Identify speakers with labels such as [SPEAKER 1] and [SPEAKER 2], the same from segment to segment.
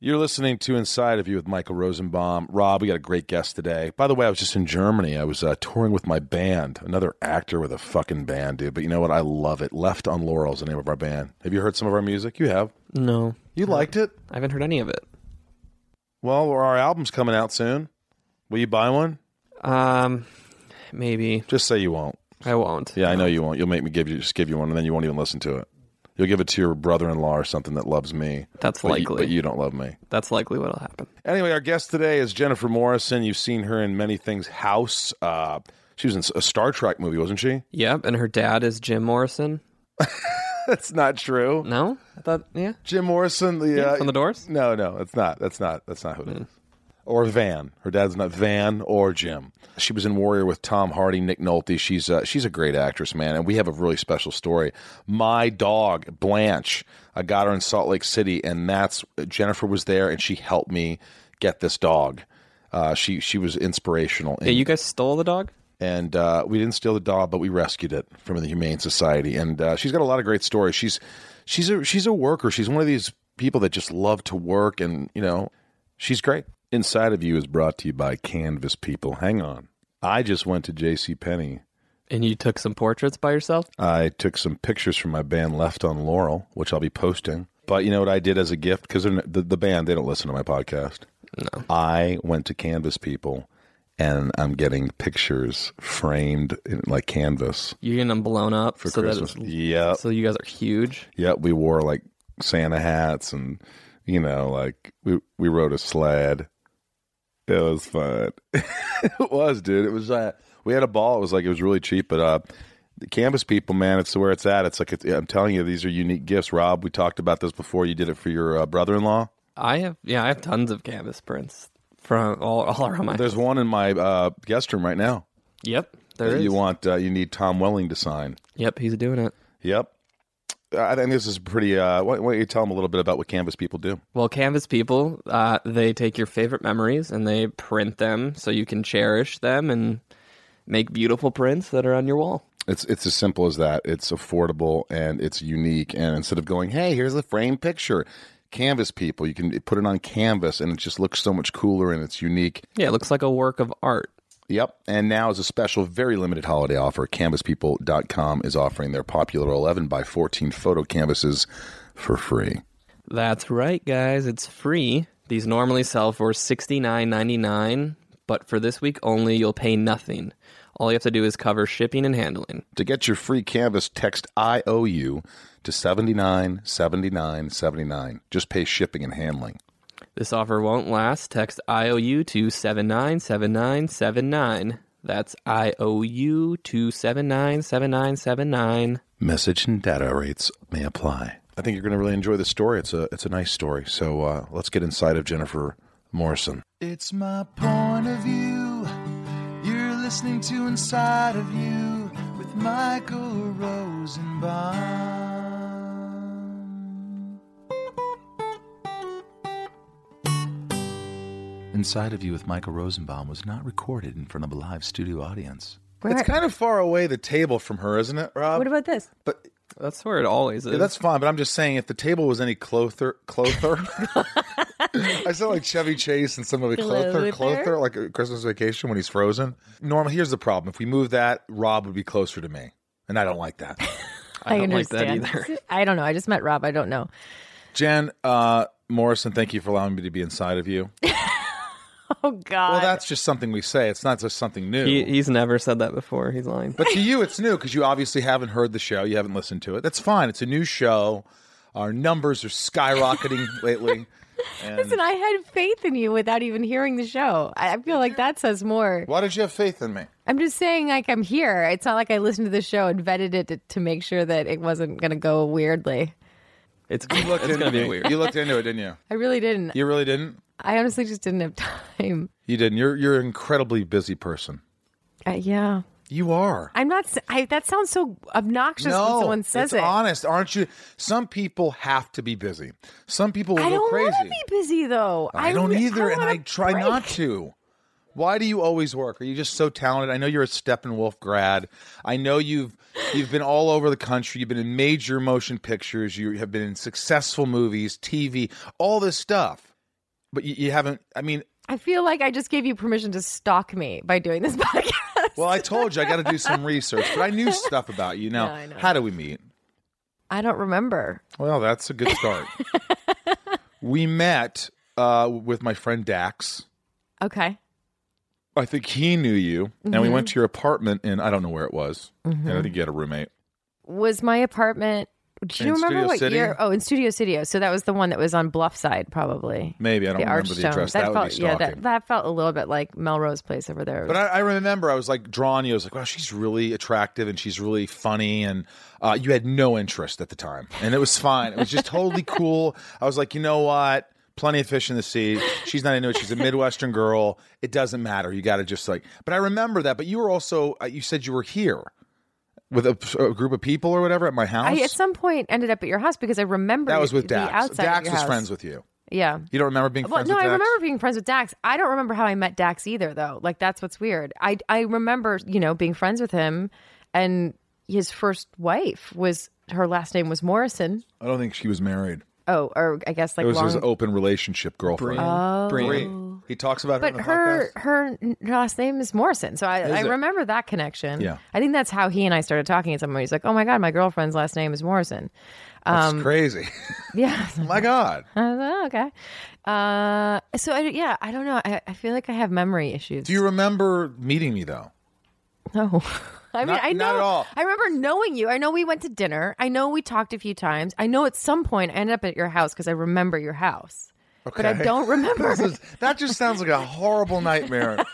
[SPEAKER 1] You're listening to Inside of You with Michael Rosenbaum. Rob, we got a great guest today. By the way, I was just in Germany. I was uh, touring with my band, another actor with a fucking band, dude. But you know what? I love it. Left on Laurel's the name of our band. Have you heard some of our music? You have.
[SPEAKER 2] No,
[SPEAKER 1] You liked it?
[SPEAKER 2] I haven't heard any of it.
[SPEAKER 1] Well, our album's coming out soon. Will you buy one?
[SPEAKER 2] Um, maybe
[SPEAKER 1] Just say you won't.
[SPEAKER 2] I won't.
[SPEAKER 1] Yeah, I know you won't. You'll make me give you just give you one, and then you won't even listen to it. You'll give it to your brother-in-law or something that loves me.
[SPEAKER 2] That's
[SPEAKER 1] but you-
[SPEAKER 2] likely.
[SPEAKER 1] but you don't love me.
[SPEAKER 2] That's likely what'll happen.
[SPEAKER 1] Anyway, our guest today is Jennifer Morrison. You've seen her in many things. House. Uh, she was in a Star Trek movie, wasn't she?
[SPEAKER 2] Yep, and her dad is Jim Morrison.
[SPEAKER 1] That's not true.
[SPEAKER 2] No, I thought yeah,
[SPEAKER 1] Jim Morrison. The, uh,
[SPEAKER 2] from the Mm. Doors.
[SPEAKER 1] No, no, that's not. That's not. That's not who it is. Or Van. Her dad's not Van or Jim. She was in Warrior with Tom Hardy, Nick Nolte. She's uh, she's a great actress, man, and we have a really special story. My dog Blanche. I got her in Salt Lake City, and that's Jennifer was there, and she helped me get this dog. Uh, she she was inspirational. in-
[SPEAKER 2] Yeah, you guys stole the dog.
[SPEAKER 1] and uh, we didn't steal the dog, but we rescued it from the Humane Society. And uh, she's got a lot of great stories. She's she's a she's a worker. She's one of these people that just love to work, and you know, she's great. Inside of You is brought to you by Canvas People. Hang on, I just went to J.C. Penney.
[SPEAKER 2] And you took some portraits by yourself?
[SPEAKER 1] I took some pictures from my band Left on Laurel, which I'll be posting. But you know what I did as a gift because the, the band they don't listen to my podcast. No, I went to Canvas People, and I'm getting pictures framed in like canvas.
[SPEAKER 2] You're getting them blown up for so
[SPEAKER 1] Christmas.
[SPEAKER 2] that
[SPEAKER 1] Yep.
[SPEAKER 2] it's, so you guys are huge.
[SPEAKER 1] Yep. We wore like Santa hats and, you know, like we, we rode a sled. It was fun. it was, dude. It was, uh, we had a ball. It was like, it was really cheap, but, uh, the canvas people, man, it's where it's at. It's like, it's, I'm telling you, these are unique gifts. Rob, we talked about this before. You did it for your uh, brother in law.
[SPEAKER 2] I have yeah, I have tons of canvas prints from all all around my.
[SPEAKER 1] There's one in my uh, guest room right now.
[SPEAKER 2] yep, there is.
[SPEAKER 1] You want, uh, you need Tom Welling to sign.
[SPEAKER 2] Yep, he's doing it.
[SPEAKER 1] Yep. I think this is pretty, uh, why, why don't you tell them a little bit about what canvas people do?
[SPEAKER 2] Well, Canvas people, uh, they take your favorite memories and they print them so you can cherish them and make beautiful prints that are on your wall.
[SPEAKER 1] It's it's as simple as that. It's affordable and it's unique. And instead of going, hey, here's a framed picture, canvas people, you can put it on canvas, and it just looks so much cooler and it's unique.
[SPEAKER 2] Yeah, it looks like a work of art.
[SPEAKER 1] Yep. And now is a special, very limited holiday offer. CanvasPeople.com is offering their popular 11 by 14 photo canvases for free.
[SPEAKER 2] That's right, guys. It's free. These normally sell for sixty nine ninety nine, but for this week only, you'll pay nothing. All you have to do is cover shipping and handling.
[SPEAKER 1] To get your free canvas, text IOU to 797979. Just pay shipping and handling.
[SPEAKER 2] This offer won't last. Text IOU to 797979. That's IOU to 797979.
[SPEAKER 1] Message and data rates may apply. I think you're going to really enjoy the story. It's a it's a nice story. So uh, let's get inside of Jennifer Morrison.
[SPEAKER 3] It's my point of view. You're listening to Inside of You with Michael Rosenbaum. Inside of You with Michael Rosenbaum was not recorded in front of a live studio audience.
[SPEAKER 4] Where-
[SPEAKER 1] It's kind of far away the table from her, isn't it, Rob?
[SPEAKER 4] what about this?
[SPEAKER 1] but
[SPEAKER 2] That's where it always is.
[SPEAKER 1] yeah, that's fine. But I'm just saying, if the table was any clother, clother. I sound like Chevy Chase and some of the clother,
[SPEAKER 4] Clother?
[SPEAKER 1] clother, like a Christmas Vacation when he's frozen. Normal. Here's the problem: if we move that, Rob would be closer to me, and I don't like that.
[SPEAKER 2] I don't like that either.
[SPEAKER 4] I don't know. I just met Rob. I don't know.
[SPEAKER 1] Jen uh, Morrison, thank you for allowing me to be inside of you.
[SPEAKER 4] Oh God.
[SPEAKER 1] Well, that's just something we say. It's not just something new.
[SPEAKER 2] He, he's never said that before. He's lying.
[SPEAKER 1] but to you, it's new because you obviously haven't heard the show. You haven't listened to it. That's fine. It's a new show. Our numbers are skyrocketing lately. And
[SPEAKER 4] Listen, I had faith in you without even hearing the show. I I feel like that says more.
[SPEAKER 1] why did you have faith in me?
[SPEAKER 4] I'm just saying, like I'm here. It's not like I listened to the show and vetted it to, to make sure that it wasn't going to go weirdly.
[SPEAKER 2] It's, it's going to be weird.
[SPEAKER 1] You looked into it, didn't you?
[SPEAKER 4] I really didn't.
[SPEAKER 1] You really didn't.
[SPEAKER 4] I honestly just didn't have time.
[SPEAKER 1] You didn't. You're you're an incredibly busy person.
[SPEAKER 4] Uh, yeah,
[SPEAKER 1] You are.
[SPEAKER 4] I'm not. s- I, that sounds so obnoxious
[SPEAKER 1] no,
[SPEAKER 4] when someone says
[SPEAKER 1] it's
[SPEAKER 4] it.
[SPEAKER 1] honest, aren't you? Some people have to be busy. Some people will
[SPEAKER 4] I
[SPEAKER 1] go
[SPEAKER 4] don't
[SPEAKER 1] crazy.
[SPEAKER 4] want to be busy though.
[SPEAKER 1] I, don't
[SPEAKER 4] re-
[SPEAKER 1] either,
[SPEAKER 4] don't
[SPEAKER 1] and
[SPEAKER 4] want
[SPEAKER 1] I
[SPEAKER 4] a
[SPEAKER 1] try
[SPEAKER 4] break.
[SPEAKER 1] not to. Why do you always work? Are you just so talented? I know you're a Steppenwolf grad. I know you've you've been all over the country. You've been in major motion pictures. You have been in successful movies, TV, all this stuff. But you, you haven't. I mean,
[SPEAKER 4] I feel like I just gave you permission to stalk me by doing this podcast.
[SPEAKER 1] well, I told you I got to do some research, but I knew stuff about you. Now,
[SPEAKER 4] Yeah, I know.
[SPEAKER 1] how do we meet?
[SPEAKER 4] I don't remember.
[SPEAKER 1] Well, that's a good start. we met uh, with my friend Dax.
[SPEAKER 4] Okay.
[SPEAKER 1] I think he knew you, and we
[SPEAKER 4] Mm-hmm.
[SPEAKER 1] went to your apartment, and I don't know where it was. And I think you had a roommate.
[SPEAKER 4] Was my apartment. Do you
[SPEAKER 1] In
[SPEAKER 4] remember
[SPEAKER 1] Studio
[SPEAKER 4] what
[SPEAKER 1] City?
[SPEAKER 4] year? Oh, in Studio City. So that was the one that was on Bluff Side, probably.
[SPEAKER 1] Maybe I don't remember the
[SPEAKER 4] Archstone.
[SPEAKER 1] address. That, would be
[SPEAKER 4] felt, yeah,
[SPEAKER 1] stalking.
[SPEAKER 4] that, that felt a little bit like Melrose Place over there.
[SPEAKER 1] But I, I remember I was like drawn. to You I was like, wow, she's really attractive and she's really funny. And uh, you had no interest at the time, and it was fine. It was just totally cool. I was like, you know what? Plenty of fish in the sea. She's not into it. She's a Midwestern girl. It doesn't matter. You got to just like. But I remember that. But you were also. Uh, you said you were here with a, a group of people or whatever at my house.
[SPEAKER 4] I at some point ended up at your house because I remember
[SPEAKER 1] that was with
[SPEAKER 4] the
[SPEAKER 1] Dax.
[SPEAKER 4] outside of
[SPEAKER 1] Dax
[SPEAKER 4] your
[SPEAKER 1] was
[SPEAKER 4] house.
[SPEAKER 1] friends with you.
[SPEAKER 4] Yeah.
[SPEAKER 1] You don't remember being
[SPEAKER 4] Well,
[SPEAKER 1] friends
[SPEAKER 4] no,
[SPEAKER 1] with
[SPEAKER 4] I
[SPEAKER 1] Dax?
[SPEAKER 4] remember being friends with Dax. I don't remember how I met Dax either, though. Like that's what's weird. I I remember you know being friends with him, and his first wife was her last name was Morrison.
[SPEAKER 1] I don't think she was married.
[SPEAKER 4] Oh, or I guess like
[SPEAKER 1] It was
[SPEAKER 4] long.
[SPEAKER 1] his open relationship girlfriend.
[SPEAKER 2] Brie.
[SPEAKER 1] Brie. He talks about her
[SPEAKER 4] Oh. but
[SPEAKER 1] in the
[SPEAKER 4] her
[SPEAKER 1] podcast.
[SPEAKER 4] her n- last name is Morrison, so I, I
[SPEAKER 1] it?
[SPEAKER 4] remember that connection.
[SPEAKER 1] Yeah.
[SPEAKER 4] I think that's how he and I started talking at some point. He's like, "Oh my god, my girlfriend's last name is Morrison."
[SPEAKER 1] That's
[SPEAKER 4] um,
[SPEAKER 1] crazy.
[SPEAKER 4] Yeah,
[SPEAKER 1] My God.
[SPEAKER 4] I was like, oh, okay. Uh, so I, yeah, I don't know. I, I feel like I have memory issues.
[SPEAKER 1] Do you remember meeting me though?
[SPEAKER 4] No. I mean,
[SPEAKER 1] Not-
[SPEAKER 4] I know.
[SPEAKER 1] not at all.
[SPEAKER 4] I remember knowing you. I know we went to dinner. I know we talked a few times. I know at some point I ended up at your house because I remember your house, but I
[SPEAKER 1] Okay.
[SPEAKER 4] don't remember.
[SPEAKER 1] This is- that just sounds like a horrible nightmare,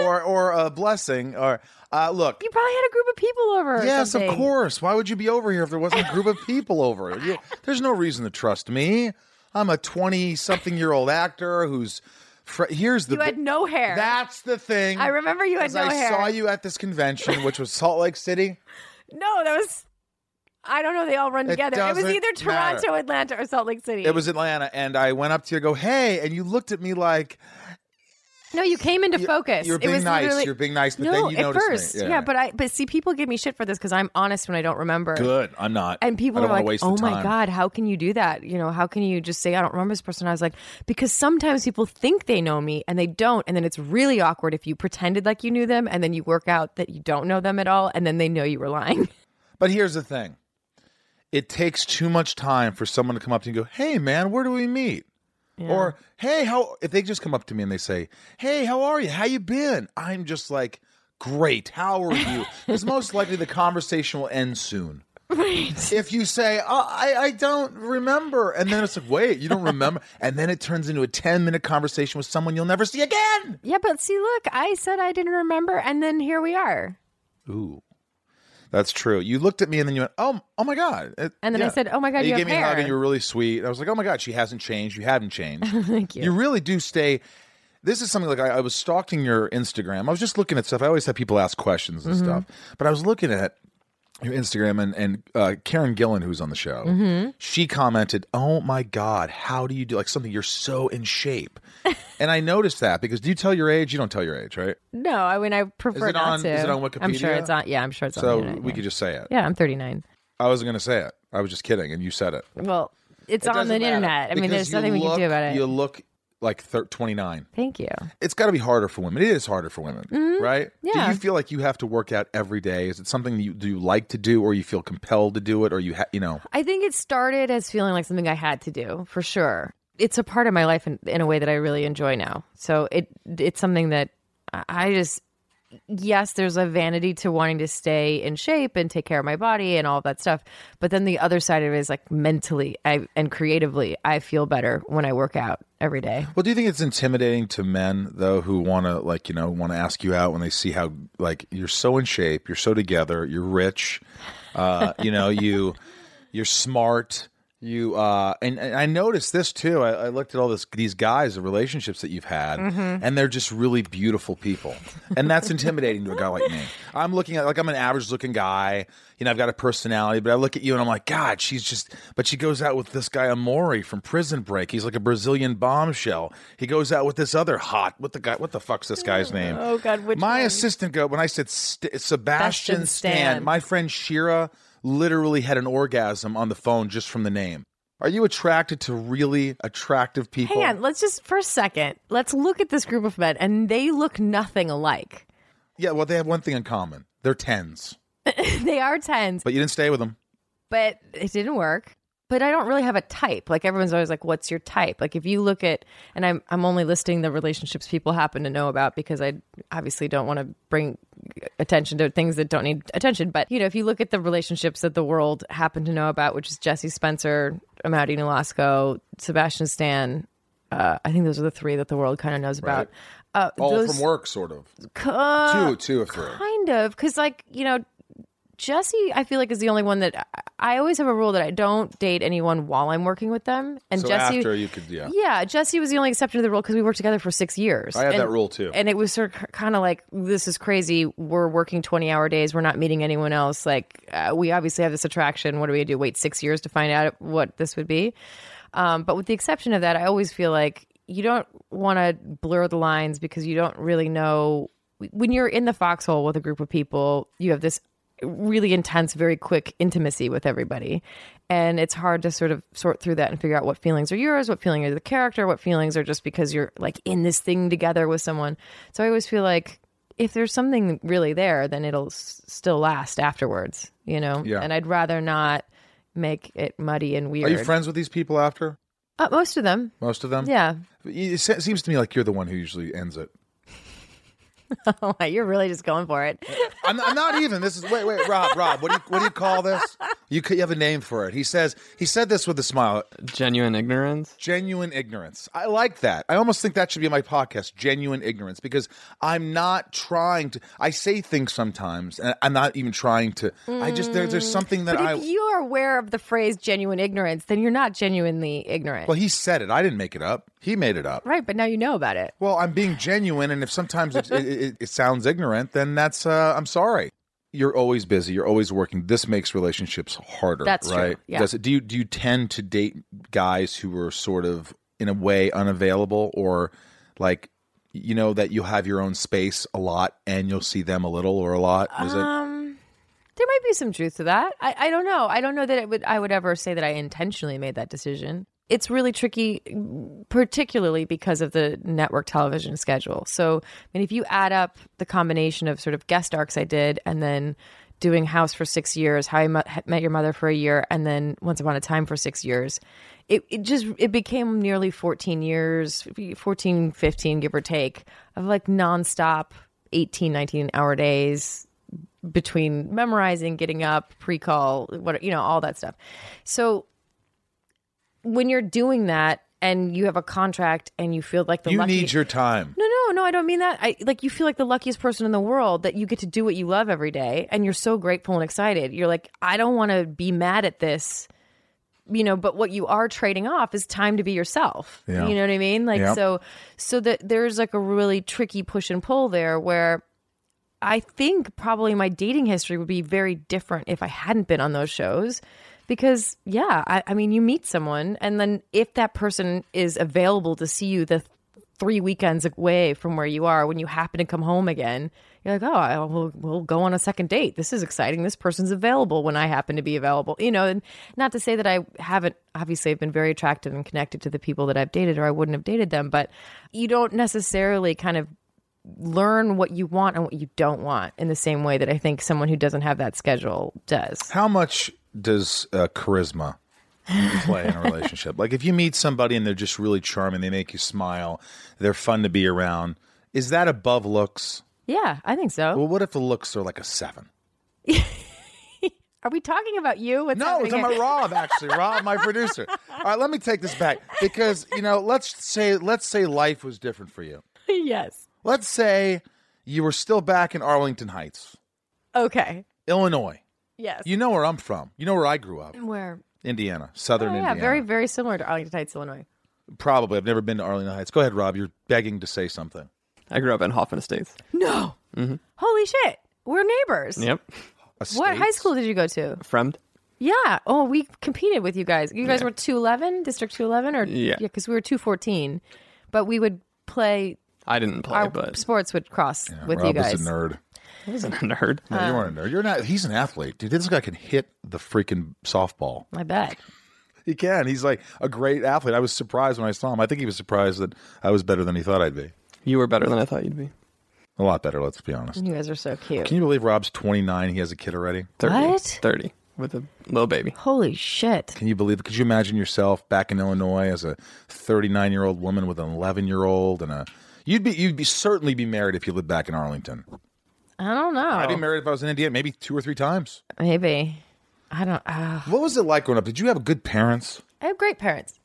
[SPEAKER 1] or or a blessing. Or uh, look,
[SPEAKER 4] you probably had a group of people over. or
[SPEAKER 1] yes, of
[SPEAKER 4] something.
[SPEAKER 1] course. Why would you be over here if there wasn't a group of people over? You- there's no reason to trust me. I'm a 20 something year old actor who's. Fr- here's the.
[SPEAKER 4] You had no hair.
[SPEAKER 1] That's the thing.
[SPEAKER 4] I remember you had
[SPEAKER 1] As
[SPEAKER 4] no
[SPEAKER 1] I
[SPEAKER 4] hair.
[SPEAKER 1] saw you at this convention, which was Salt Lake City.
[SPEAKER 4] No, that was. I don't know. They all run
[SPEAKER 1] It
[SPEAKER 4] together. It was
[SPEAKER 1] doesn't
[SPEAKER 4] either Toronto,
[SPEAKER 1] matter.
[SPEAKER 4] Atlanta, or Salt Lake City.
[SPEAKER 1] It was Atlanta, and I went up to you, go, hey, and you looked at me like
[SPEAKER 4] No, you came into focus.
[SPEAKER 1] you're
[SPEAKER 4] It
[SPEAKER 1] being
[SPEAKER 4] was
[SPEAKER 1] nice.
[SPEAKER 4] literally-
[SPEAKER 1] You're being nice, but
[SPEAKER 4] no,
[SPEAKER 1] then you
[SPEAKER 4] at
[SPEAKER 1] noticed me.
[SPEAKER 4] first,
[SPEAKER 1] Yeah.
[SPEAKER 4] yeah. But I, but see, people give me shit for this because I'm honest when I don't remember.
[SPEAKER 1] good. I'm not.
[SPEAKER 4] And people
[SPEAKER 1] I
[SPEAKER 4] are
[SPEAKER 1] don't wanna
[SPEAKER 4] like,
[SPEAKER 1] waste
[SPEAKER 4] "Oh
[SPEAKER 1] the
[SPEAKER 4] my
[SPEAKER 1] time."
[SPEAKER 4] god, how can you do that? You know, how can you just say I don't remember this person?" I was like, "Because sometimes people think they know me and they don't, and then it's really awkward if you pretended like you knew them and then you work out that you don't know them at all, and then they know you were lying."
[SPEAKER 1] But here's the thing it takes too much time for someone to come up to you and go, hey, man, where do we meet? Or, hey, how, if they just come up to me and they say, hey, how are you? How you been? I'm just like, great. How are you? Because most likely the conversation will end soon.
[SPEAKER 4] Right.
[SPEAKER 1] If you say, "Oh, I, I don't remember, and then it's like, wait, you don't remember? And then it turns into a 10 minute conversation with someone you'll never see again.
[SPEAKER 4] Yeah, but see, look, I said I didn't remember, and then here we are.
[SPEAKER 1] Ooh. That's true. You looked at me and then you went, "Oh, oh my god!" It-
[SPEAKER 4] And then I said, "Oh my God,
[SPEAKER 1] And
[SPEAKER 4] you
[SPEAKER 1] gave
[SPEAKER 4] have
[SPEAKER 1] me a hug,
[SPEAKER 4] hair."
[SPEAKER 1] and you were really sweet. And I was like, "Oh my god, she hasn't changed. You haven't changed.
[SPEAKER 4] Thank you.
[SPEAKER 1] you really do stay." This is something like I, I was stalking your Instagram. I was just looking at stuff. I always have people ask questions
[SPEAKER 4] Mm-hmm.
[SPEAKER 1] and stuff, but I was looking at your Instagram and and uh, Karen Gillan, who's on the show,
[SPEAKER 4] Mm-hmm.
[SPEAKER 1] she commented, "Oh my god, how do you do like something? You're so in shape." and I noticed that because do you tell your age? You don't tell your age, right?
[SPEAKER 4] No, I mean I prefer
[SPEAKER 1] Is it
[SPEAKER 4] not
[SPEAKER 1] on-
[SPEAKER 4] to.
[SPEAKER 1] is it on
[SPEAKER 4] I'm sure
[SPEAKER 1] Wikipedia?
[SPEAKER 4] it's on. Yeah, I'm sure it's
[SPEAKER 1] So
[SPEAKER 4] on. the internet,
[SPEAKER 1] we
[SPEAKER 4] yeah.
[SPEAKER 1] could just say it.
[SPEAKER 4] Yeah, I'm 39.
[SPEAKER 1] I wasn't going to say it. I was just kidding, and you said it.
[SPEAKER 4] Well, it's
[SPEAKER 1] It
[SPEAKER 4] on the
[SPEAKER 1] doesn't matter,
[SPEAKER 4] internet. I mean,
[SPEAKER 1] because
[SPEAKER 4] there's
[SPEAKER 1] you
[SPEAKER 4] nothing we can do
[SPEAKER 1] look-
[SPEAKER 4] about it.
[SPEAKER 1] You look like thir- 29.
[SPEAKER 4] Thank you.
[SPEAKER 1] It's got to be harder for women. It is harder for women, right?
[SPEAKER 4] Yeah.
[SPEAKER 1] Do you feel like you have to work out every day? Is it something you do you like to do, or you feel compelled to do it, or you ha- you know?
[SPEAKER 4] I think it started as feeling like something I had to do for sure. It's a part of my life in, in a way that I really enjoy now. So it it's something that I- I just yes, there's a vanity to wanting to stay in shape and take care of my body and all that stuff. But then the other side of it is like mentally I, and creatively, I feel better when I work out every day.
[SPEAKER 1] Well, do you think it's intimidating to men though who want to like you know want to ask you out when they see how like you're so in shape, you're so together, you're rich, uh, you know you you're smart, you uh, and, and I noticed this too. I, I looked at all this these guys, the relationships that you've had, and they're just really beautiful people, and that's intimidating to a guy like me. I'm looking at like I'm an average looking guy, you know, I've got a personality, but I look at you and I'm like, God, she's just. But she goes out with this guy Amori from Prison Break. He's like a Brazilian bombshell. He goes out with this other hot. What the guy? What the fuck's this guy's name?
[SPEAKER 4] Oh, God, which
[SPEAKER 1] my
[SPEAKER 4] one?
[SPEAKER 1] assistant go when I said St- Sebastian
[SPEAKER 4] Sebastian
[SPEAKER 1] Stan.
[SPEAKER 4] Stan.
[SPEAKER 1] My friend Shira literally had an orgasm on the phone just from the name. Are you attracted to really attractive people?
[SPEAKER 4] Hang on, let's just for a second, let's look at this group of men, and they look nothing alike.
[SPEAKER 1] Yeah, well, they have one thing in common. They're tens,
[SPEAKER 4] they are tens,
[SPEAKER 1] but you didn't stay with them.
[SPEAKER 4] but it didn't work. But I don't really have a type. Like everyone's always like, "What's your type?" Like if you look at, and I'm I'm only listing the relationships people happen to know about because I obviously don't want to bring attention to things that don't need attention. But you know, if you look at the relationships that the world happened to know about, which is Jesse Spencer, Amadi Nolasco, Sebastian Stan, uh, I think those are the three that the world kind of knows about. Uh,
[SPEAKER 1] All
[SPEAKER 4] those
[SPEAKER 1] from work, sort of.
[SPEAKER 4] uh,
[SPEAKER 1] Two, two of three.
[SPEAKER 4] kind of because like you know jesse i feel like is the only one that i I always have a rule that i don't date anyone while i'm working with them and
[SPEAKER 1] So
[SPEAKER 4] jesse
[SPEAKER 1] after you could, yeah.
[SPEAKER 4] yeah jesse was the only exception to the rule because we worked together for six years
[SPEAKER 1] I had
[SPEAKER 4] And-
[SPEAKER 1] that rule too.
[SPEAKER 4] and it was sort of kind of like this is crazy we're working 20 hour days we're not meeting anyone else like uh, we obviously have this attraction what do we do wait six years to find out what this would be um, but with the exception of that i always feel like you don't want to blur the lines because you don't really know when you're in the foxhole with a group of people you have this really intense very quick intimacy with everybody and it's hard to sort of sort through that and figure out what feelings are yours what feelings are the character what feelings are just because you're like in this thing together with someone so i always feel like if there's something really there then it'll s- still last afterwards you know
[SPEAKER 1] Yeah.
[SPEAKER 4] and i'd rather not make it muddy and
[SPEAKER 1] Are
[SPEAKER 4] weird
[SPEAKER 1] you friends with these people after
[SPEAKER 4] uh, most of them
[SPEAKER 1] most of them?
[SPEAKER 4] yeah
[SPEAKER 1] It se- seems to me like you're the one who usually ends it.
[SPEAKER 4] Oh, you're really just going for it
[SPEAKER 1] I'm, I'm not even. This is wait, wait, Rob, Rob. What do you what do you call this? You could you have a name for it. He says he said this with a smile.
[SPEAKER 2] Genuine ignorance.
[SPEAKER 1] Genuine ignorance. I like that. I almost think that should be my podcast. Genuine ignorance because I'm not trying to. I say things sometimes, and I'm not even trying to. I just there, there's something that
[SPEAKER 4] Mm. but
[SPEAKER 1] I.
[SPEAKER 4] if you are aware of the phrase genuine ignorance then you're not genuinely ignorant
[SPEAKER 1] well, he said it. I didn't make it up. He made it up.
[SPEAKER 4] right but now you know about it
[SPEAKER 1] Well, I'm being genuine, and if sometimes it, it, it, it sounds ignorant, then that's uh, I'm sorry. You're always busy. You're always working. This makes relationships harder.
[SPEAKER 4] That's true,
[SPEAKER 1] right.
[SPEAKER 4] yeah.
[SPEAKER 1] Does it, do you do you tend to date guys who are sort of in a way unavailable, or like you know that you have your own space a lot, and you'll see them a little or a lot? Is
[SPEAKER 4] Um, there might be some truth to that. I, I don't know. I don't know that it would. I would ever say that I intentionally made that decision. It's really tricky, particularly because of the network television schedule. So, I mean, if you add up the combination of sort of guest arcs I did, and then doing House for six years, How I Mo- Met Your Mother for a year, and then Once Upon a Time for six years, it, it just it became nearly 14 years 14 15 give or take of like nonstop 18 19 hour days between memorizing, getting up, pre-call, what you know, all that stuff. So when you're doing that and you have a contract and you feel like the
[SPEAKER 1] it you
[SPEAKER 4] lucky
[SPEAKER 1] need your time?
[SPEAKER 4] no, no, no, I don't mean that. I like you feel like the luckiest person in the world that you get to do what you love every day and you're so grateful and excited. You're like, I don't want to be mad at this, you know, but what you are trading off is time to be yourself.
[SPEAKER 1] Yeah.
[SPEAKER 4] You know what I mean? Like
[SPEAKER 1] Yeah.
[SPEAKER 4] so so that there's like a really tricky push and pull there where I think probably my dating history would be very different if I hadn't been on those shows. Because, yeah, I, I mean, you meet someone, and then if that person is available to see you the th- three weekends away from where you are, when you happen to come home again, you're like, oh, I, we'll, we'll go on a second date. This is exciting. This person's available when I happen to be available. You know, and not to say that I haven't, obviously, I've been very attracted and connected to the people that I've dated, or I wouldn't have dated them, but you don't necessarily kind of learn what you want and what you don't want in the same way that I think someone who doesn't have that schedule does.
[SPEAKER 1] How much does uh, charisma play in a relationship? like if you meet somebody and they're just really charming, they make you smile, they're fun to be around. Is that above looks?
[SPEAKER 4] Yeah, I think so.
[SPEAKER 1] Well, what if the looks are like a seven?
[SPEAKER 4] Are we talking about you? What's
[SPEAKER 1] No,
[SPEAKER 4] happening
[SPEAKER 1] it's am
[SPEAKER 4] here?
[SPEAKER 1] about Rob actually. Rob, my producer. All right, let me take this back because you know, let's say let's say life was different for you.
[SPEAKER 4] yes.
[SPEAKER 1] Let's say you were still back in Arlington Heights,
[SPEAKER 4] Okay.
[SPEAKER 1] Illinois.
[SPEAKER 4] Yes.
[SPEAKER 1] You know where I'm from. You know where I grew up,
[SPEAKER 4] Where?
[SPEAKER 1] Indiana, Southern
[SPEAKER 4] Oh, yeah,
[SPEAKER 1] Indiana.
[SPEAKER 4] very, very similar to Arlington Heights, Illinois.
[SPEAKER 1] Probably. I've never been to Arlington Heights. Go ahead, Rob. You're begging to say something.
[SPEAKER 2] I grew up in Hoffman Estates.
[SPEAKER 4] No. Holy shit. We're neighbors.
[SPEAKER 2] Yep.
[SPEAKER 4] What high
[SPEAKER 1] Estates?
[SPEAKER 4] school did you go to?
[SPEAKER 2] Fremd.
[SPEAKER 4] Yeah. Oh, we competed with you guys. You guys were 211, District 211? Or,
[SPEAKER 2] Yeah.
[SPEAKER 4] Because we were 214. But we would play,
[SPEAKER 2] I didn't play,
[SPEAKER 4] our
[SPEAKER 2] but
[SPEAKER 4] sports would cross with
[SPEAKER 1] Rob
[SPEAKER 4] you guys.
[SPEAKER 1] is a nerd.
[SPEAKER 2] I wasn't a nerd.
[SPEAKER 1] No, you weren't a nerd. You're not. He's an athlete, dude. This guy can hit the freaking softball.
[SPEAKER 4] I bet.
[SPEAKER 1] He can. He's like a great athlete. I was surprised when I saw him. I think he was surprised that I was better than he thought I'd be.
[SPEAKER 2] You were better than I thought you'd be.
[SPEAKER 1] A lot better, let's be honest.
[SPEAKER 4] You guys are so cute.
[SPEAKER 1] Can you believe Rob's 29? He has a kid already.
[SPEAKER 2] 30,
[SPEAKER 4] What?
[SPEAKER 2] 30 with a little baby.
[SPEAKER 4] Holy shit.
[SPEAKER 1] Can you believe? Could you imagine yourself back in Illinois as a 39 year old woman with an 11 year old and a you'd be you'd be certainly be married if you lived back in Arlington.
[SPEAKER 4] I don't
[SPEAKER 1] I'd be
[SPEAKER 4] know.
[SPEAKER 1] married if I was in Indiana, maybe two or three times.
[SPEAKER 4] Maybe. I don't. Uh,
[SPEAKER 1] What was it like growing up? Did you have good parents?
[SPEAKER 4] I have great parents.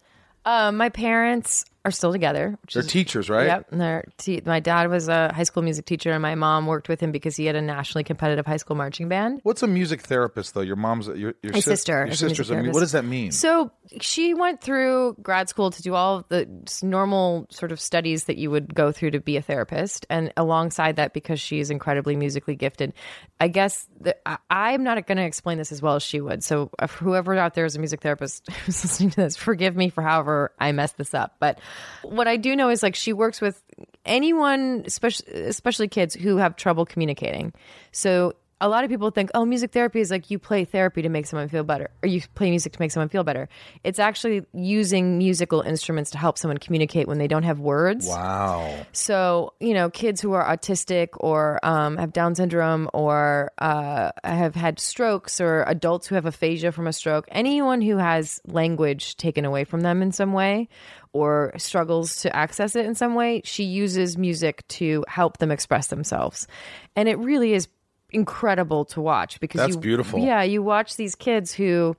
[SPEAKER 4] Uh, my parents are still together, which
[SPEAKER 1] They're
[SPEAKER 4] is
[SPEAKER 1] teachers, right?
[SPEAKER 4] Yep. And their te- my dad was a high school music teacher, and my mom worked with him because he had a nationally competitive high school marching band.
[SPEAKER 1] What's a music therapist though? Your mom's your your
[SPEAKER 4] My
[SPEAKER 1] sis-
[SPEAKER 4] sister.
[SPEAKER 1] Your
[SPEAKER 4] is a music
[SPEAKER 1] sister's a mu-
[SPEAKER 4] therapist.
[SPEAKER 1] what does that mean?
[SPEAKER 4] So she went through grad school to do all the s- normal sort of studies that you would go through to be a therapist. And alongside that, because she is incredibly musically gifted, I guess the, I, I'm not going to explain this as well as she would. So if whoever out there is a music therapist who's listening to this, forgive me for however I messed this up. But what I do know is like she works with anyone, especially, especially kids who have trouble communicating. So a lot of people think, oh, music therapy is like you play therapy to make someone feel better, or you play music to make someone feel better. It's actually using musical instruments to help someone communicate when they don't have words.
[SPEAKER 1] wow.
[SPEAKER 4] So, you know, kids who are autistic or um, have Down syndrome or uh, have had strokes or adults who have aphasia from a stroke, anyone who has language taken away from them in some way or struggles to access it in some way, she uses music to help them express themselves. And it really is incredible to watch because
[SPEAKER 1] That's
[SPEAKER 4] you-
[SPEAKER 1] beautiful.
[SPEAKER 4] Yeah, you watch these kids who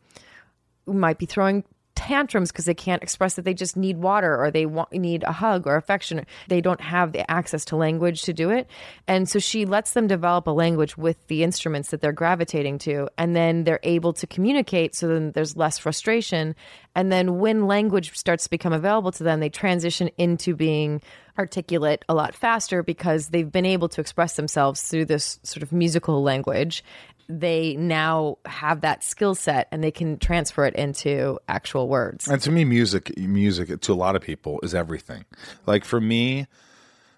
[SPEAKER 4] might be throwing tantrums because they can't express that they just need water or they want, need a hug or affection. They don't have the access to language to do it. And so she lets them develop a language with the instruments that they're gravitating to. And then they're able to communicate so then there's less frustration. And then when language starts to become available to them, they transition into being articulate a lot faster because they've been able to express themselves through this sort of musical language they now have that skill set and they can transfer it into actual words.
[SPEAKER 1] And to me, music, music to a lot of people is everything. Like for me,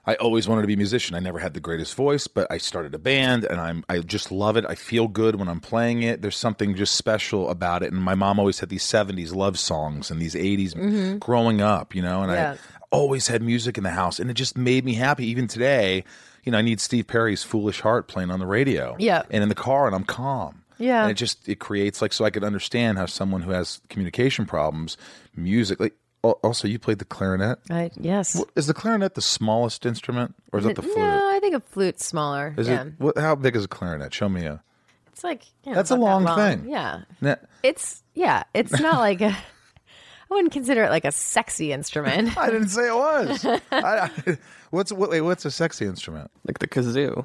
[SPEAKER 1] I always wanted to be a musician. I never had the greatest voice, but I started a band, and I'm I just love it. I feel good when I'm playing it. There's something just special about it. And my mom always had these '70s love songs and these '80s growing up, you know. And
[SPEAKER 4] Mm-hmm. Yeah.
[SPEAKER 1] I always had music in the house, and it just made me happy. Even today, you know, I need Steve Perry's "Foolish Heart" playing on the radio,
[SPEAKER 4] Yeah.
[SPEAKER 1] and in the car, and I'm calm.
[SPEAKER 4] Yeah.
[SPEAKER 1] And it just it creates like so I could understand how someone who has communication problems, music like al- also you played the clarinet.
[SPEAKER 4] Right? Yes.
[SPEAKER 1] Is the clarinet the smallest instrument or is that the flute?
[SPEAKER 4] No, I think a flute's smaller.
[SPEAKER 1] Is
[SPEAKER 4] yeah.
[SPEAKER 1] it what, how big is a clarinet? Show me a.
[SPEAKER 4] It's like you know,
[SPEAKER 1] That's a
[SPEAKER 4] not that
[SPEAKER 1] long thing.
[SPEAKER 4] Yeah.
[SPEAKER 1] Na-
[SPEAKER 4] It's yeah, it's not like a I wouldn't consider it like a sexy instrument.
[SPEAKER 1] I didn't say it was. I, I- what's what, wait, what's a sexy instrument?
[SPEAKER 2] Like the kazoo.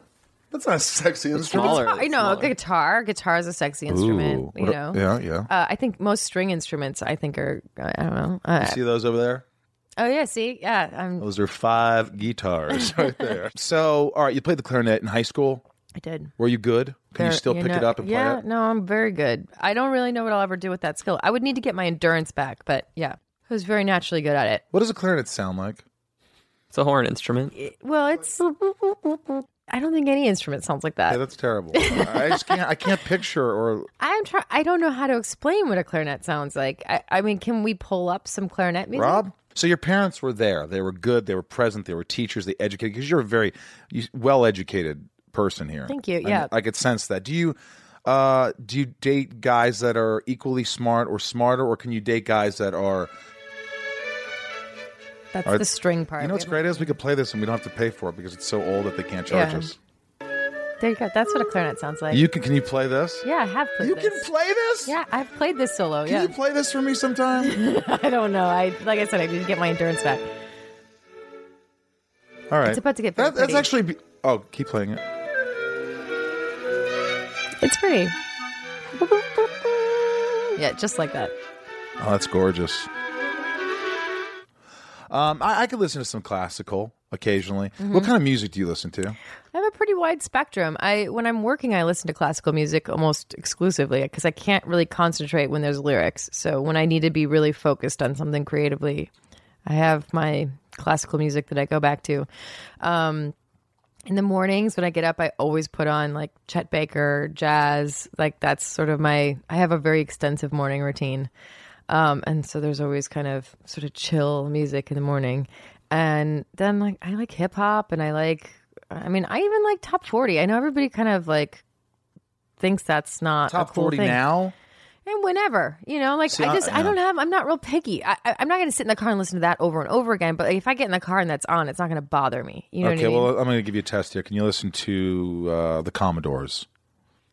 [SPEAKER 1] That's not a sexy instrument.
[SPEAKER 2] Smaller.
[SPEAKER 4] I know, a guitar. Guitar is a sexy instrument,
[SPEAKER 1] Ooh,
[SPEAKER 4] you
[SPEAKER 1] what
[SPEAKER 4] know.
[SPEAKER 1] a- yeah, yeah.
[SPEAKER 4] Uh, I think most string instruments I think are I don't know. Uh,
[SPEAKER 1] See those over there?
[SPEAKER 4] oh yeah, see? Yeah, um, I'm,
[SPEAKER 1] Those are five guitars right there. So, all right, you played the clarinet in high school.
[SPEAKER 4] I did.
[SPEAKER 1] Were you good? Can you
[SPEAKER 4] There-
[SPEAKER 1] still pick
[SPEAKER 4] know-
[SPEAKER 1] it up and
[SPEAKER 4] yeah,
[SPEAKER 1] play it?
[SPEAKER 4] no, I'm very good. I don't really know what I'll ever do with that skill. I would need to get my endurance back, but yeah, I was very naturally good at it.
[SPEAKER 1] What does a clarinet sound like?
[SPEAKER 2] It's a horn instrument.
[SPEAKER 4] It- well, it's. I don't think any instrument sounds like
[SPEAKER 1] Yeah,
[SPEAKER 4] that.
[SPEAKER 1] that's terrible. I just can't. I can't picture or
[SPEAKER 4] I'm try- I don't know how to explain what a clarinet sounds like. I, I mean, can we pull up some clarinet music?
[SPEAKER 1] Rob. So your parents were there. They were good. They were present. They were teachers. They educated because you're a very you, well-educated person here.
[SPEAKER 4] Thank you,
[SPEAKER 1] And
[SPEAKER 4] yeah.
[SPEAKER 1] I could sense that. Do you uh, do you date guys that are equally smart or smarter, or can you date guys that are?
[SPEAKER 4] That's
[SPEAKER 1] Are-
[SPEAKER 4] the string part.
[SPEAKER 1] You know what's
[SPEAKER 4] We
[SPEAKER 1] great is we could play this and we don't have to pay for it because it's so old that they can't charge
[SPEAKER 4] Yeah.
[SPEAKER 1] us.
[SPEAKER 4] haven't- There you go. That's what a clarinet sounds like.
[SPEAKER 1] You can? Can you play this?
[SPEAKER 4] yeah, I have played
[SPEAKER 1] You
[SPEAKER 4] this.
[SPEAKER 1] can play this.
[SPEAKER 4] yeah, I've played this solo.
[SPEAKER 1] Can
[SPEAKER 4] yeah,
[SPEAKER 1] you play this for me sometime?
[SPEAKER 4] I don't know. I like I said, I need to get my endurance back.
[SPEAKER 1] All right.
[SPEAKER 4] It's about to get
[SPEAKER 1] That, that's
[SPEAKER 4] pretty.
[SPEAKER 1] actually. Be- oh, keep playing it.
[SPEAKER 4] It's pretty. Yeah, just like that.
[SPEAKER 1] Oh, that's gorgeous. Um, I, I could listen to some classical occasionally. What kind of music do you listen to?
[SPEAKER 4] I have a pretty wide spectrum. I when I'm working, I listen to classical music almost exclusively because I can't really concentrate when there's lyrics. So when I need to be really focused on something creatively, I have my classical music that I go back to. Um, in the mornings when I get up, I always put on like Chet Baker, jazz. Like that's sort of my. I have a very extensive morning routine. Um, and so there's always kind of sort of chill music in the morning. And then like I like hip hop and I like I mean, I even like top forty. I know everybody kind of like thinks that's not
[SPEAKER 1] Top
[SPEAKER 4] a cool
[SPEAKER 1] forty
[SPEAKER 4] thing.
[SPEAKER 1] now.
[SPEAKER 4] and whenever you know like
[SPEAKER 1] See,
[SPEAKER 4] i
[SPEAKER 1] I-
[SPEAKER 4] just i
[SPEAKER 1] yeah.
[SPEAKER 4] don't have i'm not real picky I, I, i'm not gonna sit in the car and listen to that over and over again but if i get in the car and that's on it's not gonna bother me you know
[SPEAKER 1] Okay,
[SPEAKER 4] what i mean
[SPEAKER 1] well, I'm going to give you a test here. Can you listen to uh, the Commodores?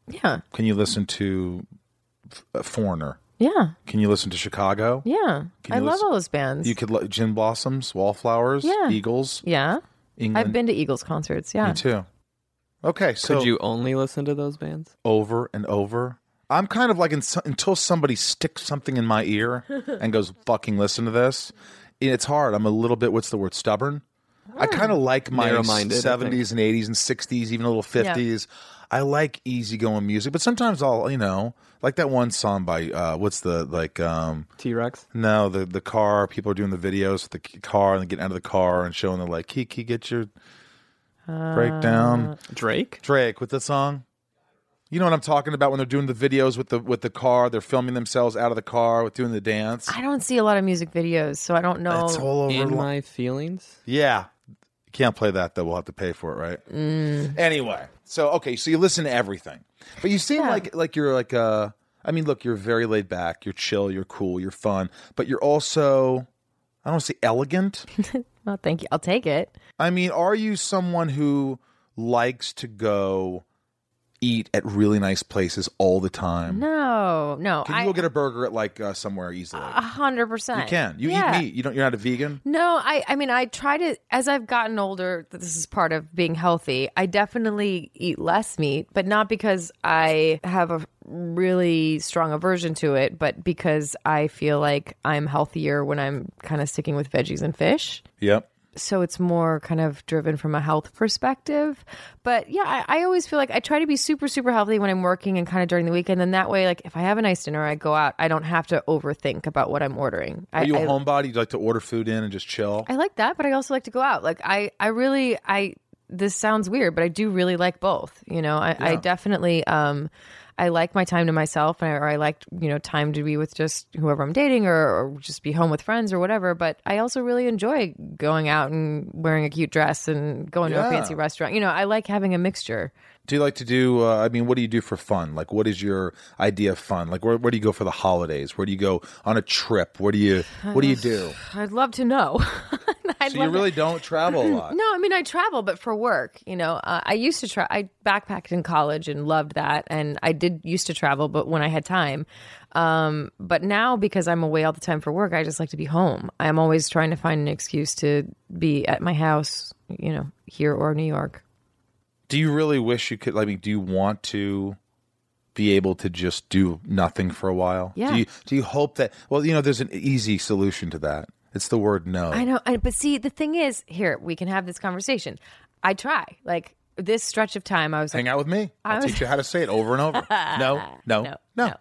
[SPEAKER 4] yeah
[SPEAKER 1] Can you listen to F- uh, Foreigner?
[SPEAKER 4] yeah
[SPEAKER 1] Can you listen to Chicago?
[SPEAKER 4] yeah
[SPEAKER 1] Can
[SPEAKER 4] i
[SPEAKER 1] you
[SPEAKER 4] love
[SPEAKER 1] listen-
[SPEAKER 4] all those bands
[SPEAKER 1] You could li- Gin Blossoms, Wallflowers,
[SPEAKER 4] Yeah.
[SPEAKER 1] Eagles,
[SPEAKER 4] yeah
[SPEAKER 1] England.
[SPEAKER 4] i've been to eagles concerts yeah
[SPEAKER 1] Mm. Me too. Okay, so
[SPEAKER 2] Could you only listen to those bands?
[SPEAKER 1] over and over. I'm kind of like in, until somebody sticks something in my ear and goes, "Fucking listen to this." It's hard. I'm a little bit. What's the word? Stubborn. I kind of like my
[SPEAKER 2] Narrow-minded, I think.
[SPEAKER 1] 70s and 80s and 60s, even a little 50s. I like easygoing music, but sometimes I'll, you know, like that one song by uh, what's the like um,
[SPEAKER 2] T Rex.
[SPEAKER 1] no, the the car. People are doing the videos with the c- car and getting out of the car and showing they're like, "Kiki, get your
[SPEAKER 2] Uh,
[SPEAKER 1] breakdown."
[SPEAKER 2] Drake.
[SPEAKER 1] Drake with the song. You know what I'm talking about when they're doing the videos with the with the car. They're filming themselves out of the car with doing the dance.
[SPEAKER 4] i don't see a lot of music videos so i don't know
[SPEAKER 1] It's all over.
[SPEAKER 2] In
[SPEAKER 1] li-
[SPEAKER 2] my feelings.
[SPEAKER 1] yeah, can't play that though. We'll have to pay for it, right?
[SPEAKER 4] Mm.
[SPEAKER 1] Anyway, so okay, so you listen to everything, but you seem
[SPEAKER 4] Yeah.
[SPEAKER 1] like like you're like uh, I mean, look, you're very laid back. You're chill. You're cool. You're fun, but you're also I don't say elegant.
[SPEAKER 4] well thank you i'll take it
[SPEAKER 1] I mean, are you someone who likes to go eat at really nice places all the time?
[SPEAKER 4] no no
[SPEAKER 1] Can
[SPEAKER 4] I,
[SPEAKER 1] you go get a burger at like uh, somewhere easily?
[SPEAKER 4] a hundred percent
[SPEAKER 1] you can. You
[SPEAKER 4] yeah.
[SPEAKER 1] eat meat. You don't. You're not a vegan.
[SPEAKER 4] No, I I mean I try to as I've gotten older, th- this is part of being healthy. I definitely eat less meat, but not because I have a really strong aversion to it, but because I feel like I'm healthier when I'm kind of sticking with veggies and fish.
[SPEAKER 1] Yep.
[SPEAKER 4] So it's more kind of driven from a health perspective. But yeah, I, I always feel like I try to be super, super healthy when I'm working and kind of during the weekend. And that way, like if I have a nice dinner, I go out, I don't have to overthink about what I'm ordering. I,
[SPEAKER 1] Are you a
[SPEAKER 4] I-
[SPEAKER 1] homebody? You like to order food in and just chill?
[SPEAKER 4] I like that, but I also like to go out. Like I, I really, I. This sounds weird, but I do really like both. You know, I, I definitely, um, I like my time to myself, and I, or I like you know time to be with just whoever I'm dating, or, or just be home with friends or whatever. But I also really enjoy going out and wearing a cute dress and going to a
[SPEAKER 1] Yeah.
[SPEAKER 4] fancy restaurant. You know, I like having a mixture.
[SPEAKER 1] do you like to do? Uh, I mean, what do you do for fun? Like, what is your idea of fun? Like, where, where do you go for the holidays? Where do you go on a trip? Where do you What do you do?
[SPEAKER 4] I'd love to know. I'd
[SPEAKER 1] So you
[SPEAKER 4] love to-
[SPEAKER 1] really don't travel a lot.
[SPEAKER 4] No, I mean I travel, but for work. You know, uh, I used to try. I backpacked in college and loved that, and I did used to travel, but when I had time. Um, but now because I'm away all the time for work, I just like to be home. I'm always trying to find an excuse to be at my house. You know, here or New York.
[SPEAKER 1] Do you really wish you could? I mean, do you want to be able to just do nothing for a while?
[SPEAKER 4] Yeah.
[SPEAKER 1] Do you Do you hope that? Well, you know, there's an easy solution to that. It's the word no.
[SPEAKER 4] I know, I, but see, the thing is, here we can have this conversation. I try like this stretch of time. I was like,
[SPEAKER 1] Hang out with me. I'll
[SPEAKER 4] I was-
[SPEAKER 1] teach you how to say it over and over. No, no, no.
[SPEAKER 4] No, no.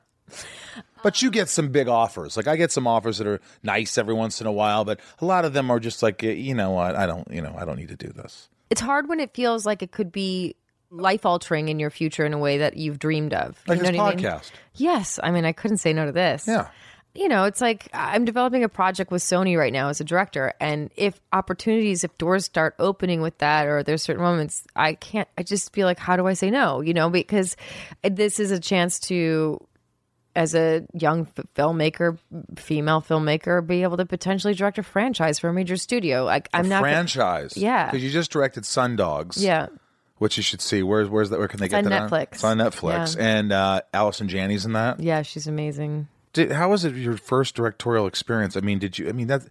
[SPEAKER 1] But you get some big offers. Like I get some offers that are nice every once in a while, but a lot of them are just like, eh, you know what? I don't, you know, I don't need to do this.
[SPEAKER 4] it's hard when it feels like it could be life altering in your future in a way that you've dreamed of.
[SPEAKER 1] Like
[SPEAKER 4] you know
[SPEAKER 1] this
[SPEAKER 4] what I mean?
[SPEAKER 1] podcast.
[SPEAKER 4] Yes, I mean I couldn't say no to this.
[SPEAKER 1] Yeah.
[SPEAKER 4] You know, it's like I'm developing a project with Sony right now as a director and if opportunities if doors start opening with that or there's certain moments I can't I just feel like how do I say no, you know, because this is a chance to as a young f- filmmaker, female filmmaker, be able to potentially direct a franchise for a major studio. Like I'm not gonna-
[SPEAKER 1] Franchise.
[SPEAKER 4] Yeah.
[SPEAKER 1] Because you just directed Sundogs.
[SPEAKER 4] Yeah.
[SPEAKER 1] Which you should see. Where's where's that? Where can they get
[SPEAKER 4] on
[SPEAKER 1] that?
[SPEAKER 4] Netflix.
[SPEAKER 1] It's on Netflix. And uh, Allison Janney's in that.
[SPEAKER 4] Yeah, she's amazing.
[SPEAKER 1] Did, how was it your first directorial experience? I mean, did you? I mean, that.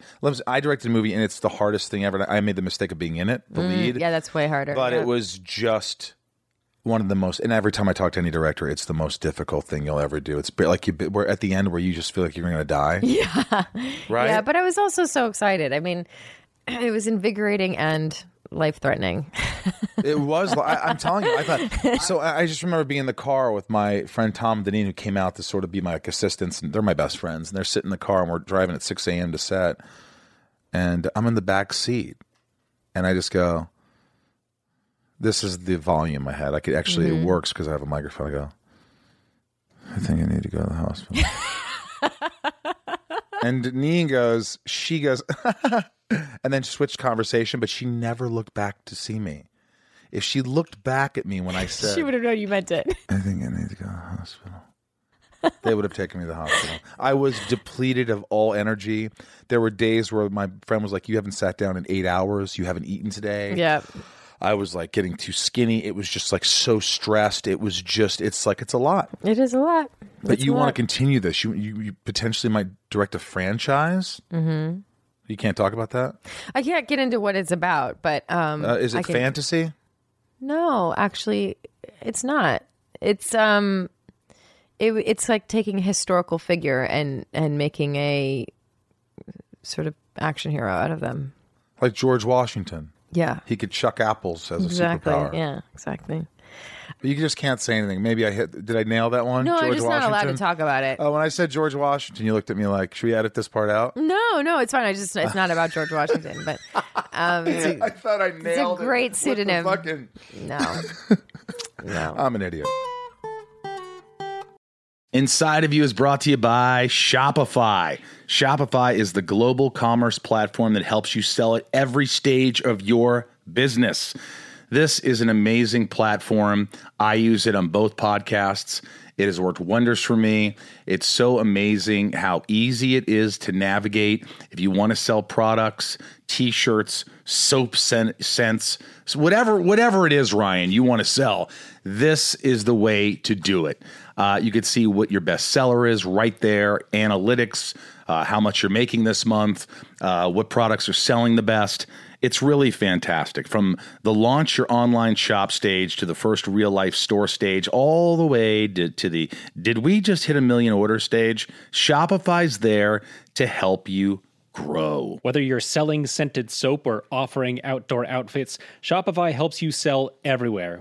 [SPEAKER 1] I directed a movie, and it's the hardest thing ever. I made the mistake of being in it, the lead.
[SPEAKER 4] Mm, Yeah, that's way harder.
[SPEAKER 1] but
[SPEAKER 4] yeah.
[SPEAKER 1] it was just one of the most and every time i talk to any director it's the most difficult thing you'll ever do it's bit like you we're at the end where you just feel like you're gonna die yeah right
[SPEAKER 4] Yeah, but I was also so excited. I mean, it was invigorating and life threatening.
[SPEAKER 1] it was li- I, i'm telling you i thought so I, I just remember being in the car with my friend tom deneen who came out to sort of be my like, assistants and they're my best friends and they're sitting in the car and we're driving at 6 a.m to set and i'm in the back seat and i just go this is the volume i had i could actually it works because i have a microphone i go i think i need to go to the hospital
[SPEAKER 5] and Neen goes, she goes, and then switched conversation, but she never looked back to see me. If she looked back at me when I said,
[SPEAKER 4] She would have known you meant it.
[SPEAKER 5] I think I need to go to the hospital. they would have taken me to the hospital. I was depleted of all energy. There were days where my friend was like, You haven't sat down in eight hours. You haven't eaten today.
[SPEAKER 4] yeah.
[SPEAKER 5] I was like getting too skinny. It was just like so stressed. It was just, it's like, it's a lot.
[SPEAKER 4] It is a lot.
[SPEAKER 5] But you want to continue this. You, you, you potentially might direct a franchise. Mm-hmm. You can't talk about that.
[SPEAKER 4] I can't get into what it's about, but um
[SPEAKER 5] Uh, is
[SPEAKER 4] I
[SPEAKER 5] it
[SPEAKER 4] can-
[SPEAKER 5] fantasy?
[SPEAKER 4] No, actually it's not. It's um it, it's like taking a historical figure and and making a sort of action hero out of them.
[SPEAKER 5] Like George Washington.
[SPEAKER 4] Yeah.
[SPEAKER 5] He could chuck apples as
[SPEAKER 4] Exactly.
[SPEAKER 5] a superpower.
[SPEAKER 4] Yeah, exactly.
[SPEAKER 5] You just can't say anything. Maybe I hit. Did I nail that one?
[SPEAKER 4] No, I'm
[SPEAKER 5] George
[SPEAKER 4] just
[SPEAKER 5] Washington?
[SPEAKER 4] not allowed to talk about it.
[SPEAKER 5] Uh, when I said George Washington, you looked at me like, should we edit this part out?
[SPEAKER 4] no, no, it's fine. I just it's not about George Washington, but um it's a-
[SPEAKER 5] I thought I nailed it.
[SPEAKER 4] great
[SPEAKER 5] with the
[SPEAKER 4] pseudonym.
[SPEAKER 5] fucking-
[SPEAKER 4] no. No.
[SPEAKER 5] I'm an idiot.
[SPEAKER 1] Inside of You is brought to you by Shopify. Shopify is the global commerce platform that helps you sell at every stage of your business. This is an amazing platform. I use it on both podcasts. It has worked wonders for me. It's so amazing how easy it is to navigate. If you want to sell products, t-shirts, soap sen- scents, so whatever whatever it is, Ryan, you want to sell, this is the way to do it. Uh, you could see what your best seller is right there, analytics, uh, how much you're making this month, uh, what products are selling the best. It's really fantastic. From the launch your online shop stage to the first real life store stage, all the way to, to the did we just hit a million order stage? Shopify's there to help you grow.
[SPEAKER 6] Whether you're selling scented soap or offering outdoor outfits, Shopify helps you sell everywhere.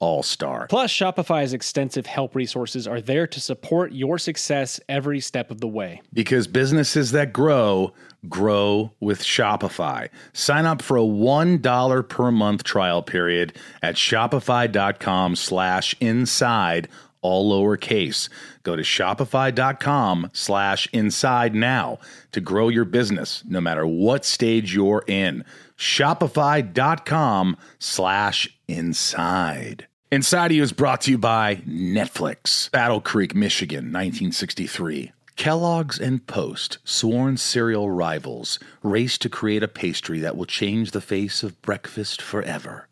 [SPEAKER 1] all star.
[SPEAKER 6] Plus, Shopify's extensive help resources are there to support your success every step of the way.
[SPEAKER 1] Because businesses that grow, grow with Shopify. Sign up for a $1 per month trial period at shopify.com slash inside, all lowercase. Go to shopify.com slash inside now to grow your business, no matter what stage you're in. Shopify.com slash inside. Inside of You is brought to you by Netflix, Battle Creek, Michigan, 1963. Kellogg's and Post, sworn cereal rivals, race to create a pastry that will change the face of breakfast forever.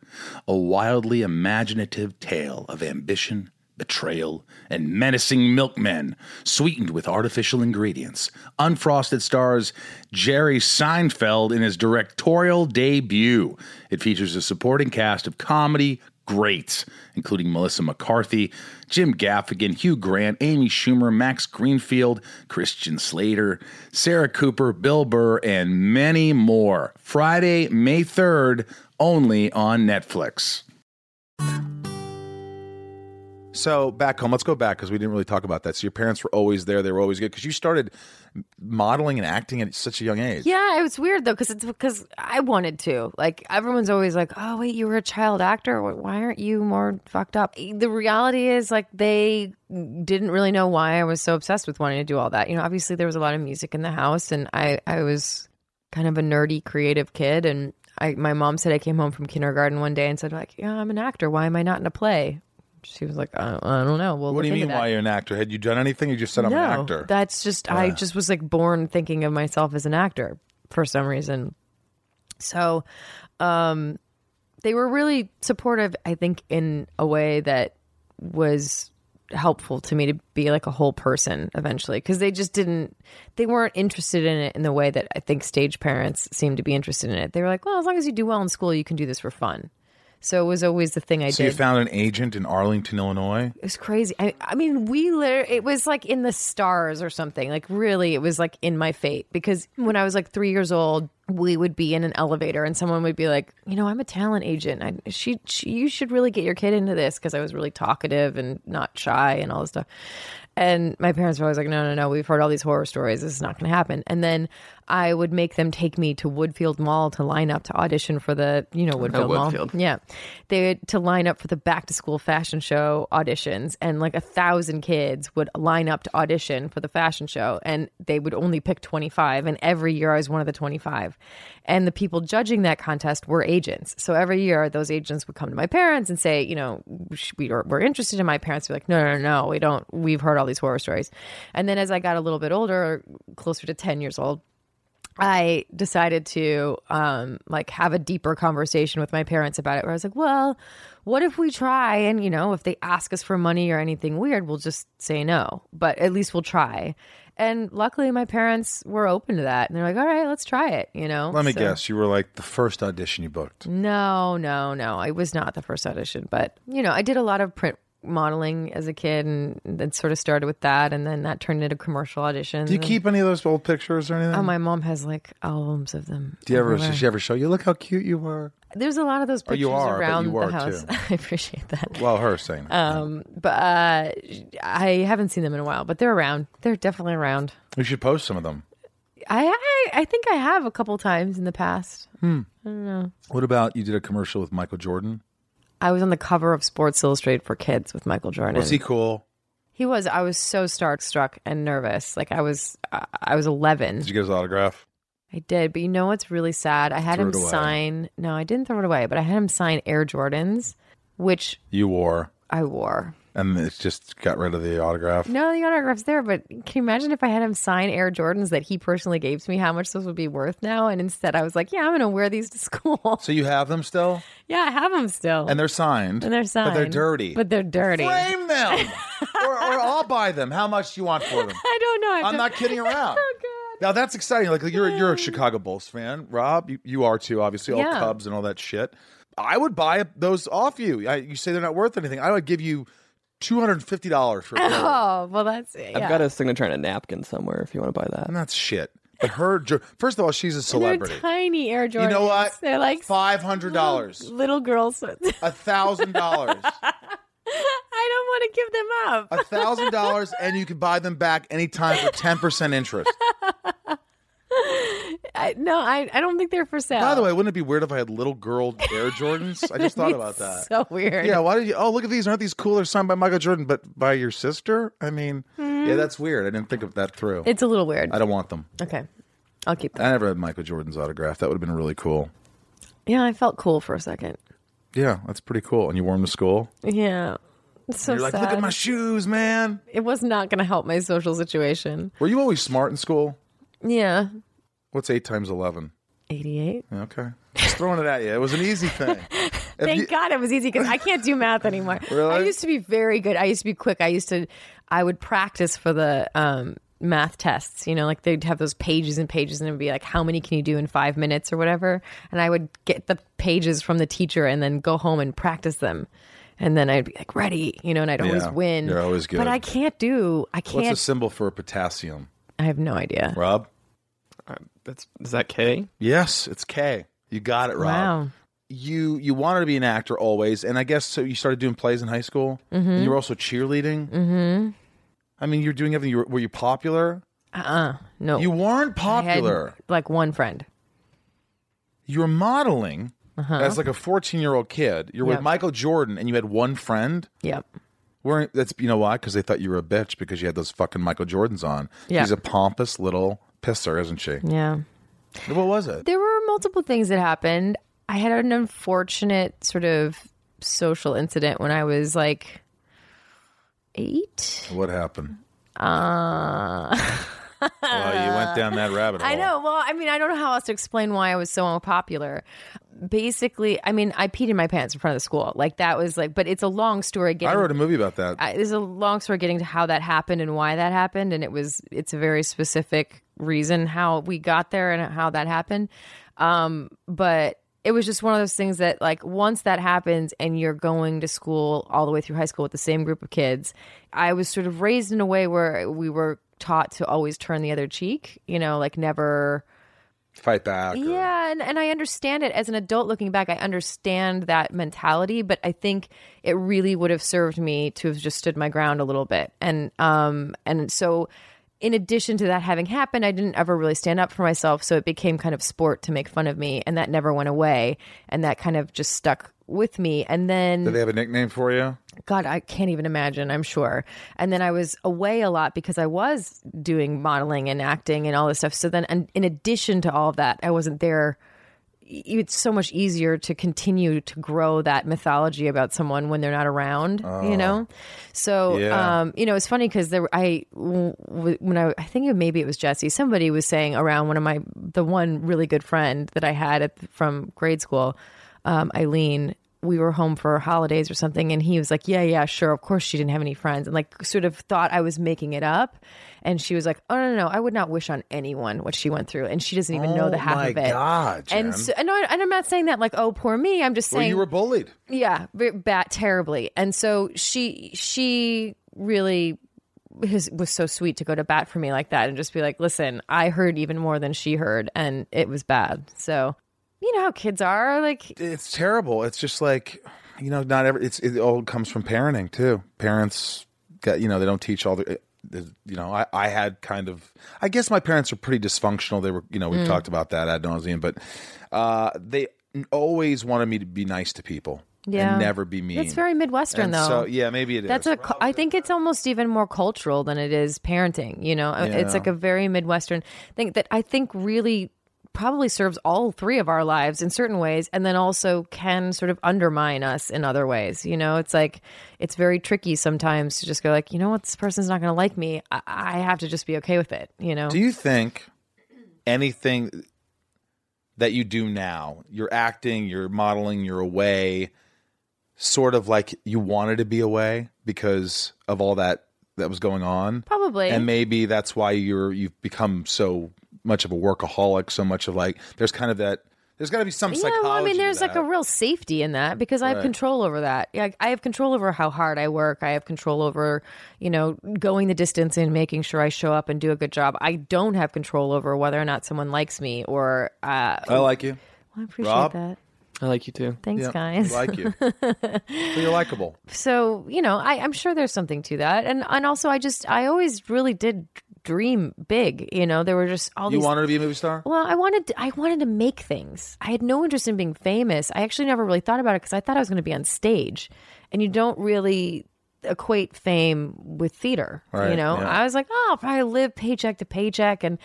[SPEAKER 1] A wildly imaginative tale of ambition, betrayal, and menacing milkmen, sweetened with artificial ingredients. Unfrosted stars Jerry Seinfeld in his directorial debut. It features a supporting cast of comedy greats, including Melissa McCarthy, Jim Gaffigan, Hugh Grant, Amy Schumer, Max Greenfield, Christian Slater, Sarah Cooper, Bill Burr, and many more. Friday, May 3rd, only on Netflix.
[SPEAKER 5] So back home, let's go back because we didn't really talk about that. So your parents were always there; they were always good because you started modeling and acting at such a young age.
[SPEAKER 4] Yeah, it was weird though because it's because I wanted to. Like everyone's always like, "Oh wait, you were a child actor. Wh- Why aren't you more fucked up?" E, The reality is like they didn't really know why I was so obsessed with wanting to do all that. You know, obviously there was a lot of music in the house, and I I was kind of a nerdy, creative kid, and I my mom said I came home from kindergarten one day and said like, "Yeah, I'm an actor. Why am I not in a play?" She was like, "I, I don't know." Well,
[SPEAKER 5] What do you
[SPEAKER 4] look
[SPEAKER 5] mean?
[SPEAKER 4] into that."
[SPEAKER 5] Why you're an actor? Had you done anything? You just said I'm
[SPEAKER 4] no,
[SPEAKER 5] an actor.
[SPEAKER 4] That's just I just was like born thinking of myself as an actor for some reason. So um they were really supportive, I think, in a way that was helpful to me to be like a whole person eventually because they just didn't they weren't interested in it in the way that I think stage parents seem to be interested in it. They were like, Well, as long as you do well in school, you can do this for fun. So it was always the thing I
[SPEAKER 5] so
[SPEAKER 4] did
[SPEAKER 5] you found an agent in Arlington, Illinois.
[SPEAKER 4] it was crazy. I, I mean, we literally, it was like in the stars or something. Like, really, it was like in my fate because when I was like three years old, we would be in an elevator and someone would be like, you know, I'm a talent agent. I, she, she, you should really get your kid into this because I was really talkative and not shy and all this stuff. And my parents were always like, no, no, no, we've heard all these horror stories. This is not going to happen. And then I would make them take me to Woodfield Mall to line up to audition for the, you know, Woodfield Mall.
[SPEAKER 2] Woodfield.
[SPEAKER 4] Yeah. They had to line up for the back to school fashion show auditions, and like a thousand kids would line up to audition for the fashion show, and they would only pick 25. And every year I was one of the 25. And the people judging that contest were agents. So every year those agents would come to my parents and say, you know, sh- we are, we're interested in my parents. Be like, no, no, no, no, we don't. We've heard all these horror stories. And then as I got a little bit older, closer to 10 years old, I decided to um, like have a deeper conversation with my parents about it, where I was like, "Well, what if we try? And you know, if they ask us for money or anything weird, we'll just say no. But at least we'll try." And luckily, my parents were open to that, and they're like, "All right, let's try it." You know,
[SPEAKER 1] Let me
[SPEAKER 4] So-
[SPEAKER 1] guess. You were like the first audition you booked.
[SPEAKER 4] No, no, no. I was not the first audition, but you know, I did a lot of print modeling as a kid, and then sort of started with that, and then that turned into commercial auditions.
[SPEAKER 1] Do you
[SPEAKER 4] and-
[SPEAKER 1] keep any of those old pictures or anything?
[SPEAKER 4] Oh, my mom has like albums of them.
[SPEAKER 1] Do you ever?
[SPEAKER 4] everywhere.
[SPEAKER 1] Does she ever show you? Look how cute you were.
[SPEAKER 4] There's a lot of those
[SPEAKER 1] Or
[SPEAKER 4] pictures
[SPEAKER 1] Oh, you are, but
[SPEAKER 4] around
[SPEAKER 1] you are,
[SPEAKER 4] the house.
[SPEAKER 1] too.
[SPEAKER 4] I appreciate that.
[SPEAKER 1] Well, her saying. that.
[SPEAKER 4] Um, but uh, I haven't seen them in a while, but they're around. They're definitely around.
[SPEAKER 1] we should post some of them.
[SPEAKER 4] I I, I think I have a couple times in the past.
[SPEAKER 1] What about you did a commercial with Michael Jordan?
[SPEAKER 4] I was on the cover of Sports Illustrated for Kids with Michael Jordan.
[SPEAKER 1] Was he cool?
[SPEAKER 4] He was. I was so starstruck and nervous. Like I was. I- I was 11.
[SPEAKER 1] Did you get his autograph?
[SPEAKER 4] I did, but you know what's really sad? I had
[SPEAKER 1] Threw
[SPEAKER 4] him
[SPEAKER 1] it away.
[SPEAKER 4] sign. No, I didn't throw it away, but I had him sign Air Jordans, which
[SPEAKER 1] You wore,
[SPEAKER 4] I wore.
[SPEAKER 1] and it just got rid of the autograph.
[SPEAKER 4] No, the autograph's there, but can you imagine if I had him sign Air Jordans that he personally gave to me, how much those would be worth now? And instead I was like, yeah, I'm going to wear these to school.
[SPEAKER 1] So you have them still,
[SPEAKER 4] yeah, I have them still.
[SPEAKER 1] and they're signed,
[SPEAKER 4] And they're signed.
[SPEAKER 1] but they're dirty.
[SPEAKER 4] But they're dirty.
[SPEAKER 1] Frame them, or, or I'll buy them. How much do you want for them?
[SPEAKER 4] I don't know. I've
[SPEAKER 1] I'm
[SPEAKER 4] done-
[SPEAKER 1] not kidding around.
[SPEAKER 4] oh, God.
[SPEAKER 1] Now that's exciting. Like you're you're a Chicago Bulls fan, Rob. You, you are too, obviously. All
[SPEAKER 4] Yeah.
[SPEAKER 1] Cubs and all that shit. I would buy those off you. I, you say they're not worth anything. I would give you two hundred and fifty dollars for. a pair.
[SPEAKER 4] Oh, well, that's. Yeah.
[SPEAKER 2] I've got a signature and a napkin somewhere if you want to buy that.
[SPEAKER 1] And that's shit. But her, jo- first of all, she's a
[SPEAKER 4] They're
[SPEAKER 1] celebrity.
[SPEAKER 4] tiny Air Jordans.
[SPEAKER 1] You know what?
[SPEAKER 4] They're like
[SPEAKER 1] five hundred dollars,
[SPEAKER 4] little, little girls. I don't
[SPEAKER 1] a thousand dollars,
[SPEAKER 4] want to give them up.
[SPEAKER 1] a thousand dollars, and you can buy them back anytime for ten percent interest.
[SPEAKER 4] I, no, I, I don't think they're for sale.
[SPEAKER 1] By the way, wouldn't it be weird if I had little girl Air Jordans? I just thought about that.
[SPEAKER 4] So weird.
[SPEAKER 1] Yeah, why did you? Oh, look at these! Aren't these cool? They're signed by Michael Jordan, but by your sister. I mean,
[SPEAKER 4] Hmm.
[SPEAKER 1] yeah, that's weird. I didn't think of that through.
[SPEAKER 4] It's a little weird.
[SPEAKER 1] I don't want them.
[SPEAKER 4] Okay. I'll keep them.
[SPEAKER 1] I never had Michael Jordan's autograph. That would have been really cool.
[SPEAKER 4] Yeah, I felt cool for a second.
[SPEAKER 1] Yeah, that's pretty cool. And you wore them to school.
[SPEAKER 4] Yeah. It's so
[SPEAKER 1] You're like,
[SPEAKER 4] sad.
[SPEAKER 1] look at my shoes, man.
[SPEAKER 4] it was not going to help my social situation.
[SPEAKER 1] Were you always smart in school?
[SPEAKER 4] Yeah.
[SPEAKER 1] What's eight times eleven?
[SPEAKER 4] 88.
[SPEAKER 1] Okay, just throwing it at you. It was an easy thing. If
[SPEAKER 4] Thank
[SPEAKER 1] you-
[SPEAKER 4] God it was easy because I can't do math anymore.
[SPEAKER 1] Really?
[SPEAKER 4] I used to be very good. I used to be quick. I used to, I would practice for the um, math tests. You know, like they'd have those pages and pages, and it'd be like, how many can you do in five minutes or whatever? And I would get the pages from the teacher and then go home and practice them. And then I'd be like, ready, you know, and I'd always
[SPEAKER 1] Yeah.
[SPEAKER 4] win.
[SPEAKER 1] You're always good.
[SPEAKER 4] But I can't do, I
[SPEAKER 1] What's a
[SPEAKER 4] can't,
[SPEAKER 1] symbol for potassium,
[SPEAKER 4] I have no idea.
[SPEAKER 1] Rob?
[SPEAKER 2] That's is that K?
[SPEAKER 1] Yes, it's K. You got it, Rob.
[SPEAKER 4] Wow.
[SPEAKER 1] you you wanted to be an actor always, and I guess so. You started doing plays in high school,
[SPEAKER 4] Mm-hmm.
[SPEAKER 1] and you were also cheerleading. Mm-hmm. I mean, you were doing everything. You were, were you popular?
[SPEAKER 4] No.
[SPEAKER 1] You weren't
[SPEAKER 4] Uh-uh. I had,
[SPEAKER 1] popular.
[SPEAKER 4] like one friend.
[SPEAKER 1] You were modeling
[SPEAKER 4] Uh-huh.
[SPEAKER 1] as like a fourteen year old kid. You're
[SPEAKER 4] Yep.
[SPEAKER 1] with Michael Jordan, and you had one friend.
[SPEAKER 4] Yep.
[SPEAKER 1] Wearing that's you know why? Because they thought you were a bitch because you had those fucking Michael Jordans on.
[SPEAKER 4] Yeah.
[SPEAKER 1] She's a pompous little pisser, isn't she?
[SPEAKER 4] Yeah.
[SPEAKER 1] What was it?
[SPEAKER 4] There were multiple things that happened. I had an unfortunate sort of social incident when I was like eight.
[SPEAKER 1] What happened?
[SPEAKER 4] Uh,
[SPEAKER 1] well, you went down that rabbit hole.
[SPEAKER 4] I know. Well, I mean, I don't know how else to explain why I was so unpopular. Basically, I mean, I peed in my pants in front of the school. Like that was like, but it's a long story. Getting
[SPEAKER 1] I wrote a movie about that.
[SPEAKER 4] I, there's a long story getting to how that happened and why that happened, and it was it's a very specific reason how we got there and how that happened. Um, but it was just one of those things that like once that happens and you're going to school all the way through high school with the same group of kids, I was sort of raised in a way where we were taught to always turn the other cheek, you know, like never
[SPEAKER 1] Fight back. or-
[SPEAKER 4] Yeah, and, and I understand it as an adult looking back. I understand that mentality, but I think it really would have served me to have just stood my ground a little bit. And um and so in addition to that having happened, I didn't ever really stand up for myself, so it became kind of sport to make fun of me, and that never went away, and that kind of just stuck with me. And then
[SPEAKER 1] Do they have a nickname for you?
[SPEAKER 4] God, I can't even imagine, I'm sure. And then I was away a lot because I was doing modeling and acting and all this stuff. So then, and in addition to all of that, I wasn't there. Y- e, It's so much easier to continue to grow that mythology about someone when they're not around, you know? So,
[SPEAKER 1] Oh. Yeah.
[SPEAKER 4] um, you know, it's funny because there, I, w- w- when I, I think it, maybe it was Jesse, somebody was saying around one of my, the one really good friend that I had at, from grade school, um, Eileen, we were home for holidays or something. And he was like, yeah, yeah, sure. Of course she didn't have any friends. And like sort of thought I was making it up. And she was like, oh no, no, no I would not wish on anyone what she went through. And she doesn't even know the half
[SPEAKER 1] Oh my
[SPEAKER 4] of it.
[SPEAKER 1] God, Jen.
[SPEAKER 4] And so, and, I, and I'm not saying that like, oh, poor me. I'm just
[SPEAKER 1] Well,
[SPEAKER 4] saying
[SPEAKER 1] you were bullied.
[SPEAKER 4] yeah, b- bat terribly. And so she she really his, was so sweet to go to bat for me like that and just be like, "Listen, I heard even more than she heard, and it was bad." So you know how kids are. Like,
[SPEAKER 1] It's terrible. It's just like, you know, not every. It's it all comes from parenting too. Parents got you know they don't teach all the. You know, I, I had kind of. I guess my parents were pretty dysfunctional. They were, you know, we've
[SPEAKER 4] Mm.
[SPEAKER 1] talked about that ad nauseum, but uh, they always wanted me to be nice to people
[SPEAKER 4] Yeah.
[SPEAKER 1] and never be mean.
[SPEAKER 4] it's very midwestern
[SPEAKER 1] and
[SPEAKER 4] though.
[SPEAKER 1] So yeah, maybe it is.
[SPEAKER 4] That's a. cu- I think it's almost even more cultural than it is parenting. You know, Uh, it's like a very midwestern thing that I think really probably serves all three of our lives in certain ways, and then also can sort of undermine us in other ways. You know, it's like it's very tricky sometimes to just go like, you know what, this person's not going to like me. I-, I have to just be okay with it. You know,
[SPEAKER 1] Do you think anything that you do now, you're acting, you're modeling, you're away, sort of like you wanted to be away because of all that that was going on?
[SPEAKER 4] probably.
[SPEAKER 1] And maybe that's why you're you've become so much of a workaholic, so much of like there's kind of that there's got to be some
[SPEAKER 4] yeah,
[SPEAKER 1] psychology.
[SPEAKER 4] well, I mean,
[SPEAKER 1] to
[SPEAKER 4] there's like
[SPEAKER 1] that.
[SPEAKER 4] a real safety in that because I have
[SPEAKER 1] Right.
[SPEAKER 4] control over that. Yeah, I have control over how hard I work. I have control over, you know, going the distance and making sure I show up and do a good job. I don't have control over whether or not someone likes me or. Uh,
[SPEAKER 1] I like you.
[SPEAKER 4] I appreciate
[SPEAKER 1] Rob?
[SPEAKER 4] that.
[SPEAKER 2] I like you too.
[SPEAKER 4] Thanks,
[SPEAKER 1] Yeah,
[SPEAKER 4] guys.
[SPEAKER 1] I like you. So you're likable.
[SPEAKER 4] so you know I, i'm sure there's something to that and and also i just i always really did dream big you know there were just all
[SPEAKER 1] You
[SPEAKER 4] these
[SPEAKER 1] wanted to be a movie star?
[SPEAKER 4] well i wanted to, i wanted to make things i had no interest in being famous i actually never really thought about it because i thought i was going to be on stage and you don't really equate fame with theater
[SPEAKER 1] Right,
[SPEAKER 4] you know
[SPEAKER 1] yeah.
[SPEAKER 4] i was like oh i'll probably live paycheck to paycheck and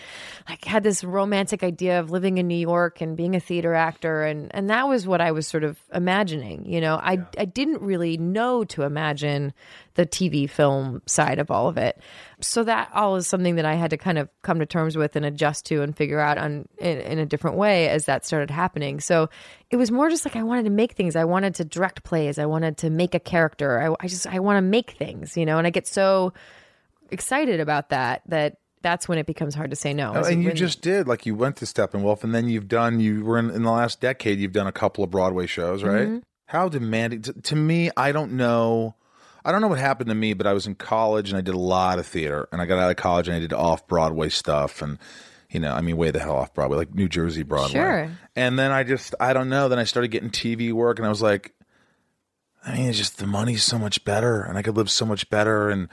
[SPEAKER 4] like had this romantic idea of living in new york and being a theater actor and and that was what i was sort of imagining you know i i didn't really know to imagine the tv film side of all of it so that all is something that i had to kind of come to terms with and adjust to and figure out on in, in a different way as that started happening so it was more just like i wanted to make things i wanted to direct plays i wanted to make a character i, I just i want to make things you know and i get so excited about that that that's when it becomes hard to say no.
[SPEAKER 1] Oh,
[SPEAKER 4] is
[SPEAKER 1] and you
[SPEAKER 4] when-
[SPEAKER 1] just did like you went to Steppenwolf, and then you've done you were in, in the last decade you've done a couple of Broadway shows, right? How demanding to, to me. I don't know. I don't know what happened to me, but I was in college and I did a lot of theater, and I got out of college and I did off Broadway stuff, and you know, I mean, way the hell off Broadway, like New Jersey Broadway.
[SPEAKER 4] Sure.
[SPEAKER 1] And then I just, I don't know. Then I started getting TV work, and I was like, I mean, it's just the money's so much better, and I could live so much better, and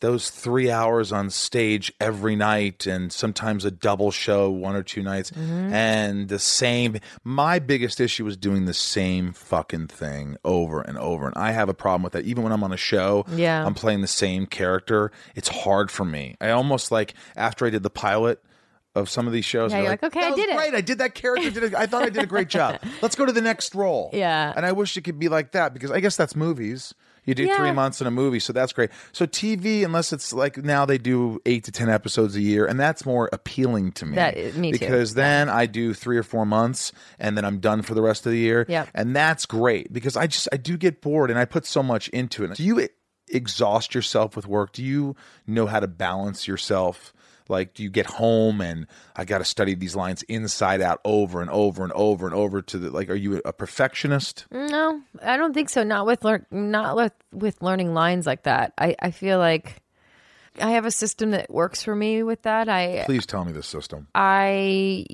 [SPEAKER 1] those three hours on stage every night and sometimes a double show one or two nights
[SPEAKER 4] Mm-hmm.
[SPEAKER 1] and the same my biggest issue was doing the same fucking thing over and over and i have a problem with that even when i'm on a show
[SPEAKER 4] Yeah.
[SPEAKER 1] i'm playing the same character it's hard for me i almost like after i did the pilot of some of these shows
[SPEAKER 4] Yeah,
[SPEAKER 1] and
[SPEAKER 4] you're like, "Okay,
[SPEAKER 1] that
[SPEAKER 4] I
[SPEAKER 1] was
[SPEAKER 4] did it."
[SPEAKER 1] great i did that character did a, i thought i did a great job let's go to the next role
[SPEAKER 4] Yeah.
[SPEAKER 1] and i wish it could be like that because i guess that's movies you do
[SPEAKER 4] Yeah.
[SPEAKER 1] three months in a movie, so that's great. So TV, unless it's like now they do eight to ten episodes a year, and that's more appealing to me.
[SPEAKER 4] That is- me too.
[SPEAKER 1] because then I do three or four months, and then I'm done for the rest of the year.
[SPEAKER 4] Yep.
[SPEAKER 1] and that's great because I just I do get bored, and I put so much into it. Do you e- exhaust yourself with work? Do you know how to balance yourself? Like, do you get home and I got to study these lines inside out over and over and over and over to the like? Are you a perfectionist?
[SPEAKER 4] no, I don't think so. Not with learn, not with with learning lines like that. I I feel like I have a system that works for me with that. I
[SPEAKER 1] Please tell me this system.
[SPEAKER 4] I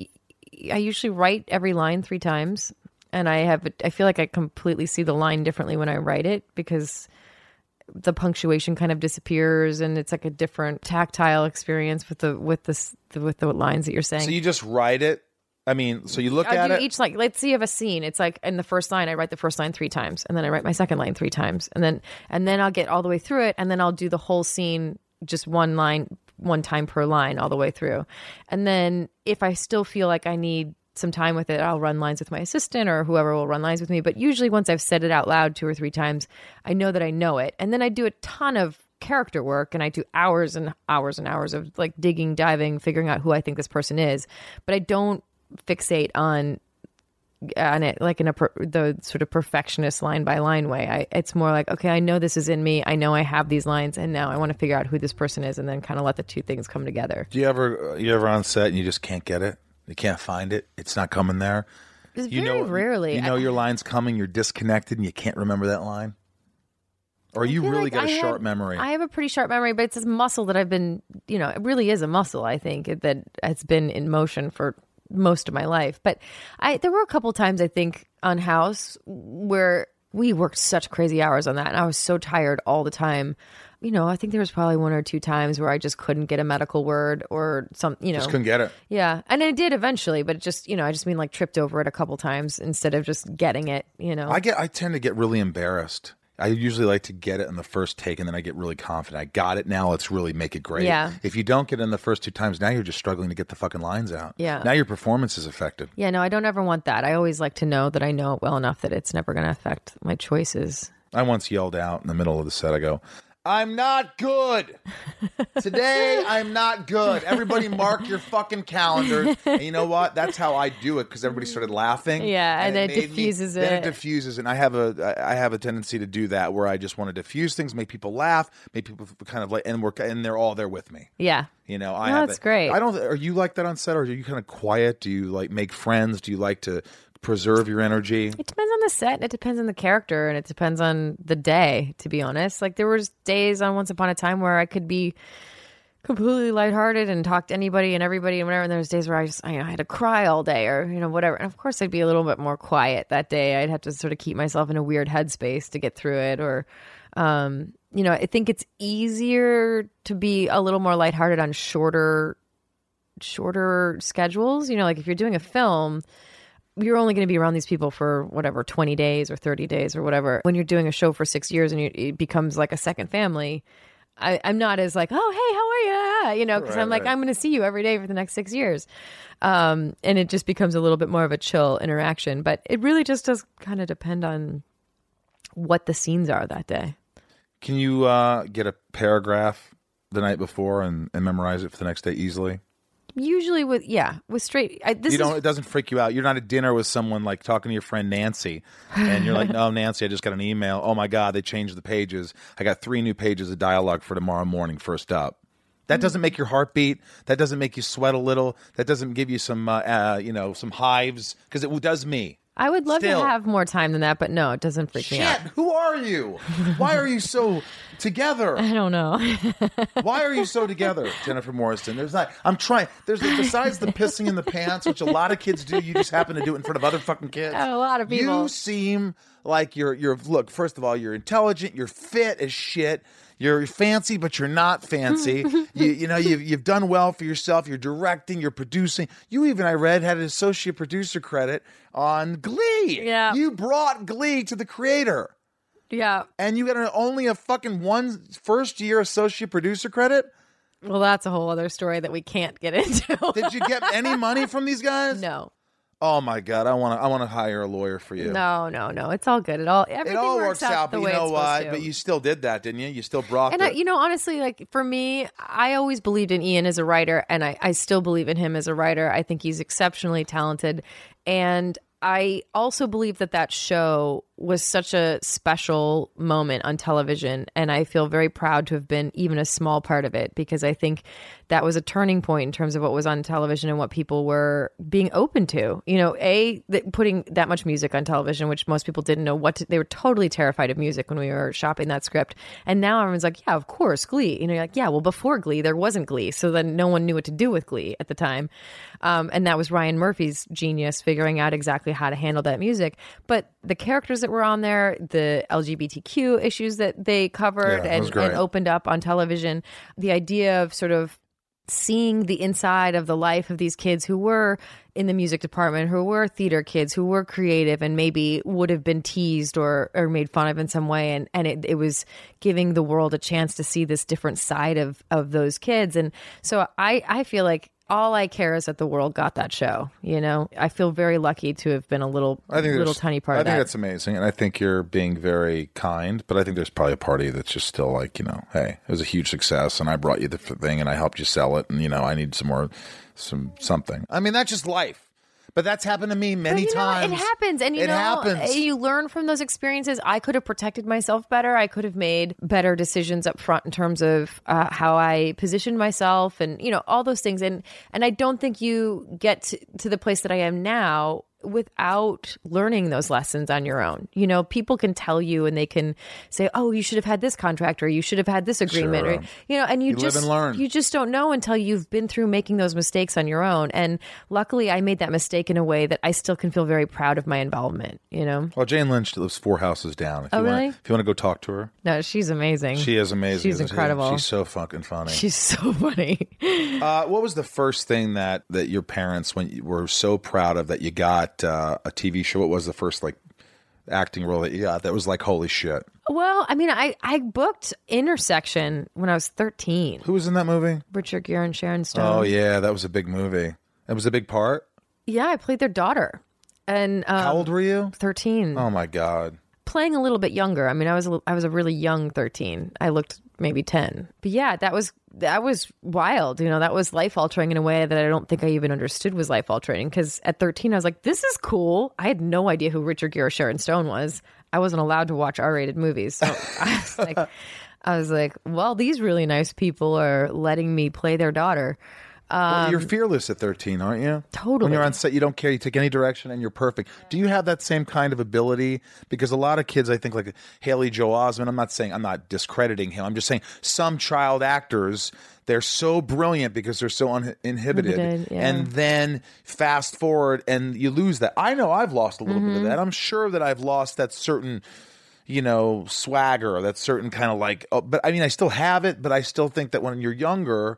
[SPEAKER 4] I usually write every line three times, and I have I feel like I completely see the line differently when I write it because the punctuation kind of disappears, and it's like a different tactile experience with the with this with the lines that you're saying.
[SPEAKER 1] So you just write it. I mean, so you look
[SPEAKER 4] I
[SPEAKER 1] at
[SPEAKER 4] do
[SPEAKER 1] it.
[SPEAKER 4] each like let's see of a scene. It's like in the first line I write the first line three times and then I write my second line three times and then and then I'll get all the way through it and then I'll do the whole scene just one line one time per line all the way through. And then if I still feel like I need some time with it, I'll run lines with my assistant or whoever will run lines with me. But usually once I've said it out loud two or three times, I know that I know it. And then I do a ton of character work and I do hours and hours and hours of like digging, diving, figuring out who I think this person is. But I don't fixate on on it like in a per, the sort of perfectionist line by line way. I it's more like okay, I know this is in me. I know I have these lines, and now I want to figure out who this person is, and then kind of let the two things come together.
[SPEAKER 1] do you ever uh, you ever on set and you just can't get it? You can't find it. It's not coming there.
[SPEAKER 4] It's
[SPEAKER 1] you
[SPEAKER 4] very
[SPEAKER 1] know,
[SPEAKER 4] rarely.
[SPEAKER 1] You know your line's coming. You're disconnected and you can't remember that line. Or you
[SPEAKER 4] feel
[SPEAKER 1] really
[SPEAKER 4] like
[SPEAKER 1] got a
[SPEAKER 4] I have-
[SPEAKER 1] sharp memory.
[SPEAKER 4] I have a pretty sharp memory, but it's this muscle that I've been, you know, it really is a muscle. I think that has been in motion for most of my life. But I there were a couple times I think on House where we worked such crazy hours on that, and I was so tired all the time. You know, I think there was probably one or two times where I just couldn't get a medical word or some, you know,
[SPEAKER 1] just couldn't get it.
[SPEAKER 4] yeah, and I did eventually, but it just you know, I just mean like tripped over it a couple times instead of just getting it. You know,
[SPEAKER 1] I get. I tend to get really embarrassed. I usually like to get it in the first take, and then I get really confident. I got it now. Let's really make it great.
[SPEAKER 4] Yeah.
[SPEAKER 1] If you don't get it in the first two times, now you're just struggling to get the fucking lines out.
[SPEAKER 4] Yeah.
[SPEAKER 1] Now your performance is affected.
[SPEAKER 4] Yeah, no, I don't ever want that. I always like to know that I know it well enough that it's never going to affect my choices.
[SPEAKER 1] I once yelled out in the middle of the set. I go, "I'm not good today. I'm not good. Everybody, mark your fucking calendars." And you know what? That's how I do it because everybody started laughing.
[SPEAKER 4] Yeah, and it
[SPEAKER 1] made me-
[SPEAKER 4] diffuses
[SPEAKER 1] Then
[SPEAKER 4] it.
[SPEAKER 1] it diffuses, and I have a I I have a tendency to do that where I just want to diffuse things, make people laugh, make people kind of like, and we're and they're all there with me.
[SPEAKER 4] Yeah.
[SPEAKER 1] You know, I
[SPEAKER 4] No,
[SPEAKER 1] have
[SPEAKER 4] that's
[SPEAKER 1] it-
[SPEAKER 4] great.
[SPEAKER 1] I don't. Are you like that on set, or are you kind of quiet? Do you like make friends? Do you like to preserve your energy?
[SPEAKER 4] It depends on the set, and it depends on the character, and it depends on the day, to be honest. Like there was days on Once Upon a Time where I could be completely lighthearted and talk to anybody and everybody and whatever. And there was days where I just I, I had to cry all day or you know whatever. And of course I'd be a little bit more quiet that day. I'd have to sort of keep myself in a weird headspace to get through it. Or um, you know I think it's easier to be a little more lighthearted on shorter shorter schedules. You know like if you're doing a film you're only going to be around these people for whatever 20 days or 30 days or whatever when you're doing a show for six years and you, it becomes like a second family I, i'm not as like oh hey how are you you know because i'm like i'm going to see you every day for the next six years um, and it just becomes a little bit more of a chill interaction but it really just does kind of depend on what the scenes are that day
[SPEAKER 1] Can you uh, get a paragraph the night before and, and memorize it for the next day easily?
[SPEAKER 4] usually with yeah with straight I, this
[SPEAKER 1] you don't.
[SPEAKER 4] is
[SPEAKER 1] it doesn't freak you out. You're not at dinner with someone like talking to your friend Nancy, and you're like, "No, Nancy, I just got an email. Oh my god, they changed the pages. I got three new pages of dialogue for tomorrow morning. First up." That doesn't make your heart beat. That doesn't make you sweat a little. That doesn't give you some, uh, uh, you know, some hives because it does me.
[SPEAKER 4] i would love
[SPEAKER 1] still-
[SPEAKER 4] to have more time than that but no it doesn't freak me out
[SPEAKER 1] Shit, who are you? Why are you so together?
[SPEAKER 4] i don't know
[SPEAKER 1] Why are you so together, Jennifer Morrison? There's not. I'm trying. There's besides the pissing in the pants, which a lot of kids do. You just happen to do it in front of other fucking kids.
[SPEAKER 4] Oh, A lot of
[SPEAKER 1] You
[SPEAKER 4] people.
[SPEAKER 1] seem like you're. You're. Look, first of all, you're intelligent. You're fit as shit. You're fancy, but you're not fancy. you, you know, you've, you've done well for yourself. You're directing. You're producing. You even, I read, had an associate producer credit on Glee.
[SPEAKER 4] Yeah.
[SPEAKER 1] You brought Glee to the creator
[SPEAKER 4] yeah
[SPEAKER 1] and you got an, only a fucking one first year associate producer credit?
[SPEAKER 4] Well, that's a whole other story that we can't get into.
[SPEAKER 1] Did you get any money from these guys?
[SPEAKER 4] no,
[SPEAKER 1] Oh my god, I want to I want to hire a lawyer for you.
[SPEAKER 4] no, no, no. It's all good. It all everything
[SPEAKER 1] It all
[SPEAKER 4] works,
[SPEAKER 1] works out,
[SPEAKER 4] the
[SPEAKER 1] but you
[SPEAKER 4] way
[SPEAKER 1] know
[SPEAKER 4] it's
[SPEAKER 1] why?
[SPEAKER 4] supposed to.
[SPEAKER 1] But you still did that, didn't you? You still brought
[SPEAKER 4] and I, you know, honestly, like for me, I always believed in Ian as a writer, and I, I still believe in him as a writer. I think he's exceptionally talented, and I also believe that that show was such a special moment on television and I feel very proud to have been even a small part of it because I think that was a turning point in terms of what was on television and what people were being open to. You know, a that putting that much music on television which most people didn't know what to, they were totally terrified of music when we were shopping that script. And now everyone's like, yeah, of course, Glee. You know, you're like, yeah, well before Glee there wasn't Glee. So then no one knew what to do with Glee at the time. Um, and that was Ryan Murphy's genius figuring out exactly how to handle that music. But the characters that were on there, the LGBTQ issues that they
[SPEAKER 1] Yeah,
[SPEAKER 4] covered
[SPEAKER 1] that was
[SPEAKER 4] and,
[SPEAKER 1] great.
[SPEAKER 4] and opened up on television, the idea of sort of seeing the inside of the life of these kids who were in the music department, who were theater kids, who were creative and maybe would have been teased or, or made fun of in some way. And, and it, it was giving the world a chance to see this different side of, of those kids. And so I, I feel like all I care is that the world got that show. You know, I feel very lucky to have been a little,
[SPEAKER 1] I think
[SPEAKER 4] little
[SPEAKER 1] there's-
[SPEAKER 4] tiny part
[SPEAKER 1] I
[SPEAKER 4] of
[SPEAKER 1] think
[SPEAKER 4] that.
[SPEAKER 1] that's amazing, and I think you're being very kind. But I think there's probably a party that's just still like, you know, hey, it was a huge success, and I brought you the f- thing, and I helped you sell it, and you know, I need some more, some something. I mean, that's just life. But that's happened to me many
[SPEAKER 4] But, you know,
[SPEAKER 1] times.
[SPEAKER 4] it happens, and you
[SPEAKER 1] it
[SPEAKER 4] know, eh,
[SPEAKER 1] happens.
[SPEAKER 4] you learn from those experiences. I could have protected myself better. I could have made better decisions up front in terms of uh, how I positioned myself, and you know, all those things. And and I don't think you get to, to the place that I am now without learning those lessons on your own. You know, people can tell you and they can say, "Oh, you should have had this contract or you should have had this agreement."
[SPEAKER 1] Sure.
[SPEAKER 4] Or you know, and you,
[SPEAKER 1] You live
[SPEAKER 4] just
[SPEAKER 1] and learn.
[SPEAKER 4] you just don't know until you've been through making those mistakes on your own. And luckily, I made that mistake in a way that I still can feel very proud of my involvement. You know,
[SPEAKER 1] well, Jane Lynch lives four houses down. If
[SPEAKER 4] Oh,
[SPEAKER 1] you
[SPEAKER 4] really?
[SPEAKER 1] Want, if you want to go talk to her,
[SPEAKER 4] no, she's amazing.
[SPEAKER 1] she is amazing.
[SPEAKER 4] She's
[SPEAKER 1] isn't she?
[SPEAKER 4] incredible.
[SPEAKER 1] She's so fucking funny.
[SPEAKER 4] She's so funny.
[SPEAKER 1] Uh, what was the first thing that that your parents when you were so proud of that you got uh, a TV show? What was the first like acting role that you got that was like holy shit?
[SPEAKER 4] well, I mean, I I booked Intersection when I was thirteen.
[SPEAKER 1] Who was in that movie?
[SPEAKER 4] Richard Gere and Sharon Stone.
[SPEAKER 1] Oh yeah, that was a big movie. It was a big part.
[SPEAKER 4] yeah, I played their daughter. And um,
[SPEAKER 1] How old were you?
[SPEAKER 4] Thirteen.
[SPEAKER 1] Oh my god.
[SPEAKER 4] playing a little bit younger. I mean, I was a, I was a really young 13. I looked maybe 10. But yeah, that was that was wild. You know, that was life altering in a way that I don't think I even understood was life altering cuz at 13 I was like, this is cool. I had no idea who Richard Gere or Sharon Stone was. I wasn't allowed to watch R-rated movies. So I was like I was like, well, these really nice people are letting me play their daughter.
[SPEAKER 1] Well, you're fearless at 13, aren't you? When
[SPEAKER 4] Totally.
[SPEAKER 1] you're on set, you don't care. You take any direction, and you're perfect. Do you have that same kind of ability? Because a lot of kids, I think, like Haley Joel Osment. I'm not saying I'm not discrediting him. I'm just saying some child actors they're so brilliant because they're so uninhibited,
[SPEAKER 4] Inhibited, yeah.
[SPEAKER 1] and then fast forward, and you lose that. I know I've lost a little bit of
[SPEAKER 4] Mm-hmm.
[SPEAKER 1] that. I'm sure that I've lost that certain you know, swagger, that certain kind of like, oh, but I mean, I still have it, but I still think that when you're younger,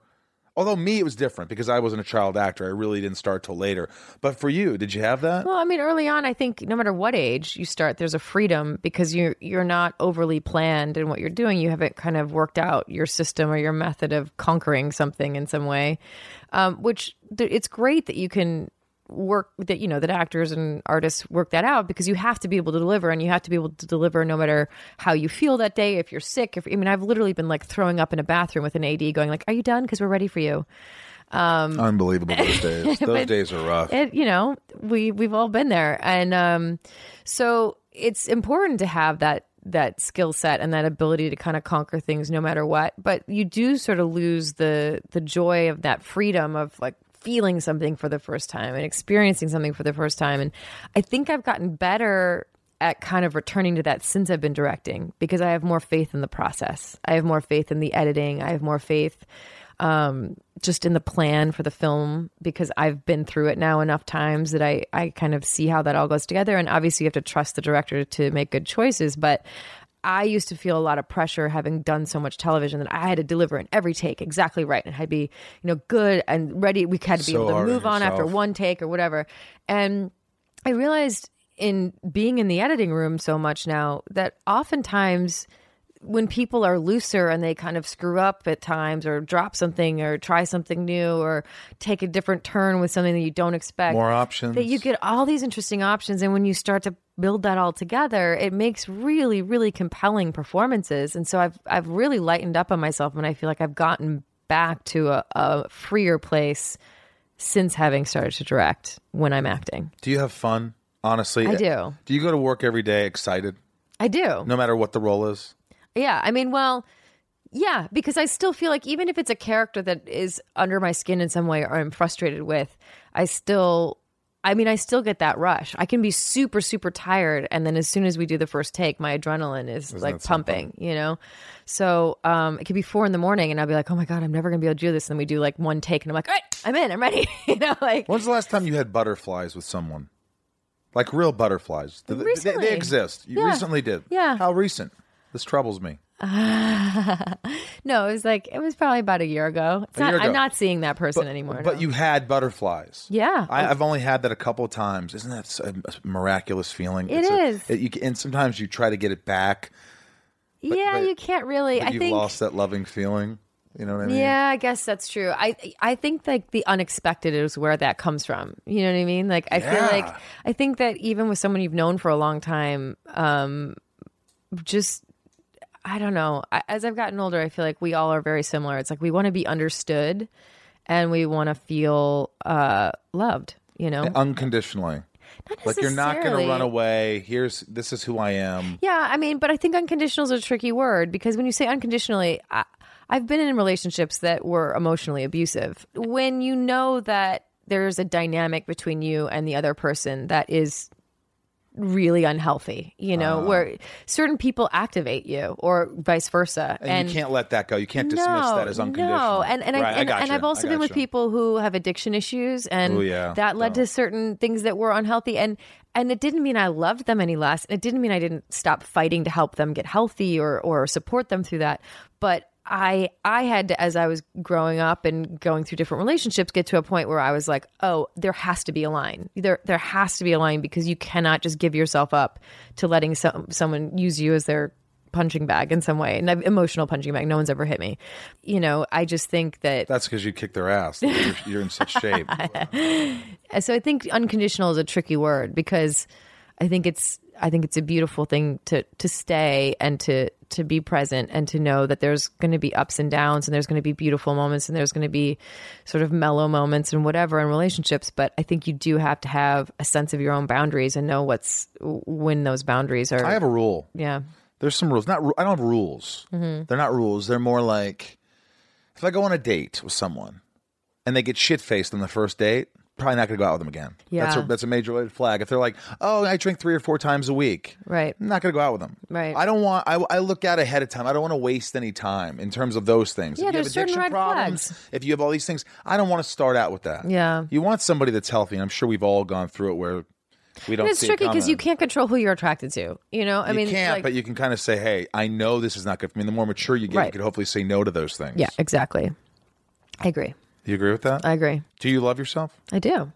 [SPEAKER 1] although me, it was different because I wasn't a child actor. I really didn't start till later. But for you, did you have that?
[SPEAKER 4] Well, I mean, early on, I think no matter what age you start, there's a freedom because you're you're not overly planned in what you're doing. You haven't kind of worked out your system or your method of conquering something in some way, um, which th- it's great that you can work that you know that actors and artists work that out because you have to be able to deliver and you have to be able to deliver no matter how you feel that day if you're sick if i mean i've literally been like throwing up in a bathroom with an ad going like are you done because we're ready for you
[SPEAKER 1] Unbelievable those days. Those days are rough.
[SPEAKER 4] it you know we we've all been there and um so it's important to have that that skill set and that ability to kind of conquer things no matter what but you do sort of lose the the joy of that freedom of like feeling something for the first time and experiencing something for the first time and i think i've gotten better at kind of returning to that since I've been directing because I have more faith in the process. I have more faith in the editing. I have more faith um, just in the plan for the film because I've been through it now enough times that I, I kind of see how that all goes together. And obviously, you have to trust the director to make good choices. But I used to feel a lot of pressure having done so much television that I had to deliver in every take exactly right and had to be, you know, good and ready. We had to be
[SPEAKER 1] So
[SPEAKER 4] able to
[SPEAKER 1] hard on
[SPEAKER 4] move on after
[SPEAKER 1] yourself.
[SPEAKER 4] one take or whatever. And I realized in being in the editing room so much now that oftentimes when people are looser and they kind of screw up at times or drop something or try something new or take a different turn with something that you don't expect
[SPEAKER 1] More options.
[SPEAKER 4] that you get all these interesting options and when you start to build that all together it makes really really compelling performances and so i've i've really lightened up on myself and i feel like i've gotten back to a, a freer place since having started to direct when i'm acting
[SPEAKER 1] Do you have fun Honestly,
[SPEAKER 4] I do.
[SPEAKER 1] Do you go to work every day excited,
[SPEAKER 4] I do.
[SPEAKER 1] no matter what the role is?
[SPEAKER 4] Yeah. I mean, well, yeah, because I still feel like even if it's a character that is under my skin in some way or I'm frustrated with, I still, I mean, I still get that rush. I can be super, super tired. And then as soon as we do the first take, my adrenaline is like pumping, you know? So um, it could be four in the morning and I'll be like, oh my God, I'm never going to be able to do this. And then we do like one take and I'm like, all right, I'm in, I'm ready. you know, like,
[SPEAKER 1] When's the last time you had butterflies with someone? Like real butterflies. Th- th- they- They,
[SPEAKER 4] Recently.
[SPEAKER 1] exist. You
[SPEAKER 4] Yeah.
[SPEAKER 1] recently did.
[SPEAKER 4] Yeah.
[SPEAKER 1] How recent? This troubles me.
[SPEAKER 4] no, it was like, it was probably about a year ago. It's
[SPEAKER 1] A
[SPEAKER 4] not,
[SPEAKER 1] year ago.
[SPEAKER 4] I'm not seeing that person anymore.
[SPEAKER 1] But
[SPEAKER 4] no.
[SPEAKER 1] you had butterflies.
[SPEAKER 4] Yeah.
[SPEAKER 1] I, I've only had that a couple of times. Isn't that s- a a miraculous feeling?
[SPEAKER 4] It
[SPEAKER 1] It's a-
[SPEAKER 4] is.
[SPEAKER 1] it- you c- and sometimes you try to get it back,
[SPEAKER 4] yeah,
[SPEAKER 1] but-
[SPEAKER 4] you can't really.
[SPEAKER 1] but
[SPEAKER 4] I
[SPEAKER 1] you've
[SPEAKER 4] think
[SPEAKER 1] lost that loving feeling. You know what I mean?
[SPEAKER 4] Yeah, I guess that's true. I I think like the unexpected is where that comes from. You know what I mean? Like I
[SPEAKER 1] Yeah.
[SPEAKER 4] feel like I think that even with someone you've known for a long time, um, just I don't know. I, as I've gotten older, I feel like we all are very similar. It's like we want to be understood, and we want to feel uh loved. You know,
[SPEAKER 1] Unconditionally.
[SPEAKER 4] Not
[SPEAKER 1] Like you're not going to
[SPEAKER 4] necessarily.
[SPEAKER 1] run away. Here's this is who I am.
[SPEAKER 4] Yeah, I mean, but I think unconditional is a tricky word because when you say unconditionally, I, I've been in relationships that were emotionally abusive. When you know that there's a dynamic between you and the other person that is really unhealthy, you know,
[SPEAKER 1] Ah.
[SPEAKER 4] where certain people activate you or vice versa.
[SPEAKER 1] And, you can't let that go. You can't dismiss that as unconditional.
[SPEAKER 4] No, and and,
[SPEAKER 1] Right,
[SPEAKER 4] I, and,
[SPEAKER 1] gotcha.
[SPEAKER 4] and I've also
[SPEAKER 1] I
[SPEAKER 4] been with
[SPEAKER 1] gotcha.
[SPEAKER 4] people who have addiction issues, and
[SPEAKER 1] Ooh, yeah.
[SPEAKER 4] that led to certain things that were unhealthy. And and it didn't mean I loved them any less. and It didn't mean I didn't stop fighting to help them get healthy or or support them through that. But I I had to, as I was growing up and going through different relationships, get to a point where I was like, oh, there has to be a line. There there has to be a line because you cannot just give yourself up to letting some someone use you as their punching bag in some way, an emotional punching bag. No one's ever hit me. You know, I just think that.
[SPEAKER 1] That's because you kicked their ass. Like, you're, you're in such shape.
[SPEAKER 4] so I think unconditional is a tricky word because I think it's I think it's a beautiful thing to to stay and to to be present and to know that there's going to be ups and downs and there's going to be beautiful moments and there's going to be sort of mellow moments and whatever in relationships but I think you do have to have a sense of your own boundaries and know what's when those boundaries are
[SPEAKER 1] I have a rule.
[SPEAKER 4] yeah
[SPEAKER 1] There's some rules. Not ru- I don't have rules. They're not rules. They're more like if I go on a date with someone and they get shit faced on the first date, probably not going to go out with them again. That's
[SPEAKER 4] Yeah.
[SPEAKER 1] a, that's a major red flag. If they're like, oh, I drink three or four times a week,
[SPEAKER 4] right
[SPEAKER 1] I'm not going to go out with them.
[SPEAKER 4] Right.
[SPEAKER 1] I don't want. I, I look out ahead of time. I don't want to waste any time in terms of those things.
[SPEAKER 4] Yeah,
[SPEAKER 1] if you have
[SPEAKER 4] there's certain
[SPEAKER 1] addiction
[SPEAKER 4] red
[SPEAKER 1] problems,
[SPEAKER 4] flags.
[SPEAKER 1] if you have all these things, I don't want to start out with that.
[SPEAKER 4] Yeah.
[SPEAKER 1] You want somebody that's healthy. And I'm sure we've all gone through it where we don't.
[SPEAKER 4] And it's
[SPEAKER 1] see it
[SPEAKER 4] tricky because
[SPEAKER 1] coming.
[SPEAKER 4] you can't control who you're attracted to. You know, I
[SPEAKER 1] you
[SPEAKER 4] mean,
[SPEAKER 1] can't,
[SPEAKER 4] like-
[SPEAKER 1] but you can kind of say, "Hey, I know this is not good for me." And the more mature you get, you
[SPEAKER 4] Right.
[SPEAKER 1] can hopefully say no to those things.
[SPEAKER 4] yeah, exactly. I agree.
[SPEAKER 1] you agree with that?
[SPEAKER 4] I agree.
[SPEAKER 1] do you love yourself?
[SPEAKER 4] I do.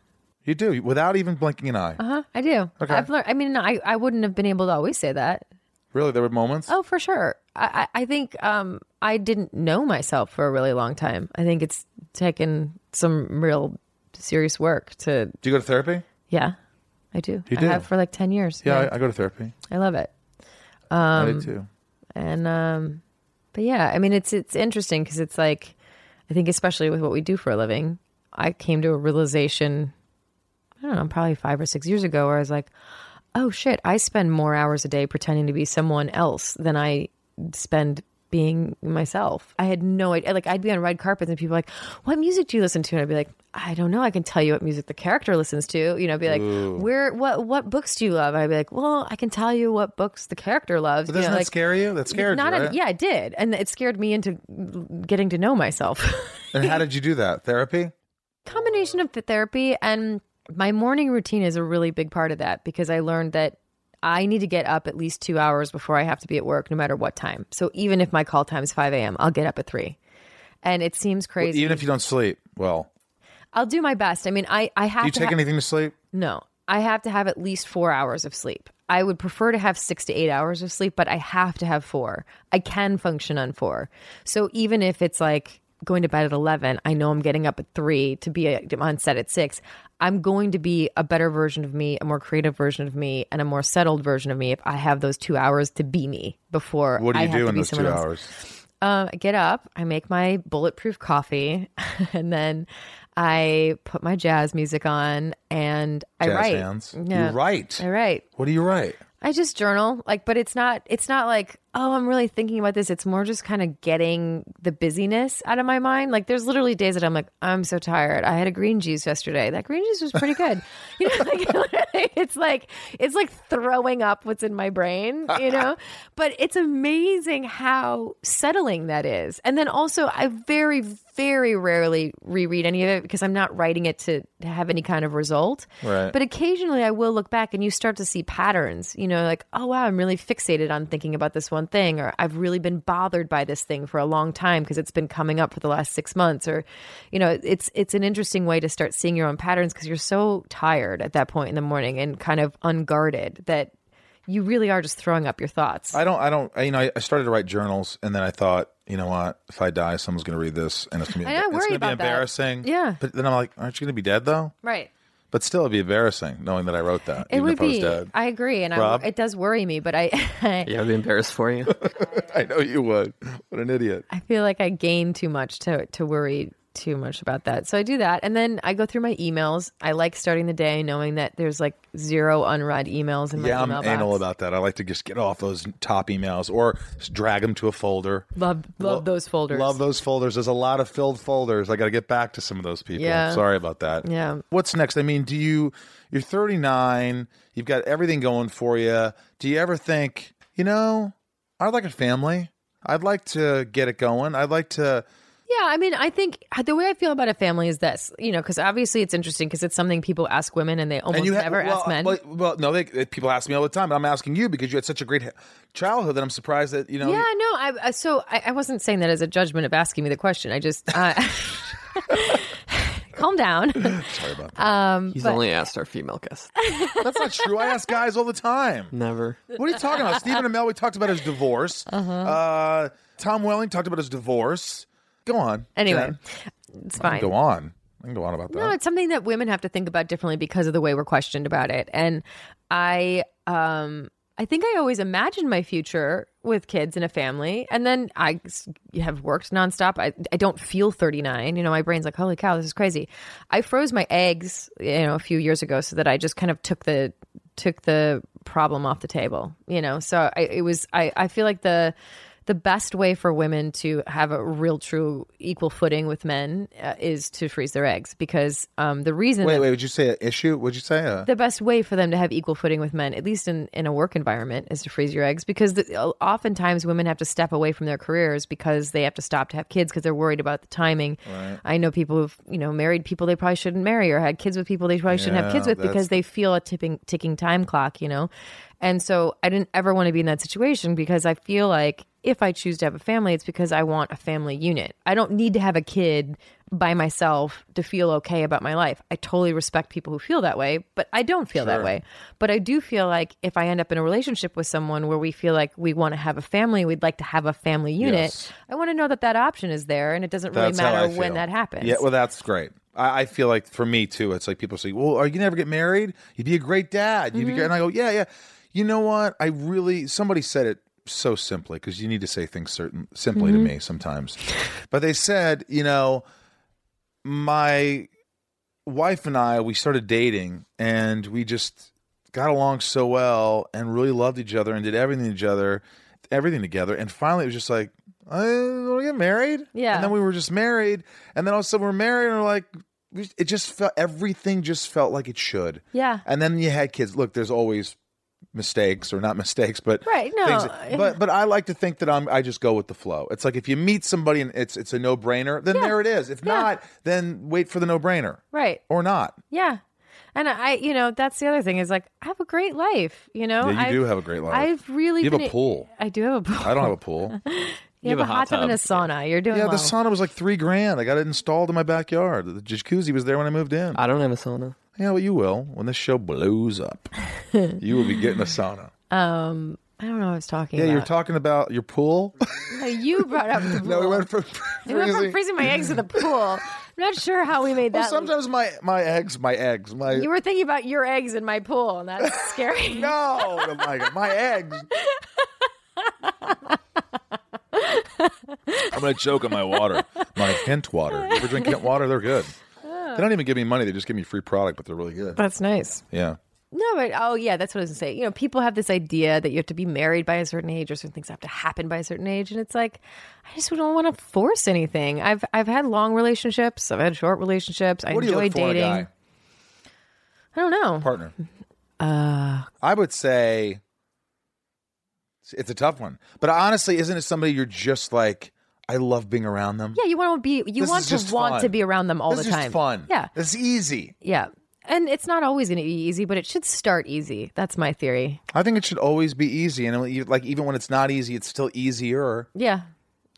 [SPEAKER 1] You do, without even blinking an eye.
[SPEAKER 4] Uh huh. I do.
[SPEAKER 1] Okay.
[SPEAKER 4] I've learned. I mean, I I wouldn't have been able to always say that.
[SPEAKER 1] Really, there were moments.
[SPEAKER 4] Oh, for sure. I I I think um I didn't know myself for a really long time. I think it's taken some real serious work to.
[SPEAKER 1] Do you go to therapy?
[SPEAKER 4] Yeah, I do.
[SPEAKER 1] You
[SPEAKER 4] I
[SPEAKER 1] do.
[SPEAKER 4] have for like ten years.
[SPEAKER 1] Yeah, I, I go to therapy.
[SPEAKER 4] I, love it.
[SPEAKER 1] I do
[SPEAKER 4] Um,
[SPEAKER 1] too.
[SPEAKER 4] And um, but yeah, I mean, it's it's interesting because it's like I think especially with what we do for a living, I came to a realization. I don't know, probably five or six years ago, where I was like, oh shit, I spend more hours a day pretending to be someone else than I spend being myself. I had no idea. Like, I'd be on red carpets and people were like, what music do you listen to? And I'd be like, I don't know. I can tell you what music the character listens to. You know, I'd be like, where, what, what books do you love? And I'd be like, well, I can tell you what books the character loves.
[SPEAKER 1] But
[SPEAKER 4] you know,
[SPEAKER 1] doesn't that
[SPEAKER 4] like,
[SPEAKER 1] scare you? That scared
[SPEAKER 4] not
[SPEAKER 1] you,
[SPEAKER 4] a-
[SPEAKER 1] right?
[SPEAKER 4] yeah, it did. And it scared me into getting to know myself.
[SPEAKER 1] And how did you do that? Therapy?
[SPEAKER 4] combination of the therapy and my morning routine is a really big part of that because I learned that I need to get up at least two hours before I have to be at work, no matter what time. So even if my call time is five a.m., I'll get up at three. And it seems crazy.
[SPEAKER 1] Even if you don't sleep, well,
[SPEAKER 4] I'll do my best. I mean, I I have
[SPEAKER 1] do you
[SPEAKER 4] to
[SPEAKER 1] take
[SPEAKER 4] ha-
[SPEAKER 1] anything to sleep?
[SPEAKER 4] no. I have to have at least four hours of sleep. I would prefer to have six to eight hours of sleep, but I have to have four. I can function on four. So even if it's like going to bed at 11, I know I'm getting up at three to be uh, on set at six. I'm going to be a better version of me, a more creative version of me, and a more settled version of me if I have those two hours to be me before
[SPEAKER 1] What do
[SPEAKER 4] I
[SPEAKER 1] you
[SPEAKER 4] have
[SPEAKER 1] do
[SPEAKER 4] to
[SPEAKER 1] in
[SPEAKER 4] be
[SPEAKER 1] those two
[SPEAKER 4] someone else.
[SPEAKER 1] hours?
[SPEAKER 4] Um, I get up, I make my bulletproof coffee, and then I put my jazz music on and I
[SPEAKER 1] Jazz
[SPEAKER 4] write.
[SPEAKER 1] hands.
[SPEAKER 4] Yeah.
[SPEAKER 1] You write.
[SPEAKER 4] I write.
[SPEAKER 1] What do you write?
[SPEAKER 4] I just journal, like, but it's not. It's not like, oh, I'm really thinking about this. It's more just kind of getting the busyness out of my mind. Like, there's literally days that I'm like, I'm so tired. I had a green juice yesterday. That green juice was pretty good. you know, like, it's like it's like throwing up what's in my brain. You know, but it's amazing how settling that is. And then also, I very, very rarely reread any of it because I'm not writing it to, to have any kind of result.
[SPEAKER 1] Right.
[SPEAKER 4] But occasionally I will look back and you start to see patterns, you know, like, oh, wow, I'm really fixated on thinking about this one thing, or I've really been bothered by this thing for a long time because it's been coming up for the last six months. Or, you know, it's, it's an interesting way to start seeing your own patterns because you're so tired at that point in the morning and kind of unguarded that you really are just throwing up your thoughts.
[SPEAKER 1] I don't. I don't. I, you know, I- I started to write journals, and then I thought, you know what? If I die, someone's going to read this, and it's going to
[SPEAKER 4] I
[SPEAKER 1] be
[SPEAKER 4] know, I
[SPEAKER 1] it's
[SPEAKER 4] worry
[SPEAKER 1] going to be
[SPEAKER 4] about that.
[SPEAKER 1] embarrassing.
[SPEAKER 4] Yeah.
[SPEAKER 1] But then I'm like, aren't you going to be dead though?
[SPEAKER 4] right.
[SPEAKER 1] But still, it'd be embarrassing knowing that I wrote that.
[SPEAKER 4] It
[SPEAKER 1] even
[SPEAKER 4] would
[SPEAKER 1] if I was
[SPEAKER 4] be.
[SPEAKER 1] dead.
[SPEAKER 4] I agree. And I,
[SPEAKER 1] Rob?
[SPEAKER 4] it does worry me, but I,
[SPEAKER 2] Yeah, I'd be embarrassed for you.
[SPEAKER 1] I know you would. What an idiot.
[SPEAKER 4] I feel like I gain too much to to worry too much about that. So I do that, and then I go through my emails. I like starting the day knowing that there's like zero unread emails in my
[SPEAKER 1] Yeah, I'm
[SPEAKER 4] email box.
[SPEAKER 1] anal about that. I like to just get off those top emails or just drag them to a folder.
[SPEAKER 4] love love
[SPEAKER 1] Lo-
[SPEAKER 4] those folders.
[SPEAKER 1] Love those folders. There's a lot of filled folders. I got to get back to some of those people.
[SPEAKER 4] Yeah.
[SPEAKER 1] Sorry about that.
[SPEAKER 4] Yeah.
[SPEAKER 1] What's next? I mean, do you you're 39, you've got everything going for you. Do you ever think, you know, I'd like a family. I'd like to get it going. I'd like to
[SPEAKER 4] Yeah, I mean, I think the way I feel about a family is this, you know, because obviously it's interesting because it's something people ask women and they almost
[SPEAKER 1] and you have
[SPEAKER 4] never
[SPEAKER 1] well,
[SPEAKER 4] ask men.
[SPEAKER 1] Well, well, no, they, people ask me all the time, but I'm asking you because you had such a great childhood that I'm surprised that, you know,
[SPEAKER 4] yeah, no, I I- so I, I wasn't saying that as a judgment of asking me the question. I just uh, calm down.
[SPEAKER 1] sorry about that.
[SPEAKER 2] He's only asked our female guests.
[SPEAKER 1] That's not true. I ask guys all the time.
[SPEAKER 2] Never.
[SPEAKER 1] What are you talking about? Stephen Amell, we talked about his divorce. Uh-huh. Tom Welling talked about his divorce. Go on.
[SPEAKER 4] Anyway,
[SPEAKER 1] Jen.
[SPEAKER 4] it's
[SPEAKER 1] I
[SPEAKER 4] fine.
[SPEAKER 1] can go on. I can go on about that.
[SPEAKER 4] No, it's something that women have to think about differently because of the way we're questioned about it. And I um I think I always imagined my future with kids and a family. And then I s- have worked nonstop. I, I don't feel 39. You know, my brain's like, holy cow, this is crazy. I froze my eggs, you know, a few years ago so that I just kind of took the took the problem off the table, you know. So I it was I I feel like the the best way for women to have a real true equal footing with men uh, is to freeze their eggs because um, the reason
[SPEAKER 1] wait,
[SPEAKER 4] that-
[SPEAKER 1] wait. Would you say an issue? Would you say a?
[SPEAKER 4] the best way for them to have equal footing with men, at least in, in a work environment, is to freeze your eggs because the, uh, oftentimes women have to step away from their careers because they have to stop to have kids because they're worried about the timing. I know people who've you know married people they probably shouldn't marry or had kids with people they probably shouldn't have
[SPEAKER 1] Yeah,
[SPEAKER 4] kids with
[SPEAKER 1] that's-
[SPEAKER 4] because they feel a tipping ticking time clock, you know. And so I didn't ever want to be in that situation because I feel like if I choose to have a family, it's because I want a family unit. I don't need to have a kid by myself to feel okay about my life. I totally respect people who feel that way, but I don't feel that way. But I do feel like if I end up in a relationship with someone where we feel like we want to have a family, we'd like to have a family unit,
[SPEAKER 1] Yes.
[SPEAKER 4] I want to know that that option is there and it doesn't really
[SPEAKER 1] That's how I
[SPEAKER 4] matter
[SPEAKER 1] feel.
[SPEAKER 4] when that happens.
[SPEAKER 1] Yeah. Well, that's great. I, I feel like for me too. It's like people say, "Well, are you never get married? You'd be a great dad."
[SPEAKER 4] Mm-hmm.
[SPEAKER 1] You'd be great. And I go, "Yeah, yeah." You know what? I really. Somebody said it so simply because you need to say things certain simply
[SPEAKER 4] Mm-hmm.
[SPEAKER 1] to me sometimes. but they said, you know, my wife and I, we started dating and we just got along so well and really loved each other and did everything to each other, everything together. And finally, it was just like, I want to get married.
[SPEAKER 4] Yeah.
[SPEAKER 1] And then we were just married. And then all of a sudden, we're married and we're like, we- it just felt, everything just felt like it should.
[SPEAKER 4] Yeah.
[SPEAKER 1] And then you had kids. Look, there's always mistakes or not mistakes, but
[SPEAKER 4] Right, no.
[SPEAKER 1] but but I like to think that I'm I just go with the flow. It's like if you meet somebody and it's it's a no brainer, then there it is. If not, then wait for the no brainer
[SPEAKER 4] Right.
[SPEAKER 1] or not.
[SPEAKER 4] Yeah. And I, you know, that's the other thing is like, I have a great life, you know?
[SPEAKER 1] Yeah, you
[SPEAKER 4] I've-
[SPEAKER 1] do have a great life.
[SPEAKER 4] I've really
[SPEAKER 1] You have
[SPEAKER 4] been-
[SPEAKER 1] a pool.
[SPEAKER 4] I do have a pool.
[SPEAKER 1] I don't have a pool.
[SPEAKER 4] Oh,
[SPEAKER 1] yeah,
[SPEAKER 4] You, have, a hot tub, and a sauna. You're doing
[SPEAKER 1] the
[SPEAKER 4] well.
[SPEAKER 1] sauna was like three grand. I got it installed in my backyard. The jacuzzi was there when I moved in.
[SPEAKER 4] Ah.
[SPEAKER 2] I don't have a sauna.
[SPEAKER 1] yeah, well, you will when this show blows up. you will be getting a sauna.
[SPEAKER 4] Um, I don't know what I was talking
[SPEAKER 1] Yeah,
[SPEAKER 4] about.
[SPEAKER 1] you're talking about your pool.
[SPEAKER 4] No, you brought up the pool.
[SPEAKER 1] no, we went from
[SPEAKER 4] We went from
[SPEAKER 1] freezing-
[SPEAKER 4] freezing my eggs to the pool. I'm not sure how we made
[SPEAKER 1] Well,
[SPEAKER 4] that.
[SPEAKER 1] sometimes my my eggs, my eggs, my
[SPEAKER 4] You were thinking about your eggs in my pool, and that's scary.
[SPEAKER 1] no, Micah, my eggs. I'm gonna choke on my water, my Kent water. You ever drink Kent water? They're good. They don't even give me money. They just give me free product, but they're really good.
[SPEAKER 4] That's nice.
[SPEAKER 1] Yeah.
[SPEAKER 4] No, but oh yeah, that's what I was gonna say. You know, people have this idea that you have to be married by a certain age or certain things have to happen by a certain age, and it's like I just don't want to force anything. I've I've had long relationships, I've had short relationships. I
[SPEAKER 1] What do you
[SPEAKER 4] enjoy
[SPEAKER 1] look for in a
[SPEAKER 4] dating.
[SPEAKER 1] guy
[SPEAKER 4] I don't know.
[SPEAKER 1] partner?
[SPEAKER 4] Uh,
[SPEAKER 1] I would say it's- it's a tough one, but honestly, isn't it somebody you're just like? I love being around them.
[SPEAKER 4] yeah, you want to be you
[SPEAKER 1] This
[SPEAKER 4] want
[SPEAKER 1] is
[SPEAKER 4] to
[SPEAKER 1] just
[SPEAKER 4] want
[SPEAKER 1] fun.
[SPEAKER 4] to be around them all
[SPEAKER 1] this
[SPEAKER 4] the
[SPEAKER 1] is
[SPEAKER 4] time.
[SPEAKER 1] just fun.
[SPEAKER 4] Yeah,
[SPEAKER 1] it's easy.
[SPEAKER 4] yeah. And it's not always going to be easy, but it should start easy. That's my theory.
[SPEAKER 1] I think it should always be easy, and you- like even when it's not easy, it's still easier.
[SPEAKER 4] Yeah.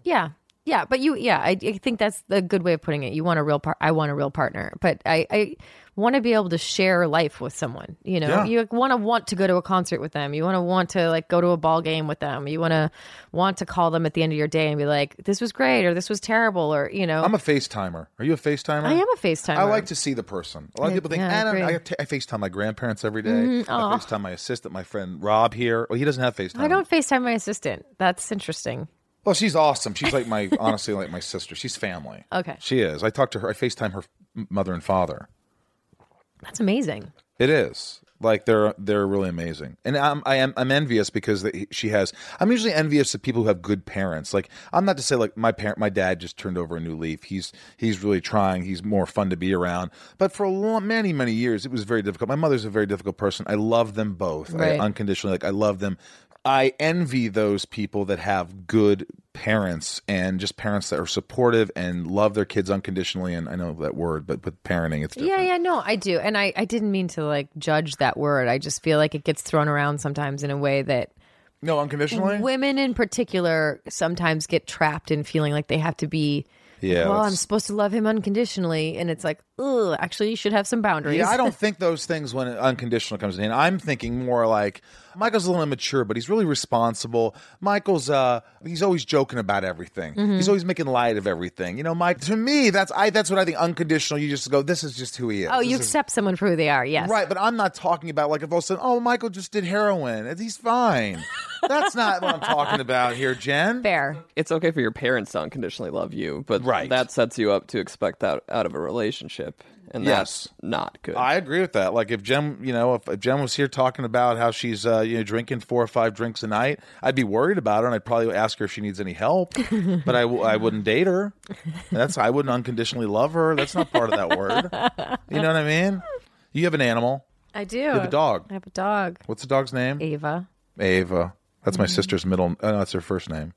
[SPEAKER 4] Yeah. Yeah. But you, yeah, I, I think that's the good way of putting it. You want a real part. I want a real partner, but I, I want to be able to share life with someone. You know,
[SPEAKER 1] Yeah.
[SPEAKER 4] you want to want to go to a concert with them. You want to want to like go to a ball game with them. You want to want to call them at the end of your day and be like, this was great or this was terrible or, you know,
[SPEAKER 1] I'm a FaceTimer. Are you a FaceTimer?
[SPEAKER 4] I am a FaceTime.
[SPEAKER 1] I like to see the person. A lot of people think,
[SPEAKER 4] yeah, I
[SPEAKER 1] I, don't,
[SPEAKER 4] agree. Mm-hmm.
[SPEAKER 1] I, t- I FaceTime my grandparents every day. I FaceTime my assistant, my friend Rob here. Well, he doesn't have FaceTime.
[SPEAKER 4] I don't FaceTime my assistant. That's interesting.
[SPEAKER 1] Well, she's awesome. She's like my, honestly, like my sister. She's family.
[SPEAKER 4] Okay.
[SPEAKER 1] She is. I talk to her. I FaceTime her f- mother and father.
[SPEAKER 4] That's amazing.
[SPEAKER 1] It is like they're they're really amazing, and I'm I am I'm envious because that he- she has. I'm usually envious of people who have good parents. Like I'm not to say like my parent, my dad just turned over a new leaf. He's he's really trying. He's more fun to be around. But for a long, many many years, it was very difficult. My mother's a very difficult person. I love them both
[SPEAKER 4] Right.
[SPEAKER 1] I unconditionally. Like I love them. I envy those people that have good parents and just parents that are supportive and love their kids unconditionally. And I know that word, but with parenting, it's different.
[SPEAKER 4] Yeah, yeah, no, I do. And I, I didn't mean to like judge that word. I just feel like it gets thrown around sometimes in a way that
[SPEAKER 1] No, unconditionally.
[SPEAKER 4] women in particular sometimes get trapped in feeling like they have to be
[SPEAKER 1] yeah.
[SPEAKER 4] well,
[SPEAKER 1] that's-
[SPEAKER 4] I'm supposed to love him unconditionally, and it's like, ugh, actually, you should have some boundaries.
[SPEAKER 1] Yeah, I don't think those things when unconditional comes in. I'm thinking more like Michael's a little immature, but he's really responsible. Michael's uh he's always joking about everything.
[SPEAKER 4] Mm-hmm.
[SPEAKER 1] He's always making light of everything. You know, Mike to me, that's I that's what I think unconditional. You just go, this is just who he is.
[SPEAKER 4] oh, you
[SPEAKER 1] This is-
[SPEAKER 4] accept someone for who they are, yes,
[SPEAKER 1] Right, but I'm not talking about like if all of a sudden, oh, Michael just did heroin. and He's fine. That's not what I'm talking about here, Jen.
[SPEAKER 4] Fair.
[SPEAKER 2] It's okay for your parents to unconditionally love you, but
[SPEAKER 1] Right.
[SPEAKER 2] that sets you up to expect that out of a relationship, and
[SPEAKER 1] Yes.
[SPEAKER 2] that's not good.
[SPEAKER 1] I agree with that. Like if Jen, you know, if, if Jen was here talking about how she's uh, you know drinking four or five drinks a night, I'd be worried about her, and I'd probably ask her if she needs any help. but I, w- I wouldn't date her. That's I wouldn't unconditionally love her. That's not part of that word. You know what I mean? You have an animal.
[SPEAKER 4] I do.
[SPEAKER 1] You have a dog.
[SPEAKER 4] I have a dog,
[SPEAKER 1] What's the dog's name?
[SPEAKER 4] Ava.
[SPEAKER 1] Ava. That's my sister's middle. Oh, no, that's her first name.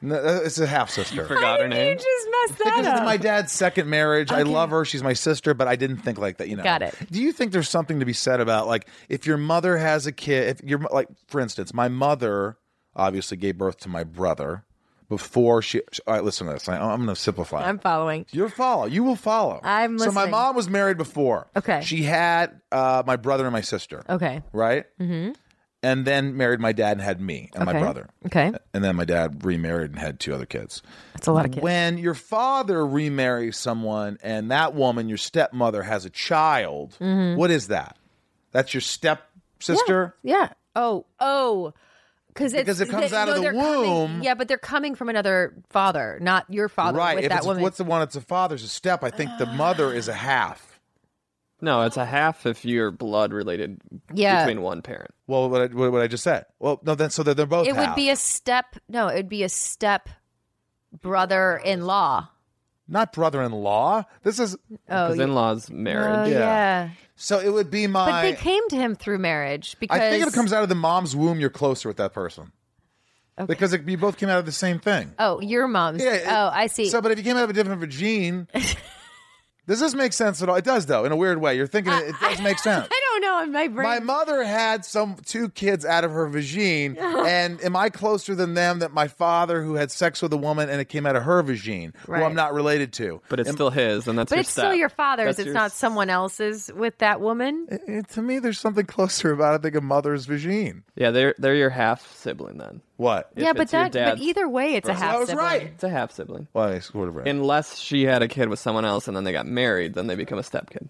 [SPEAKER 1] no, uh, it's a half sister.
[SPEAKER 2] forgot her
[SPEAKER 4] You
[SPEAKER 2] name.
[SPEAKER 4] just messed that
[SPEAKER 1] Because
[SPEAKER 4] up.
[SPEAKER 1] it's my dad's second marriage. I love her. She's my sister, but I didn't think like that. You know.
[SPEAKER 4] Got it.
[SPEAKER 1] Do you think there's something to be said about like if your mother has a kid? If you're like, for instance, my mother obviously gave birth to my brother before she. All right, listen to this. I, I'm going to simplify. it.
[SPEAKER 4] I'm following.
[SPEAKER 1] You'll follow. You will follow.
[SPEAKER 4] I'm
[SPEAKER 1] So my
[SPEAKER 4] listening.
[SPEAKER 1] mom was married before.
[SPEAKER 4] Okay. Oh.
[SPEAKER 1] She had uh, my brother and my sister.
[SPEAKER 4] Okay.
[SPEAKER 1] Right. Mm-hmm. And then married my dad and had me and
[SPEAKER 4] Okay.
[SPEAKER 1] my brother.
[SPEAKER 4] Okay.
[SPEAKER 1] And then my dad remarried and had two other kids.
[SPEAKER 4] That's a lot of kids.
[SPEAKER 1] When your father remarries someone and that woman, your stepmother, has a child, what is that? That's your step sister?
[SPEAKER 4] Mm-hmm. Yeah. Oh, oh. Cause it's,
[SPEAKER 1] Because it comes
[SPEAKER 4] they-
[SPEAKER 1] out of the
[SPEAKER 4] they're coming-
[SPEAKER 1] womb.
[SPEAKER 4] yeah, but they're coming from another father, not your father
[SPEAKER 1] Right.
[SPEAKER 4] with
[SPEAKER 1] If
[SPEAKER 4] that
[SPEAKER 1] it's,
[SPEAKER 4] woman. Ah.
[SPEAKER 1] what's the one that's a father's a step? I think the mother is a half.
[SPEAKER 2] No, it's a half if you're blood related
[SPEAKER 4] Yeah.
[SPEAKER 2] between one parent.
[SPEAKER 1] Well, what I, what, what I just said. Well, no, then so they're, they're both
[SPEAKER 4] it would
[SPEAKER 1] half.
[SPEAKER 4] be a step. No, it would be a step brother in law.
[SPEAKER 1] not brother in law. This is
[SPEAKER 4] Oh,
[SPEAKER 2] Because
[SPEAKER 4] yeah.
[SPEAKER 2] in law's
[SPEAKER 4] Oh,
[SPEAKER 2] marriage.
[SPEAKER 4] yeah.
[SPEAKER 1] so it would be my.
[SPEAKER 4] But they came to him through marriage because
[SPEAKER 1] I think if it comes out of the mom's womb, you're closer with that person.
[SPEAKER 4] Okay.
[SPEAKER 1] Because it, you both came out of the same thing.
[SPEAKER 4] Oh, your mom's.
[SPEAKER 1] Yeah, it-
[SPEAKER 4] oh, I see.
[SPEAKER 1] So, but if you came out of a different vagine, does this make sense at all? It does, though, in a weird way. You're thinking it, it does make sense.
[SPEAKER 4] I don't know. In my brain,
[SPEAKER 1] My mother had some two kids out of her vagine, and am I closer than them that my father, who had sex with a woman and it came out of her vagine, who
[SPEAKER 4] Right.
[SPEAKER 1] I'm not related to?
[SPEAKER 2] But it's still his, and that's
[SPEAKER 4] but
[SPEAKER 2] your
[SPEAKER 4] it's still
[SPEAKER 2] step.
[SPEAKER 4] your father's.
[SPEAKER 2] That's
[SPEAKER 4] it's
[SPEAKER 2] your
[SPEAKER 4] not someone else's with that woman.
[SPEAKER 1] It- it- Eh, to me, there's something closer about I think a mother's vagine.
[SPEAKER 2] Yeah, they're they're your half sibling then.
[SPEAKER 1] What?
[SPEAKER 4] yeah, but
[SPEAKER 2] it's your
[SPEAKER 4] that. But
[SPEAKER 2] dad's-
[SPEAKER 4] either way, it's a
[SPEAKER 1] So
[SPEAKER 4] half.
[SPEAKER 1] I was
[SPEAKER 4] sibling.
[SPEAKER 1] right.
[SPEAKER 2] It's a half sibling.
[SPEAKER 1] Well, I sort of right.
[SPEAKER 2] Unless she had a kid with someone else and then they got married, then they become a stepkid.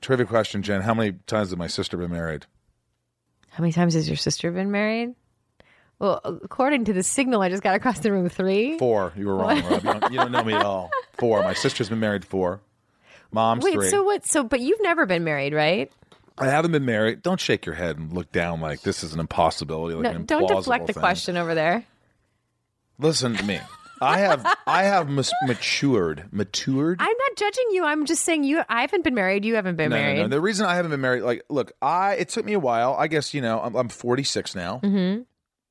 [SPEAKER 1] Trivia question, Jen: How many times has my sister been married?
[SPEAKER 4] How many times has your sister been married? Well, according to the signal I just got across the room, three.
[SPEAKER 1] Four. You were wrong, Rob. You don't, you don't know me at all. Four. My sister's been married four. Mom's
[SPEAKER 4] Wait,
[SPEAKER 1] three.
[SPEAKER 4] so what? So, but you've never been married, right?
[SPEAKER 1] I haven't been married. Don't shake your head and look down like this is an impossibility. Like
[SPEAKER 4] No,
[SPEAKER 1] an
[SPEAKER 4] don't
[SPEAKER 1] implausible
[SPEAKER 4] deflect the
[SPEAKER 1] thing.
[SPEAKER 4] question over there.
[SPEAKER 1] Listen to me. I have I have mas- matured. Matured.
[SPEAKER 4] I'm not judging you. I'm just saying you. I haven't been married. You haven't been
[SPEAKER 1] no,
[SPEAKER 4] married.
[SPEAKER 1] no, no. The reason I haven't been married, like, look, I it took me a while. I guess you know, I'm, I'm 46 now, mm-hmm.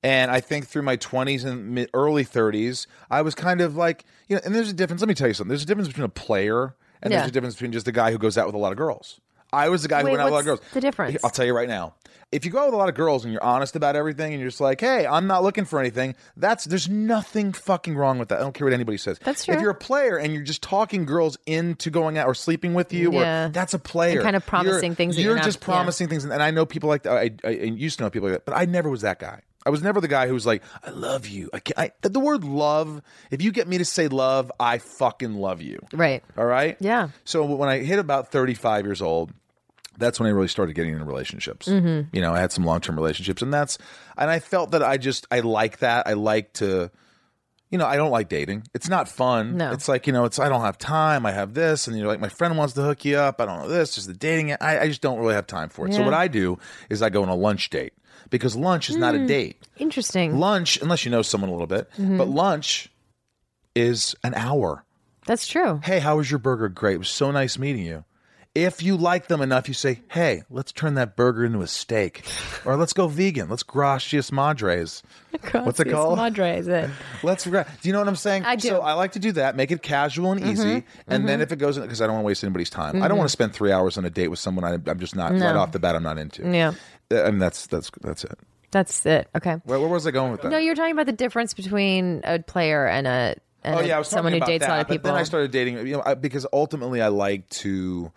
[SPEAKER 1] and I think through my 20s and mid, early 30s, I was kind of like, you know, and there's a difference. Let me tell you something. There's a difference between a player and
[SPEAKER 4] Yeah.
[SPEAKER 1] there's a difference between just a guy who goes out with a lot of girls. I was the guy
[SPEAKER 4] Wait,
[SPEAKER 1] who went out with a lot
[SPEAKER 4] what's
[SPEAKER 1] of girls.
[SPEAKER 4] the difference?
[SPEAKER 1] I'll tell you right now. If you go out with a lot of girls and you're honest about everything and you're just like, hey, I'm not looking for anything, that's there's nothing fucking wrong with that. I don't care what anybody says.
[SPEAKER 4] That's
[SPEAKER 1] If
[SPEAKER 4] true.
[SPEAKER 1] you're a player and you're just talking girls into going out or sleeping with you,
[SPEAKER 4] Yeah.
[SPEAKER 1] or that's a player
[SPEAKER 4] And kind of
[SPEAKER 1] you're-
[SPEAKER 4] promising things that
[SPEAKER 1] You're,
[SPEAKER 4] you're not-
[SPEAKER 1] just
[SPEAKER 4] yeah.
[SPEAKER 1] promising things, and I know people like that. I, I, I used to know people like that, but I never was that guy. I was never the guy who was like, "I love you." I, can't, I the, the word "love." If you get me to say "love," I fucking love you.
[SPEAKER 4] Right.
[SPEAKER 1] All right.
[SPEAKER 4] Yeah.
[SPEAKER 1] So when I hit about 35 years old, that's when I really started getting into relationships. Mm-hmm. You know, I had some long term relationships, and that's and I felt that I just I like that. I like to. You know, I don't like dating. It's not fun.
[SPEAKER 4] No.
[SPEAKER 1] It's like, you know, it's I don't have time. I have this. And you're like, my friend wants to hook you up. I don't know this. Just the dating. I, I just don't really have time for it. So,
[SPEAKER 4] Yeah.
[SPEAKER 1] what I do is I go on a lunch date because lunch is not
[SPEAKER 4] Mm.
[SPEAKER 1] a date.
[SPEAKER 4] Interesting.
[SPEAKER 1] Lunch, unless you know someone a little bit,
[SPEAKER 4] Mm-hmm.
[SPEAKER 1] but lunch is an hour
[SPEAKER 4] That's true.
[SPEAKER 1] hey, how was your burger? Great. It was so nice meeting you. If you like them enough, you say, hey, let's turn that burger into a steak. or let's go vegan. Let's gracias madres. What's it
[SPEAKER 4] Gracias
[SPEAKER 1] called?
[SPEAKER 4] Madre, is it?
[SPEAKER 1] Let's gra- Do you know what I'm saying?
[SPEAKER 4] I do. Mm-hmm.
[SPEAKER 1] So I like to do that, make it casual and easy. And then if it goes in, because I don't want to waste anybody's time. I don't want to spend three hours on a date with someone I, I'm just not, right off the bat, I'm not into.
[SPEAKER 4] Yeah.
[SPEAKER 1] Uh, I mean, that's, that's, that's it.
[SPEAKER 4] That's it. Okay.
[SPEAKER 1] Where, where was I going with that?
[SPEAKER 4] No, you were talking about the difference between a player and a and
[SPEAKER 1] oh
[SPEAKER 4] a-
[SPEAKER 1] yeah, I was talking
[SPEAKER 4] someone who
[SPEAKER 1] about
[SPEAKER 4] dates
[SPEAKER 1] that,
[SPEAKER 4] a lot of
[SPEAKER 1] but
[SPEAKER 4] people.
[SPEAKER 1] Then I started dating, you know, I, because ultimately I like to,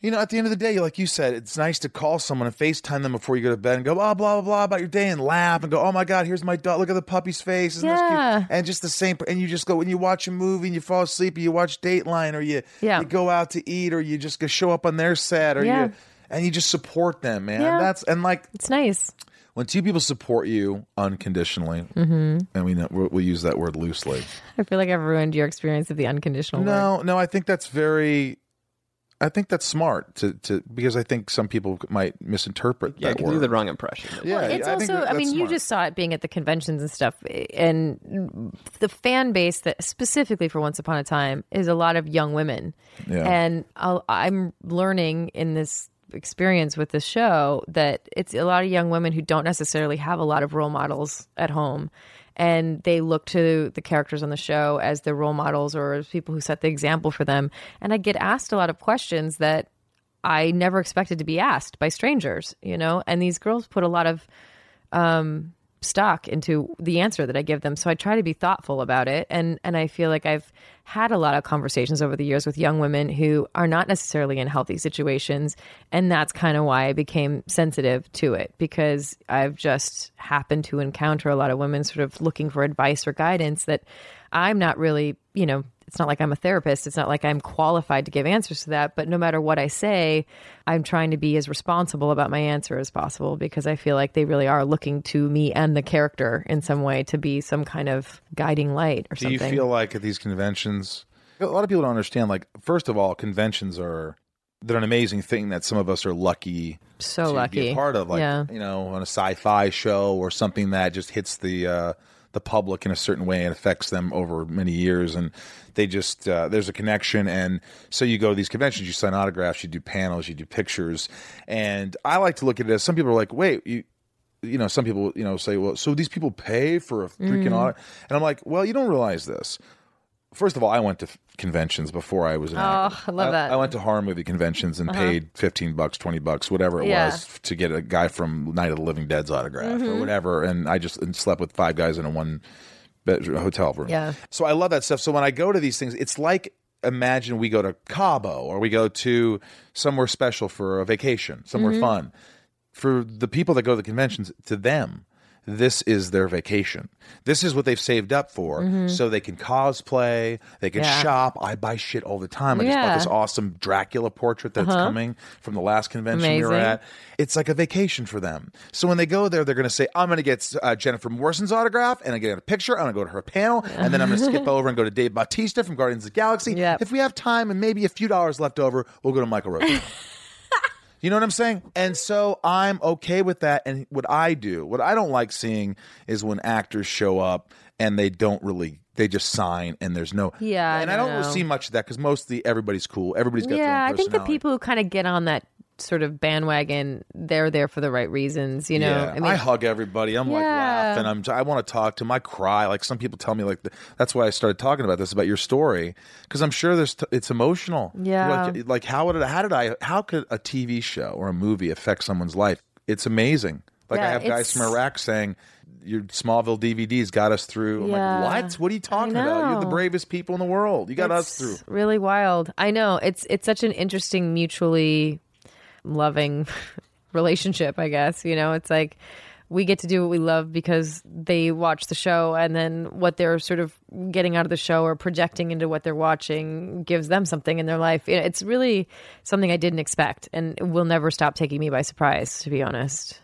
[SPEAKER 1] you know, at the end of the day, like you said, it's nice to call someone and Facetime them before you go to bed and go, oh, blah blah blah about your day and laugh and go, oh my god, here's my dog, look at the puppy's face, isn't this
[SPEAKER 4] Yeah.
[SPEAKER 1] cute? And just the same, and you just go when you watch a movie and you fall asleep, or you watch Dateline, or you
[SPEAKER 4] Yeah.
[SPEAKER 1] you go out to eat, or you just go show up on their set, or
[SPEAKER 4] Yeah.
[SPEAKER 1] you. And you just support them, man.
[SPEAKER 4] Yeah.
[SPEAKER 1] That's and like
[SPEAKER 4] it's nice.
[SPEAKER 1] when two people support you unconditionally,
[SPEAKER 4] Mm-hmm.
[SPEAKER 1] and we know, we we use that word loosely.
[SPEAKER 4] I feel like I've ruined your experience of the unconditional. word.
[SPEAKER 1] No, no, I think that's very. I think that's smart to, to because I think some people might misinterpret
[SPEAKER 2] Yeah, I
[SPEAKER 1] that
[SPEAKER 2] can
[SPEAKER 1] word.
[SPEAKER 2] do the wrong impression.
[SPEAKER 1] yeah,
[SPEAKER 4] it's
[SPEAKER 1] I think
[SPEAKER 4] also.
[SPEAKER 1] that-
[SPEAKER 4] I
[SPEAKER 1] that's
[SPEAKER 4] mean, you
[SPEAKER 1] smart.
[SPEAKER 4] just saw it being at the conventions and stuff, and the fan base that specifically for Once Upon a Time is a lot of young women,
[SPEAKER 1] Yeah.
[SPEAKER 4] and I'll, I'm learning in this experience with the show that it's a lot of young women who don't necessarily have a lot of role models at home. And they look to the characters on the show as their role models or as people who set the example for them. And I get asked a lot of questions that I never expected to be asked by strangers, you know? And these girls put a lot of um, stock into the answer that I give them. So I try to be thoughtful about it. And, and I feel like I've had a lot of conversations over the years with young women who are not necessarily in healthy situations. And that's kind of why I became sensitive to it because I've just happened to encounter a lot of women sort of looking for advice or guidance that I'm not really, you know, it's not like I'm a therapist. It's not like I'm qualified to give answers to that. But no matter what I say, I'm trying to be as responsible about my answer as possible because I feel like they really are looking to me and the character in some way to be some kind of guiding light or
[SPEAKER 1] Do
[SPEAKER 4] something.
[SPEAKER 1] you feel like at these conventions, a lot of people don't understand? Like, first of all, conventions are they're an amazing thing that some of us are lucky
[SPEAKER 4] so
[SPEAKER 1] to
[SPEAKER 4] lucky?
[SPEAKER 1] be a part of, like
[SPEAKER 4] yeah.
[SPEAKER 1] you know, on a sci-fi show or something that just hits the uh, the public in a certain way and affects them over many years, and they just uh, there's a connection. And so you go to these conventions, you sign autographs, you do panels, you do pictures, and I like to look at it as some people are like, wait, you. You know, some people, you know, say, well, so these people pay for a freaking
[SPEAKER 4] Mm.
[SPEAKER 1] audit. And I'm like, well, you don't realize this. First of all, I went to f- conventions before I was an actor.
[SPEAKER 4] Oh, I love that.
[SPEAKER 1] I went to horror movie conventions and paid 15 bucks, 20 bucks, whatever it
[SPEAKER 4] Uh-huh. Yeah. Mm-hmm.
[SPEAKER 1] was, to get a guy from Night of the Living Dead's autograph or whatever. And I just and slept with five guys in a one bed hotel room.
[SPEAKER 4] Yeah.
[SPEAKER 1] So I love that stuff. So when I go to these things, it's like imagine we go to Cabo or we go to somewhere
[SPEAKER 4] Mm-hmm.
[SPEAKER 1] special for a vacation, somewhere fun. For the people that go to the conventions, to them, this is their vacation. This is what they've saved up for. So they can cosplay, they can
[SPEAKER 4] Mm-hmm. Yeah.
[SPEAKER 1] shop. I buy shit all the time. I just bought
[SPEAKER 4] Yeah. Uh-huh.
[SPEAKER 1] this awesome Dracula portrait that's coming from the last convention we were
[SPEAKER 4] Amazing.
[SPEAKER 1] at. It's like a vacation for them. So when they go there, they're going to say, I'm going to get uh, Jennifer Morrison's autograph and I'm going to get a picture. I'm going to go to her panel and then I'm going to skip over and go to Dave Bautista from Guardians of the Galaxy.
[SPEAKER 4] Yep.
[SPEAKER 1] If we have time and maybe a few dollars left over, we'll go to Michael Rosen. You know what I'm saying? And so I'm okay with that. And what I do, what I don't like seeing is when actors show up and they don't really, they just sign and there's no.
[SPEAKER 4] Yeah, I
[SPEAKER 1] And I
[SPEAKER 4] don't
[SPEAKER 1] don't,
[SPEAKER 4] know.
[SPEAKER 1] see much of that because mostly everybody's cool. Everybody's got
[SPEAKER 4] yeah,
[SPEAKER 1] their
[SPEAKER 4] I
[SPEAKER 1] own
[SPEAKER 4] think the
[SPEAKER 1] personality.
[SPEAKER 4] people who kind of get on that sort of bandwagon, they're there for the right reasons. You know,
[SPEAKER 1] yeah. I, hug everybody. I'm like
[SPEAKER 4] Yeah.
[SPEAKER 1] laughing. I'm. I want to talk to them. I cry. Like some people tell me, like th- that's why I started talking about this about your story because I'm sure there's t- it's emotional. You're like-
[SPEAKER 4] Yeah.
[SPEAKER 1] Like, how would it, how did I how could a TV show or a movie affect someone's life? It's amazing. Like I
[SPEAKER 4] Yeah,
[SPEAKER 1] have guys
[SPEAKER 4] it's-
[SPEAKER 1] from Iraq saying your Smallville DVDs got us through. I'm
[SPEAKER 4] Yeah.
[SPEAKER 1] like, what? What are you talking about? You're the
[SPEAKER 4] know.
[SPEAKER 1] bravest people in the world. You got us
[SPEAKER 4] It's
[SPEAKER 1] through.
[SPEAKER 4] Really wild. I know. It's it's such an interesting mutually loving relationship, I guess. You know, it's like we get to do what we love because they watch the show and then what they're sort of getting out of the show or projecting into what they're watching gives them something in their life. It- It's really something I didn't expect and it will never stop taking me by surprise, to be honest.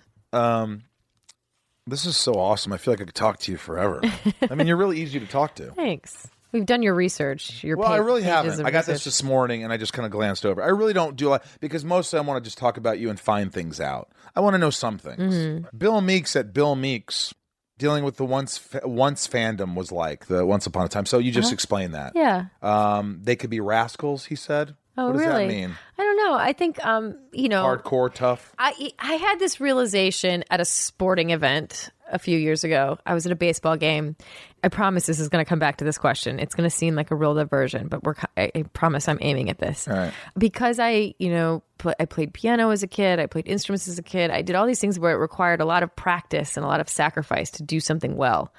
[SPEAKER 1] This is so awesome. I feel like I could talk to you forever. I mean, you're really easy to talk to.
[SPEAKER 4] Thanks. We've done your research. Your
[SPEAKER 1] Well,
[SPEAKER 4] pa-
[SPEAKER 1] I really
[SPEAKER 4] pages
[SPEAKER 1] haven't.
[SPEAKER 4] of
[SPEAKER 1] I got this
[SPEAKER 4] research.
[SPEAKER 1] this morning, and I just kind of glanced over. I really don't do a lot because mostly I want to just talk about you and find things out. I want to know some things.
[SPEAKER 4] Mm-hmm.
[SPEAKER 1] Bill Meeks at Bill Meeks dealing with the once fa- once fandom was like the Once Upon a Time. So you just explained that.
[SPEAKER 4] Uh-huh. Yeah.
[SPEAKER 1] Um, they could be rascals. He said.
[SPEAKER 4] Oh,
[SPEAKER 1] what does
[SPEAKER 4] really?
[SPEAKER 1] that mean?
[SPEAKER 4] I don't know. I think um, you know,
[SPEAKER 1] Hardcore, tough.
[SPEAKER 4] I I had this realization at a sporting event a few years ago. I was at a baseball game. I promise this is going to come back to this question. It's going to seem like a real diversion, but we're co- I, I promise I'm aiming at this.
[SPEAKER 1] right.
[SPEAKER 4] Because I, you know, pl- I played piano as a kid, I played instruments as a kid. I did all these things where it required a lot of practice and a lot of sacrifice to do something well.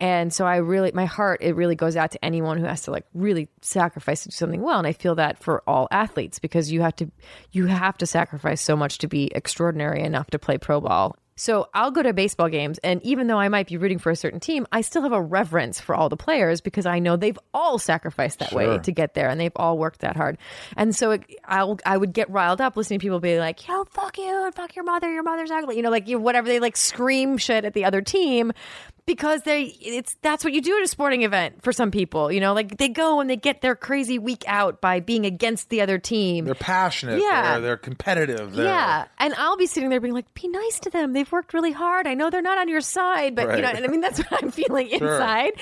[SPEAKER 4] And so I really, my heart, it really goes out to anyone who has to like really sacrifice to do something well. And I feel that for all athletes because you have to, you have to sacrifice so much to be extraordinary enough to play pro ball. So I'll go to baseball games, and even though I might be rooting for a certain team, I still have a reverence for all the players because I know they've all sacrificed that way to get there, and they've all worked that hard. And so it, I'll, I would get riled up listening to people be like, "Yo, fuck you, and fuck your mother, your mother's ugly," you know, like you, whatever they like scream shit at the other team because they it's that's what you do at a sporting event for some people, you know, like they go and they get their crazy week out by being against the other team.
[SPEAKER 1] They're passionate.
[SPEAKER 4] Yeah.
[SPEAKER 1] They're, they're competitive. They're,
[SPEAKER 4] Yeah, and I'll be sitting there being like, "Be nice to them. They've worked really hard. I know they're not on your side, but
[SPEAKER 1] Right.
[SPEAKER 4] you know." And I mean, that's what I'm feeling inside.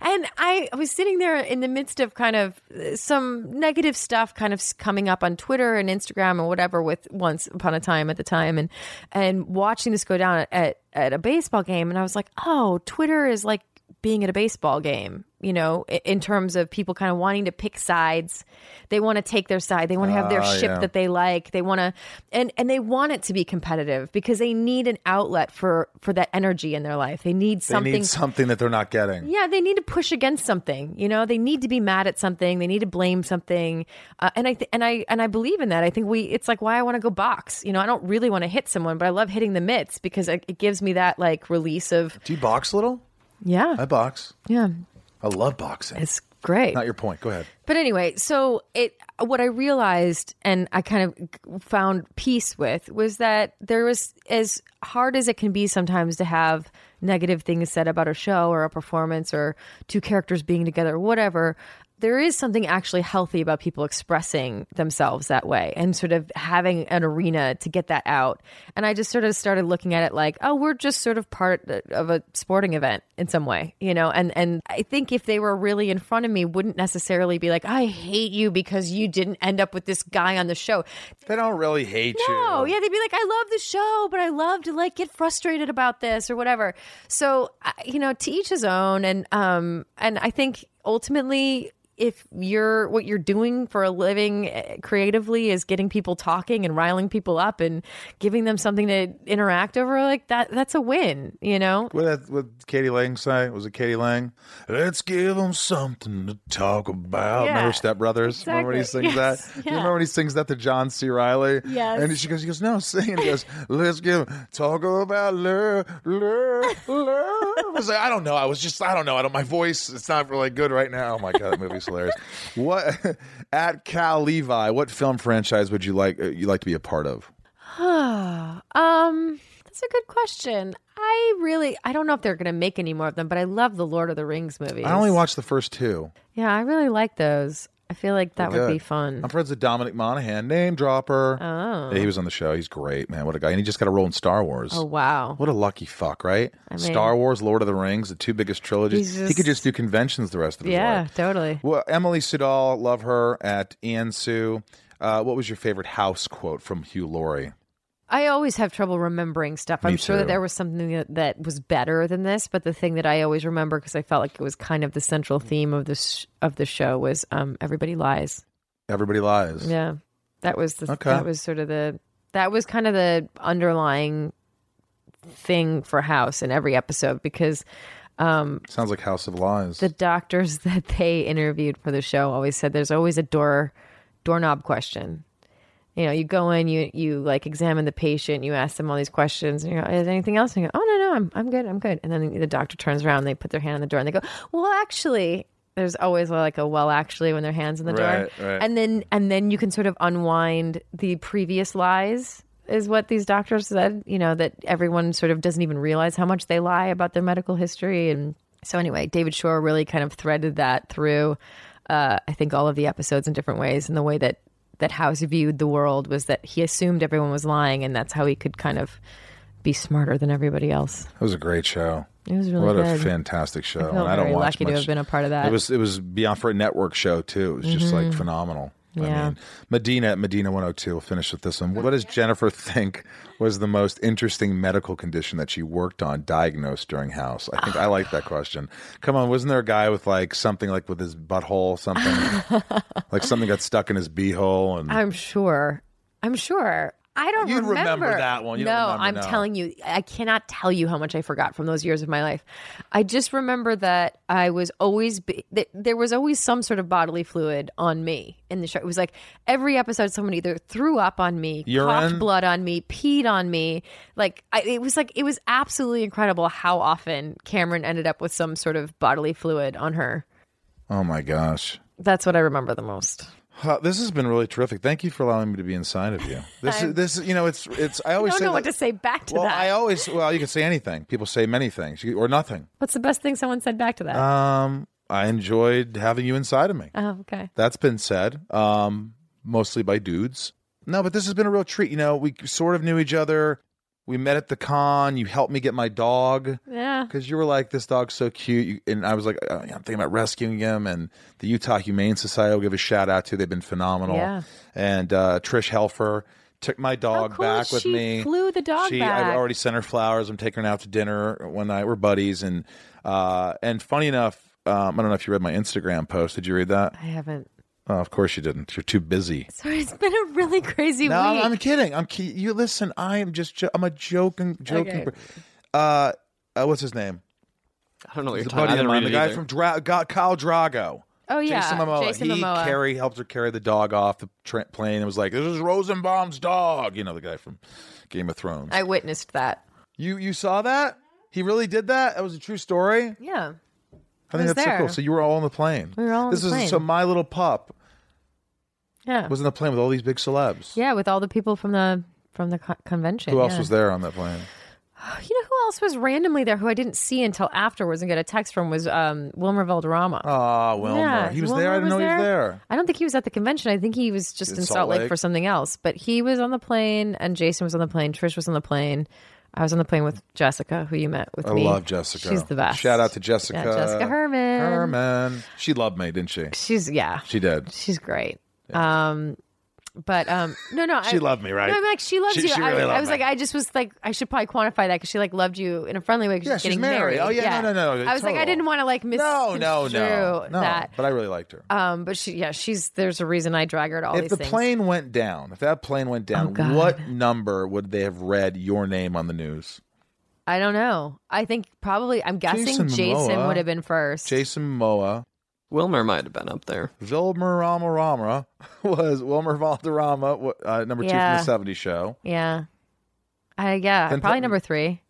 [SPEAKER 4] And I was sitting there in the midst of kind of uh, some negative stuff, kind of s- coming up on Twitter and Instagram and whatever. With once upon a time at the time, and and watching this go down at at a baseball game, and I was like, "Oh, Twitter is like being at a baseball game." You know, i- in terms of people kind of wanting to pick sides, they want to take their side. They want to have their
[SPEAKER 1] Ah,
[SPEAKER 4] ship
[SPEAKER 1] yeah.
[SPEAKER 4] that they like they want to and and they want it to be competitive because they need an outlet for for that energy in their life they need
[SPEAKER 1] They
[SPEAKER 4] something
[SPEAKER 1] need something that they're not getting.
[SPEAKER 4] yeah they need to push against something you know they need to be mad at something they need to blame something uh, and i th- and i and i believe in that i think we it's like why i want to go box you know i don't really want to hit someone but i love hitting the mitts because it, it gives me that like release of
[SPEAKER 1] Do you box a little? I
[SPEAKER 4] yeah
[SPEAKER 1] box.
[SPEAKER 4] yeah
[SPEAKER 1] I love boxing.
[SPEAKER 4] it's great
[SPEAKER 1] not your point. Go ahead.
[SPEAKER 4] But anyway, so it what I realized and I kind of found peace with was that there was as hard as it can be sometimes to have negative things said about a show or a performance or two characters being together or whatever. There is something actually healthy about people expressing themselves that way and sort of having an arena to get that out. And I just sort of started looking at it like, oh, we're just sort of part of a sporting event in some way, you know. And and I think if they were really in front of me, wouldn't necessarily be like, I hate you because you didn't end up with this guy on the show.
[SPEAKER 1] They don't really hate you.
[SPEAKER 4] No, Oh, yeah, they'd be like, I love the show, but I love to like get frustrated about this or whatever. So I- you know, to each his own, and um, and I think ultimately. if you're what you're doing for a living eh, creatively is getting people talking and riling people up and giving them something to interact over, like that that's a win, you know?
[SPEAKER 1] What did what Katie Lang say? Was it Katie Lang? Let's give them something to talk about.
[SPEAKER 4] Yeah,
[SPEAKER 1] remember Step Brothers? Remember when he
[SPEAKER 4] exactly.
[SPEAKER 1] sings
[SPEAKER 4] Yes,
[SPEAKER 1] that?
[SPEAKER 4] yeah.
[SPEAKER 1] You remember when he sings that to John C. Riley?
[SPEAKER 4] Yes.
[SPEAKER 1] And she goes, he goes, no, sing. And he goes, let's give 'em- talk about love, love, love. I was like, I don't know. I was just, I don't know. I don't. My voice, it's not really good right now. Oh my god, that movie's hilarious. What at Cal Levi? What film franchise would you like? Uh, you like to be a part of?
[SPEAKER 4] um that's a good question. I really I don't know if they're gonna make any more of them, but I love the Lord of the Rings movies.
[SPEAKER 1] I only watched the first two.
[SPEAKER 4] Yeah, I really like those. I feel like that would
[SPEAKER 1] Good.
[SPEAKER 4] be fun.
[SPEAKER 1] I'm friends with Dominic Monaghan, name dropper.
[SPEAKER 4] Oh.
[SPEAKER 1] Yeah, he was on the show. He's great, man. What a guy. And he just got a role in Star Wars.
[SPEAKER 4] Oh wow.
[SPEAKER 1] What a lucky fuck, right?
[SPEAKER 4] mean-
[SPEAKER 1] Star Wars, Lord of the Rings, the two biggest trilogies.
[SPEAKER 4] He's
[SPEAKER 1] He could
[SPEAKER 4] just-
[SPEAKER 1] just do conventions the rest of his
[SPEAKER 4] Yeah,
[SPEAKER 1] life.
[SPEAKER 4] totally.
[SPEAKER 1] Well, Emily Sudol, love her at Ian Sue. Uh, what was your favorite house quote from Hugh Laurie?
[SPEAKER 4] I always have trouble remembering stuff. I'm sure
[SPEAKER 1] too.
[SPEAKER 4] that there was something that, that was better than this, but the thing that I always remember because I felt like it was kind of the central theme of this of the show was um, everybody lies.
[SPEAKER 1] Everybody lies.
[SPEAKER 4] Yeah, that was the
[SPEAKER 1] Okay.
[SPEAKER 4] that was sort of the that was kind of the underlying thing for House in every episode because
[SPEAKER 1] Sounds like House of Lies.
[SPEAKER 4] the doctors that they interviewed for the show always said there's always a door doorknob question. You know, you go in, you you like examine the patient, you ask them all these questions, and you go, "Is there anything else?" And you go, "Oh no, no, I'm I'm good, I'm good." And then the doctor turns around, they put their hand on the door, and they go, "Well, actually." There's always like a well, actually, when their hands on the door,
[SPEAKER 1] Right, right.
[SPEAKER 4] and then and then you can sort of unwind the previous lies, is what these doctors said. You know that everyone sort of doesn't even realize how much they lie about their medical history, and so anyway, David Shore really kind of threaded that through. Uh, I think all of the episodes in different ways, and the way that that House viewed the world was that he assumed everyone was lying, and that's how he could kind of be smarter than everybody else.
[SPEAKER 1] That was a great show.
[SPEAKER 4] It was really
[SPEAKER 1] what
[SPEAKER 4] good.
[SPEAKER 1] a fantastic show.
[SPEAKER 4] I felt
[SPEAKER 1] and I don't
[SPEAKER 4] very
[SPEAKER 1] watch
[SPEAKER 4] lucky
[SPEAKER 1] much.
[SPEAKER 4] to have been a part of that. Mm-hmm.
[SPEAKER 1] It was it was beyond for a network show too. It was just like phenomenal. I
[SPEAKER 4] Yeah.
[SPEAKER 1] mean, Medina at Medina 102. We'll finish with this one. What does Jennifer think was the most interesting medical condition that she worked on diagnosed during house? I think I like that question. Come on, wasn't there a guy with like something like with his butthole, something like something got stuck in his beehole? And
[SPEAKER 4] I'm sure. I'm sure. I don't
[SPEAKER 1] You'd remember that one. You
[SPEAKER 4] no,
[SPEAKER 1] don't remember
[SPEAKER 4] I'm
[SPEAKER 1] now.
[SPEAKER 4] telling you, I cannot tell you how much I forgot from those years of my life. I just remember that I was always be- that there was always some sort of bodily fluid on me in the show. It was like every episode, someone either threw up on me,
[SPEAKER 1] Urine?
[SPEAKER 4] coughed blood on me, peed on me. Like I, it was like it was absolutely incredible how often Cameron ended up with some sort of bodily fluid on her.
[SPEAKER 1] oh my gosh.
[SPEAKER 4] That's what I remember the most.
[SPEAKER 1] Huh, this has been really terrific. Thank you for allowing me to be inside of you. This is this is you know it's it's I
[SPEAKER 4] I
[SPEAKER 1] always
[SPEAKER 4] don't
[SPEAKER 1] say
[SPEAKER 4] know what
[SPEAKER 1] that-
[SPEAKER 4] to say back to
[SPEAKER 1] well,
[SPEAKER 4] that.
[SPEAKER 1] I always well, you can say anything. People say many things you- or nothing.
[SPEAKER 4] What's the best thing someone said back to that?
[SPEAKER 1] Um, I enjoyed having you inside of me.
[SPEAKER 4] Oh, okay.
[SPEAKER 1] That's been said, um, mostly by dudes. No, but this has been a real treat. You know, we sort of knew each other. We met at the con. You helped me get my dog
[SPEAKER 4] Yeah.
[SPEAKER 1] because you were like, "This dog's so cute," you, and I was like, "Uh, "I'm thinking about rescuing him." And the Utah Humane Society, will give a shout out to. They've been phenomenal.
[SPEAKER 4] Yeah.
[SPEAKER 1] And uh, Trish Helfer took my dog
[SPEAKER 4] cool.
[SPEAKER 1] back with
[SPEAKER 4] She
[SPEAKER 1] me.
[SPEAKER 4] flew the dog
[SPEAKER 1] She, I've
[SPEAKER 4] back.
[SPEAKER 1] already sent her flowers. I'm taking her out to dinner one night. We're buddies, and uh, and funny enough. Um, I don't know if you read my Instagram post. Did you read that?
[SPEAKER 4] I haven't.
[SPEAKER 1] Oh, of course you didn't. You're too busy.
[SPEAKER 4] So it's been a really crazy
[SPEAKER 1] No, I'm-
[SPEAKER 4] week.
[SPEAKER 1] I'm kidding. I'm ki- you. Listen, I am just. Jo- I'm a joking, joking.
[SPEAKER 4] Okay.
[SPEAKER 1] per- Uh, uh, what's his name?
[SPEAKER 2] I don't know what you're
[SPEAKER 1] The
[SPEAKER 2] talking
[SPEAKER 1] buddy of
[SPEAKER 2] about.
[SPEAKER 1] mine, the guy from Dra- Ga- Kyle Drago.
[SPEAKER 4] oh yeah,
[SPEAKER 1] Jason Momoa.
[SPEAKER 4] Jason
[SPEAKER 1] he
[SPEAKER 4] Momoa.
[SPEAKER 1] carry helped her carry the dog off the tra- plane and was like, "This is Rosenbaum's dog." You know the guy from Game of Thrones.
[SPEAKER 4] I witnessed that.
[SPEAKER 1] you you saw that? He really did that. That was a true story.
[SPEAKER 4] Yeah.
[SPEAKER 1] I think
[SPEAKER 4] was
[SPEAKER 1] that's so
[SPEAKER 4] there.
[SPEAKER 1] cool. So you were all on the plane.
[SPEAKER 4] We were all on
[SPEAKER 1] This
[SPEAKER 4] the
[SPEAKER 1] is
[SPEAKER 4] plane.
[SPEAKER 1] so my little pup
[SPEAKER 4] Yeah.
[SPEAKER 1] was in the plane with all these big celebs.
[SPEAKER 4] yeah, with all the people from the from the co- convention.
[SPEAKER 1] Who else
[SPEAKER 4] yeah.
[SPEAKER 1] was there on that plane?
[SPEAKER 4] You know who else was randomly there who I didn't see until afterwards and got a text from was um, Wilmer Valderrama.
[SPEAKER 1] Ah, Wilmer.
[SPEAKER 4] Yeah,
[SPEAKER 1] he was
[SPEAKER 4] Wilmer
[SPEAKER 1] there. I didn't know he was there.
[SPEAKER 4] I don't think he was at the convention. I think he was just in, Salt, Lake. for something else. But he was on the plane, and Jason was on the plane. Trish was on the plane. I was on the plane with Jessica, who you met with
[SPEAKER 1] I
[SPEAKER 4] me.
[SPEAKER 1] love Jessica.
[SPEAKER 4] She's the best.
[SPEAKER 1] Shout out to Jessica.
[SPEAKER 4] Yeah, Jessica Herman.
[SPEAKER 1] Herman. She loved me, didn't she?
[SPEAKER 4] She's yeah,
[SPEAKER 1] She did.
[SPEAKER 4] she's great. Um, But um, no, no,
[SPEAKER 1] She
[SPEAKER 4] I,
[SPEAKER 1] loved me, right?
[SPEAKER 4] No, I'm like she loves
[SPEAKER 1] She-
[SPEAKER 4] you.
[SPEAKER 1] she
[SPEAKER 4] I,
[SPEAKER 1] really loved
[SPEAKER 4] I was
[SPEAKER 1] me.
[SPEAKER 4] like, I just was like, I should probably quantify that because she like loved you in a friendly way. 'cause
[SPEAKER 1] Yeah,
[SPEAKER 4] she's
[SPEAKER 1] she's
[SPEAKER 4] getting
[SPEAKER 1] married.
[SPEAKER 4] married.
[SPEAKER 1] Oh, yeah, no, no, no, no,
[SPEAKER 4] I was like, I
[SPEAKER 1] total.
[SPEAKER 4] didn't want to like miss.
[SPEAKER 1] No, no, no, no.
[SPEAKER 4] that.
[SPEAKER 1] But I really liked her.
[SPEAKER 4] um, but she, yeah, she's there's a reason I drag her to all
[SPEAKER 1] if
[SPEAKER 4] these
[SPEAKER 1] the
[SPEAKER 4] things.
[SPEAKER 1] plane went down, if that plane went down,
[SPEAKER 4] Oh, God.
[SPEAKER 1] what number would they have read your name on the news?
[SPEAKER 4] I don't know. I think probably I'm guessing
[SPEAKER 1] Jason
[SPEAKER 4] Jason,
[SPEAKER 1] Momoa.
[SPEAKER 4] would have been first.
[SPEAKER 1] Jason Momoa,
[SPEAKER 2] Wilmer might have been up there.
[SPEAKER 1] Vilmer Rama Rama was Wilmer Valderrama, wa- uh, number
[SPEAKER 4] Yeah.
[SPEAKER 1] two from the '70s show.
[SPEAKER 4] yeah, I yeah,
[SPEAKER 1] Then
[SPEAKER 4] probably
[SPEAKER 1] put-
[SPEAKER 4] number three,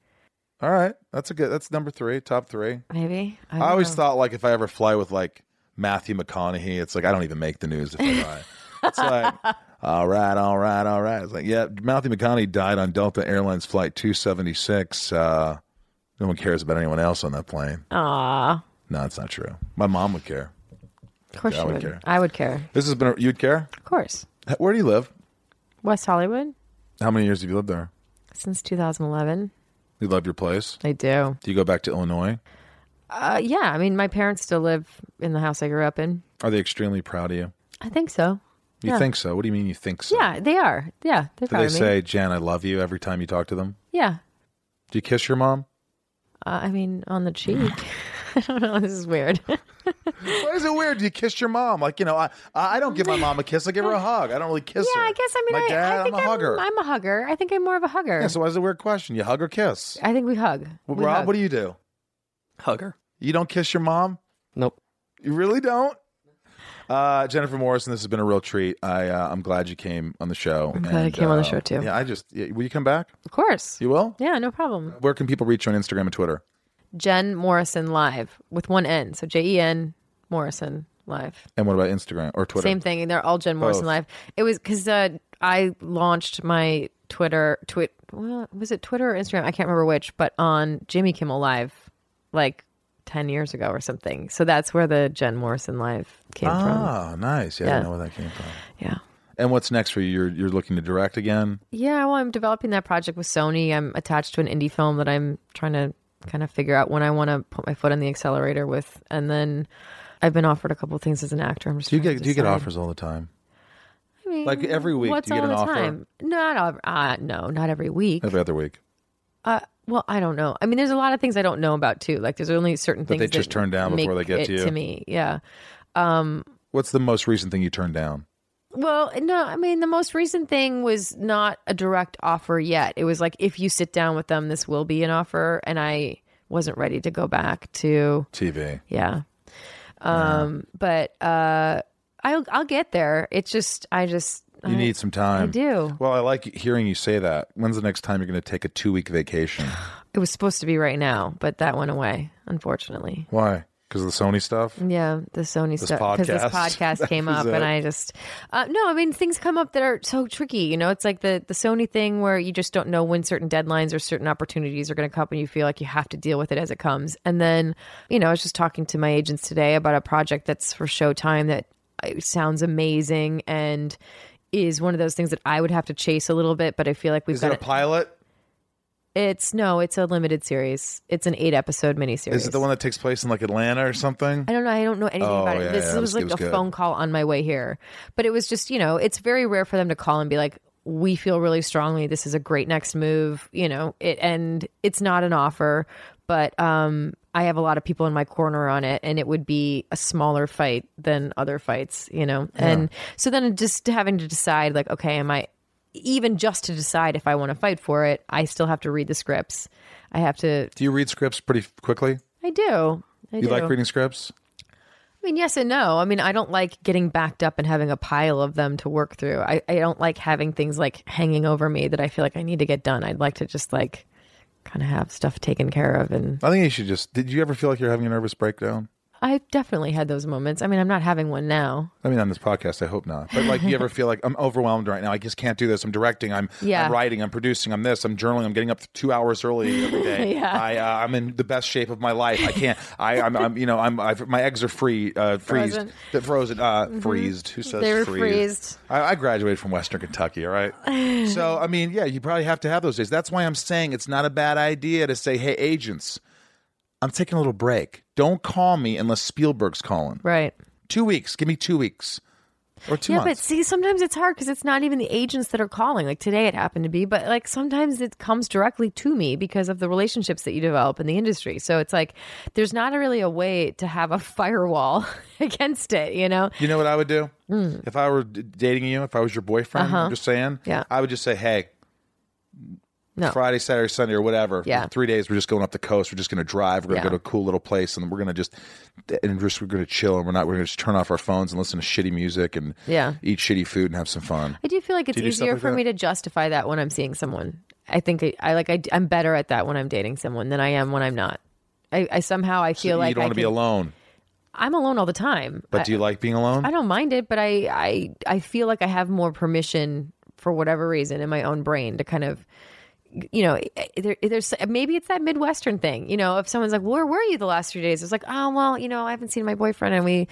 [SPEAKER 1] All right, that's a good. That's number three, top three.
[SPEAKER 4] maybe. I,
[SPEAKER 1] I,
[SPEAKER 4] don't
[SPEAKER 1] always
[SPEAKER 4] know.
[SPEAKER 1] thought like if I ever fly with like Matthew McConaughey, it's like I don't even make the news if I die. it's like all right, all right, all right. It's like yeah, Matthew McConaughey died on Delta Airlines flight 276. Uh, no one cares about anyone else on that plane.
[SPEAKER 4] Aw,
[SPEAKER 1] No, it's not true. My mom would care.
[SPEAKER 4] of course
[SPEAKER 1] Yeah, I
[SPEAKER 4] you
[SPEAKER 1] would
[SPEAKER 4] would.
[SPEAKER 1] care.
[SPEAKER 4] I would care,
[SPEAKER 1] This has been a, you'd care.
[SPEAKER 4] of course.
[SPEAKER 1] Where do you live?
[SPEAKER 4] West Hollywood
[SPEAKER 1] How many years have you lived there?
[SPEAKER 4] since 2011.
[SPEAKER 1] You love your place.
[SPEAKER 4] I do.
[SPEAKER 1] Do you go back to Illinois?
[SPEAKER 4] Uh, yeah, I mean, my parents still live in the house I grew up in.
[SPEAKER 1] Are they extremely proud of you?
[SPEAKER 4] I think so.
[SPEAKER 1] You
[SPEAKER 4] Yeah.
[SPEAKER 1] think so? What do you mean you think so?
[SPEAKER 4] Yeah, they are. Yeah, they're
[SPEAKER 1] Do
[SPEAKER 4] proud
[SPEAKER 1] they
[SPEAKER 4] of me.
[SPEAKER 1] say, Jan, I love you every time you talk to them?
[SPEAKER 4] Yeah,
[SPEAKER 1] Do you kiss your mom?
[SPEAKER 4] uh, I mean, on the cheek. I don't know. This is weird.
[SPEAKER 1] Why is it weird? You kissed your mom. Like, you know, I I I don't give my mom a kiss. I give her a hug. I don't really kiss
[SPEAKER 4] yeah,
[SPEAKER 1] her.
[SPEAKER 4] I guess. I mean,
[SPEAKER 1] my
[SPEAKER 4] I,
[SPEAKER 1] dad,
[SPEAKER 4] I think
[SPEAKER 1] am a hugger.
[SPEAKER 4] I'm a hugger. I think I'm more of a hugger.
[SPEAKER 1] yeah, so why is it a weird question? You hug or kiss?
[SPEAKER 4] I think we hug.
[SPEAKER 1] Well,
[SPEAKER 4] We
[SPEAKER 1] Rob,
[SPEAKER 4] hug.
[SPEAKER 1] what do you do?
[SPEAKER 2] Hugger.
[SPEAKER 1] You don't kiss your mom?
[SPEAKER 2] Nope.
[SPEAKER 1] You really don't? Uh, Jennifer Morrison, this has been a real treat. I uh, I'm glad you came on the show. I'm
[SPEAKER 4] glad I came on the show, too.
[SPEAKER 1] Yeah, I just yeah, will you come back?
[SPEAKER 4] of course.
[SPEAKER 1] You will.
[SPEAKER 4] Yeah, no problem.
[SPEAKER 1] Where can people reach you on Instagram and Twitter?
[SPEAKER 4] Jen Morrison live with one N. So J E N Morrison live.
[SPEAKER 1] And what about Instagram or Twitter?
[SPEAKER 4] Same thing. They're all Jen Morrison
[SPEAKER 1] Both.
[SPEAKER 4] live. It was because uh, I launched my Twitter twit. Well, was it Twitter or Instagram? I can't remember which, but on Jimmy Kimmel Live, like ten years ago or something. So that's where the Jen Morrison live came from.
[SPEAKER 1] Ah, nice. Yeah, I didn't
[SPEAKER 4] Yeah.
[SPEAKER 1] know where that came from.
[SPEAKER 4] Yeah.
[SPEAKER 1] And what's next for you? You're you're looking to direct again?
[SPEAKER 4] Yeah, well, I'm developing that project with Sony. I'm attached to an indie film that I'm trying to kind of figure out when I want to put my foot on the accelerator with, and then I've been offered a couple of things as an actor. I'm just
[SPEAKER 1] Do you
[SPEAKER 4] trying
[SPEAKER 1] get
[SPEAKER 4] to
[SPEAKER 1] do you get
[SPEAKER 4] decide.
[SPEAKER 1] offers all the time?
[SPEAKER 4] I mean,
[SPEAKER 1] like, every week,
[SPEAKER 4] What's
[SPEAKER 1] do you get an
[SPEAKER 4] all the
[SPEAKER 1] offer?
[SPEAKER 4] time? Not all- uh, no, not every week.
[SPEAKER 1] Every other week.
[SPEAKER 4] Uh, well, I don't know. I mean, there's a lot of things I don't know about too. Like, there's only certain
[SPEAKER 1] That
[SPEAKER 4] things
[SPEAKER 1] they just turn down before
[SPEAKER 4] make
[SPEAKER 1] they get
[SPEAKER 4] it
[SPEAKER 1] to you?
[SPEAKER 4] To me, yeah.
[SPEAKER 1] What's the most recent thing you turned down?
[SPEAKER 4] Well, no, I mean, the most recent thing was not a direct offer yet. It was like, if you sit down with them, this will be an offer. And I wasn't ready to go back to,
[SPEAKER 1] TV.
[SPEAKER 4] yeah. Um, but, uh, I'll, I'll get there. It's just, I just,
[SPEAKER 1] You
[SPEAKER 4] I,
[SPEAKER 1] need some time.
[SPEAKER 4] I do.
[SPEAKER 1] Well, I like hearing you say that. When's the next time you're going to take a two week vacation?
[SPEAKER 4] It was supposed to be right now, but that went away, unfortunately.
[SPEAKER 1] Why? Because of the Sony stuff?
[SPEAKER 4] Yeah, the Sony stuff because this
[SPEAKER 1] podcast.
[SPEAKER 4] podcast came
[SPEAKER 1] That
[SPEAKER 4] up,
[SPEAKER 1] was
[SPEAKER 4] and
[SPEAKER 1] it.
[SPEAKER 4] I just uh, no. I mean, things come up that are so tricky. You know, it's like the the Sony thing where you just don't know when certain deadlines or certain opportunities are going to come, and you feel like you have to deal with it as it comes. And then, you know, I was just talking to my agents today about a project that's for Showtime that uh, sounds amazing and is one of those things that I would have to chase a little bit, but I feel like we've
[SPEAKER 1] Is it
[SPEAKER 4] got
[SPEAKER 1] a
[SPEAKER 4] it.
[SPEAKER 1] pilot?
[SPEAKER 4] It's no, it's a limited series. It's an eight episode miniseries.
[SPEAKER 1] Is it the one that takes place in like Atlanta or something?
[SPEAKER 4] I don't know. I don't know anything
[SPEAKER 1] Oh,
[SPEAKER 4] about it.
[SPEAKER 1] yeah,
[SPEAKER 4] this
[SPEAKER 1] yeah, it was-
[SPEAKER 4] was
[SPEAKER 1] it
[SPEAKER 4] like
[SPEAKER 1] was
[SPEAKER 4] a
[SPEAKER 1] good.
[SPEAKER 4] phone call on my way here, but it was just you know, it's very rare for them to call and be like, "We feel really strongly this is a great next move." You know, it and it's not an offer, but um, I have a lot of people in my corner on it, and it would be a smaller fight than other fights, you know. And so then just having to decide, like, okay, am I even just to decide if I want to fight for it? I still have to read the scripts. I have to.
[SPEAKER 1] Do you read scripts pretty f- quickly?
[SPEAKER 4] I do. I
[SPEAKER 1] You
[SPEAKER 4] do.
[SPEAKER 1] like reading scripts?
[SPEAKER 4] I mean, yes and no. I mean, I don't like getting backed up and having a pile of them to work through. I, I don't like having things like hanging over me that I feel like I need to get done. I'd like to just like kind of have stuff taken care of. And
[SPEAKER 1] I think you should just. Did you ever feel like you're having a nervous breakdown?
[SPEAKER 4] I definitely had those moments. I mean, I'm not having one now.
[SPEAKER 1] I mean, on this podcast, I hope not. But like, you ever feel like I'm overwhelmed right now? I just can't do this. I'm directing. I'm,
[SPEAKER 4] Yeah.
[SPEAKER 1] I'm writing. I'm producing. I'm this. I'm journaling. I'm getting up two hours early every day.
[SPEAKER 4] Yeah.
[SPEAKER 1] I, uh, I'm in the best shape of my life. I can't. I, I'm, I'm. You know. I'm. I've, my eggs are free. Uh, freezed.
[SPEAKER 4] Frozen.
[SPEAKER 1] They're frozen. Uh, Freezed. Who says
[SPEAKER 4] They were
[SPEAKER 1] freezed?
[SPEAKER 4] freezed.
[SPEAKER 1] I, I graduated from Western Kentucky. All right. so I mean, yeah, you probably have to have those days. That's why I'm saying it's not a bad idea to say, "Hey, agents, I'm taking a little break. Don't call me unless Spielberg's calling."
[SPEAKER 4] Right.
[SPEAKER 1] Two weeks. Give me two weeks. or two
[SPEAKER 4] yeah,
[SPEAKER 1] months.
[SPEAKER 4] but see, sometimes it's hard because it's not even the agents that are calling. Like today, it happened to be, but like sometimes it comes directly to me because of the relationships that you develop in the industry. So it's like there's not really a way to have a firewall against it, you know?
[SPEAKER 1] You know what I would do if I were d- dating you? If I was your boyfriend, I'm just saying.
[SPEAKER 4] Mm. Uh-huh. Yeah.
[SPEAKER 1] I would just say, hey.
[SPEAKER 4] No.
[SPEAKER 1] Friday, Saturday, Sunday, or whatever.
[SPEAKER 4] Yeah.
[SPEAKER 1] in Three days. We're just going up the coast. We're just going to drive. We're going to go
[SPEAKER 4] Yeah.
[SPEAKER 1] to a cool little place, and we're going to just and just we're going to chill, and we're not. We're going to just turn off our phones and listen to shitty music and
[SPEAKER 4] Yeah.
[SPEAKER 1] eat shitty food and have some fun.
[SPEAKER 4] I do feel like it's
[SPEAKER 1] you do stuff
[SPEAKER 4] easier
[SPEAKER 1] like
[SPEAKER 4] for
[SPEAKER 1] that?
[SPEAKER 4] me to justify that when I'm seeing someone. I think I, I like I, am better at that when I'm dating someone than I am when I'm not. I, I somehow I feel
[SPEAKER 1] you
[SPEAKER 4] like
[SPEAKER 1] don't
[SPEAKER 4] I
[SPEAKER 1] want to be
[SPEAKER 4] can-
[SPEAKER 1] alone,
[SPEAKER 4] I'm alone all the time.
[SPEAKER 1] but
[SPEAKER 4] I-
[SPEAKER 1] do you like being alone?
[SPEAKER 4] I don't mind it, but I, I I feel like I have more permission for whatever reason in my own brain to kind of you know eh, there, there's maybe it's that midwestern thing you know if someone's like where were you the last three days it's like oh well you know i haven't seen my boyfriend and we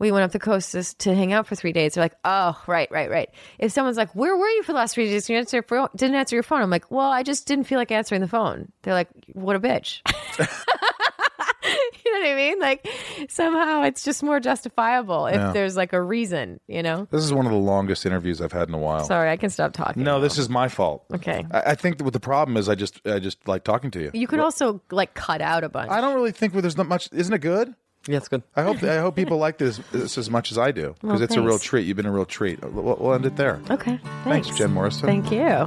[SPEAKER 4] we went up the coast to, to hang out for three days they're like oh right right right if someone's like where were you for the last three days you answer your phone- didn't answer your phone i'm like well i just didn't feel like answering the phone they're like what a bitch you know what i mean like somehow it's just more justifiable if there's like a reason you know
[SPEAKER 1] This is one of the longest interviews I've had in a while.
[SPEAKER 4] sorry i can stop talking
[SPEAKER 1] Oh. No, Uh, this is my fault.
[SPEAKER 4] Okay.
[SPEAKER 1] I, I think that what the problem is, I just I just like talking to you.
[SPEAKER 4] you could also like cut out a bunch
[SPEAKER 1] I don't really think where there's not much. Isn't it good?
[SPEAKER 2] Yeah, it's good.
[SPEAKER 1] I hope I hope people like this this as much as I do because
[SPEAKER 4] Well,
[SPEAKER 1] it's a real
[SPEAKER 4] thanks.
[SPEAKER 1] treat. You've been a real treat. We'll, we'll end it there.
[SPEAKER 4] okay
[SPEAKER 1] Thanks, Jen Morrison.
[SPEAKER 4] Thank you.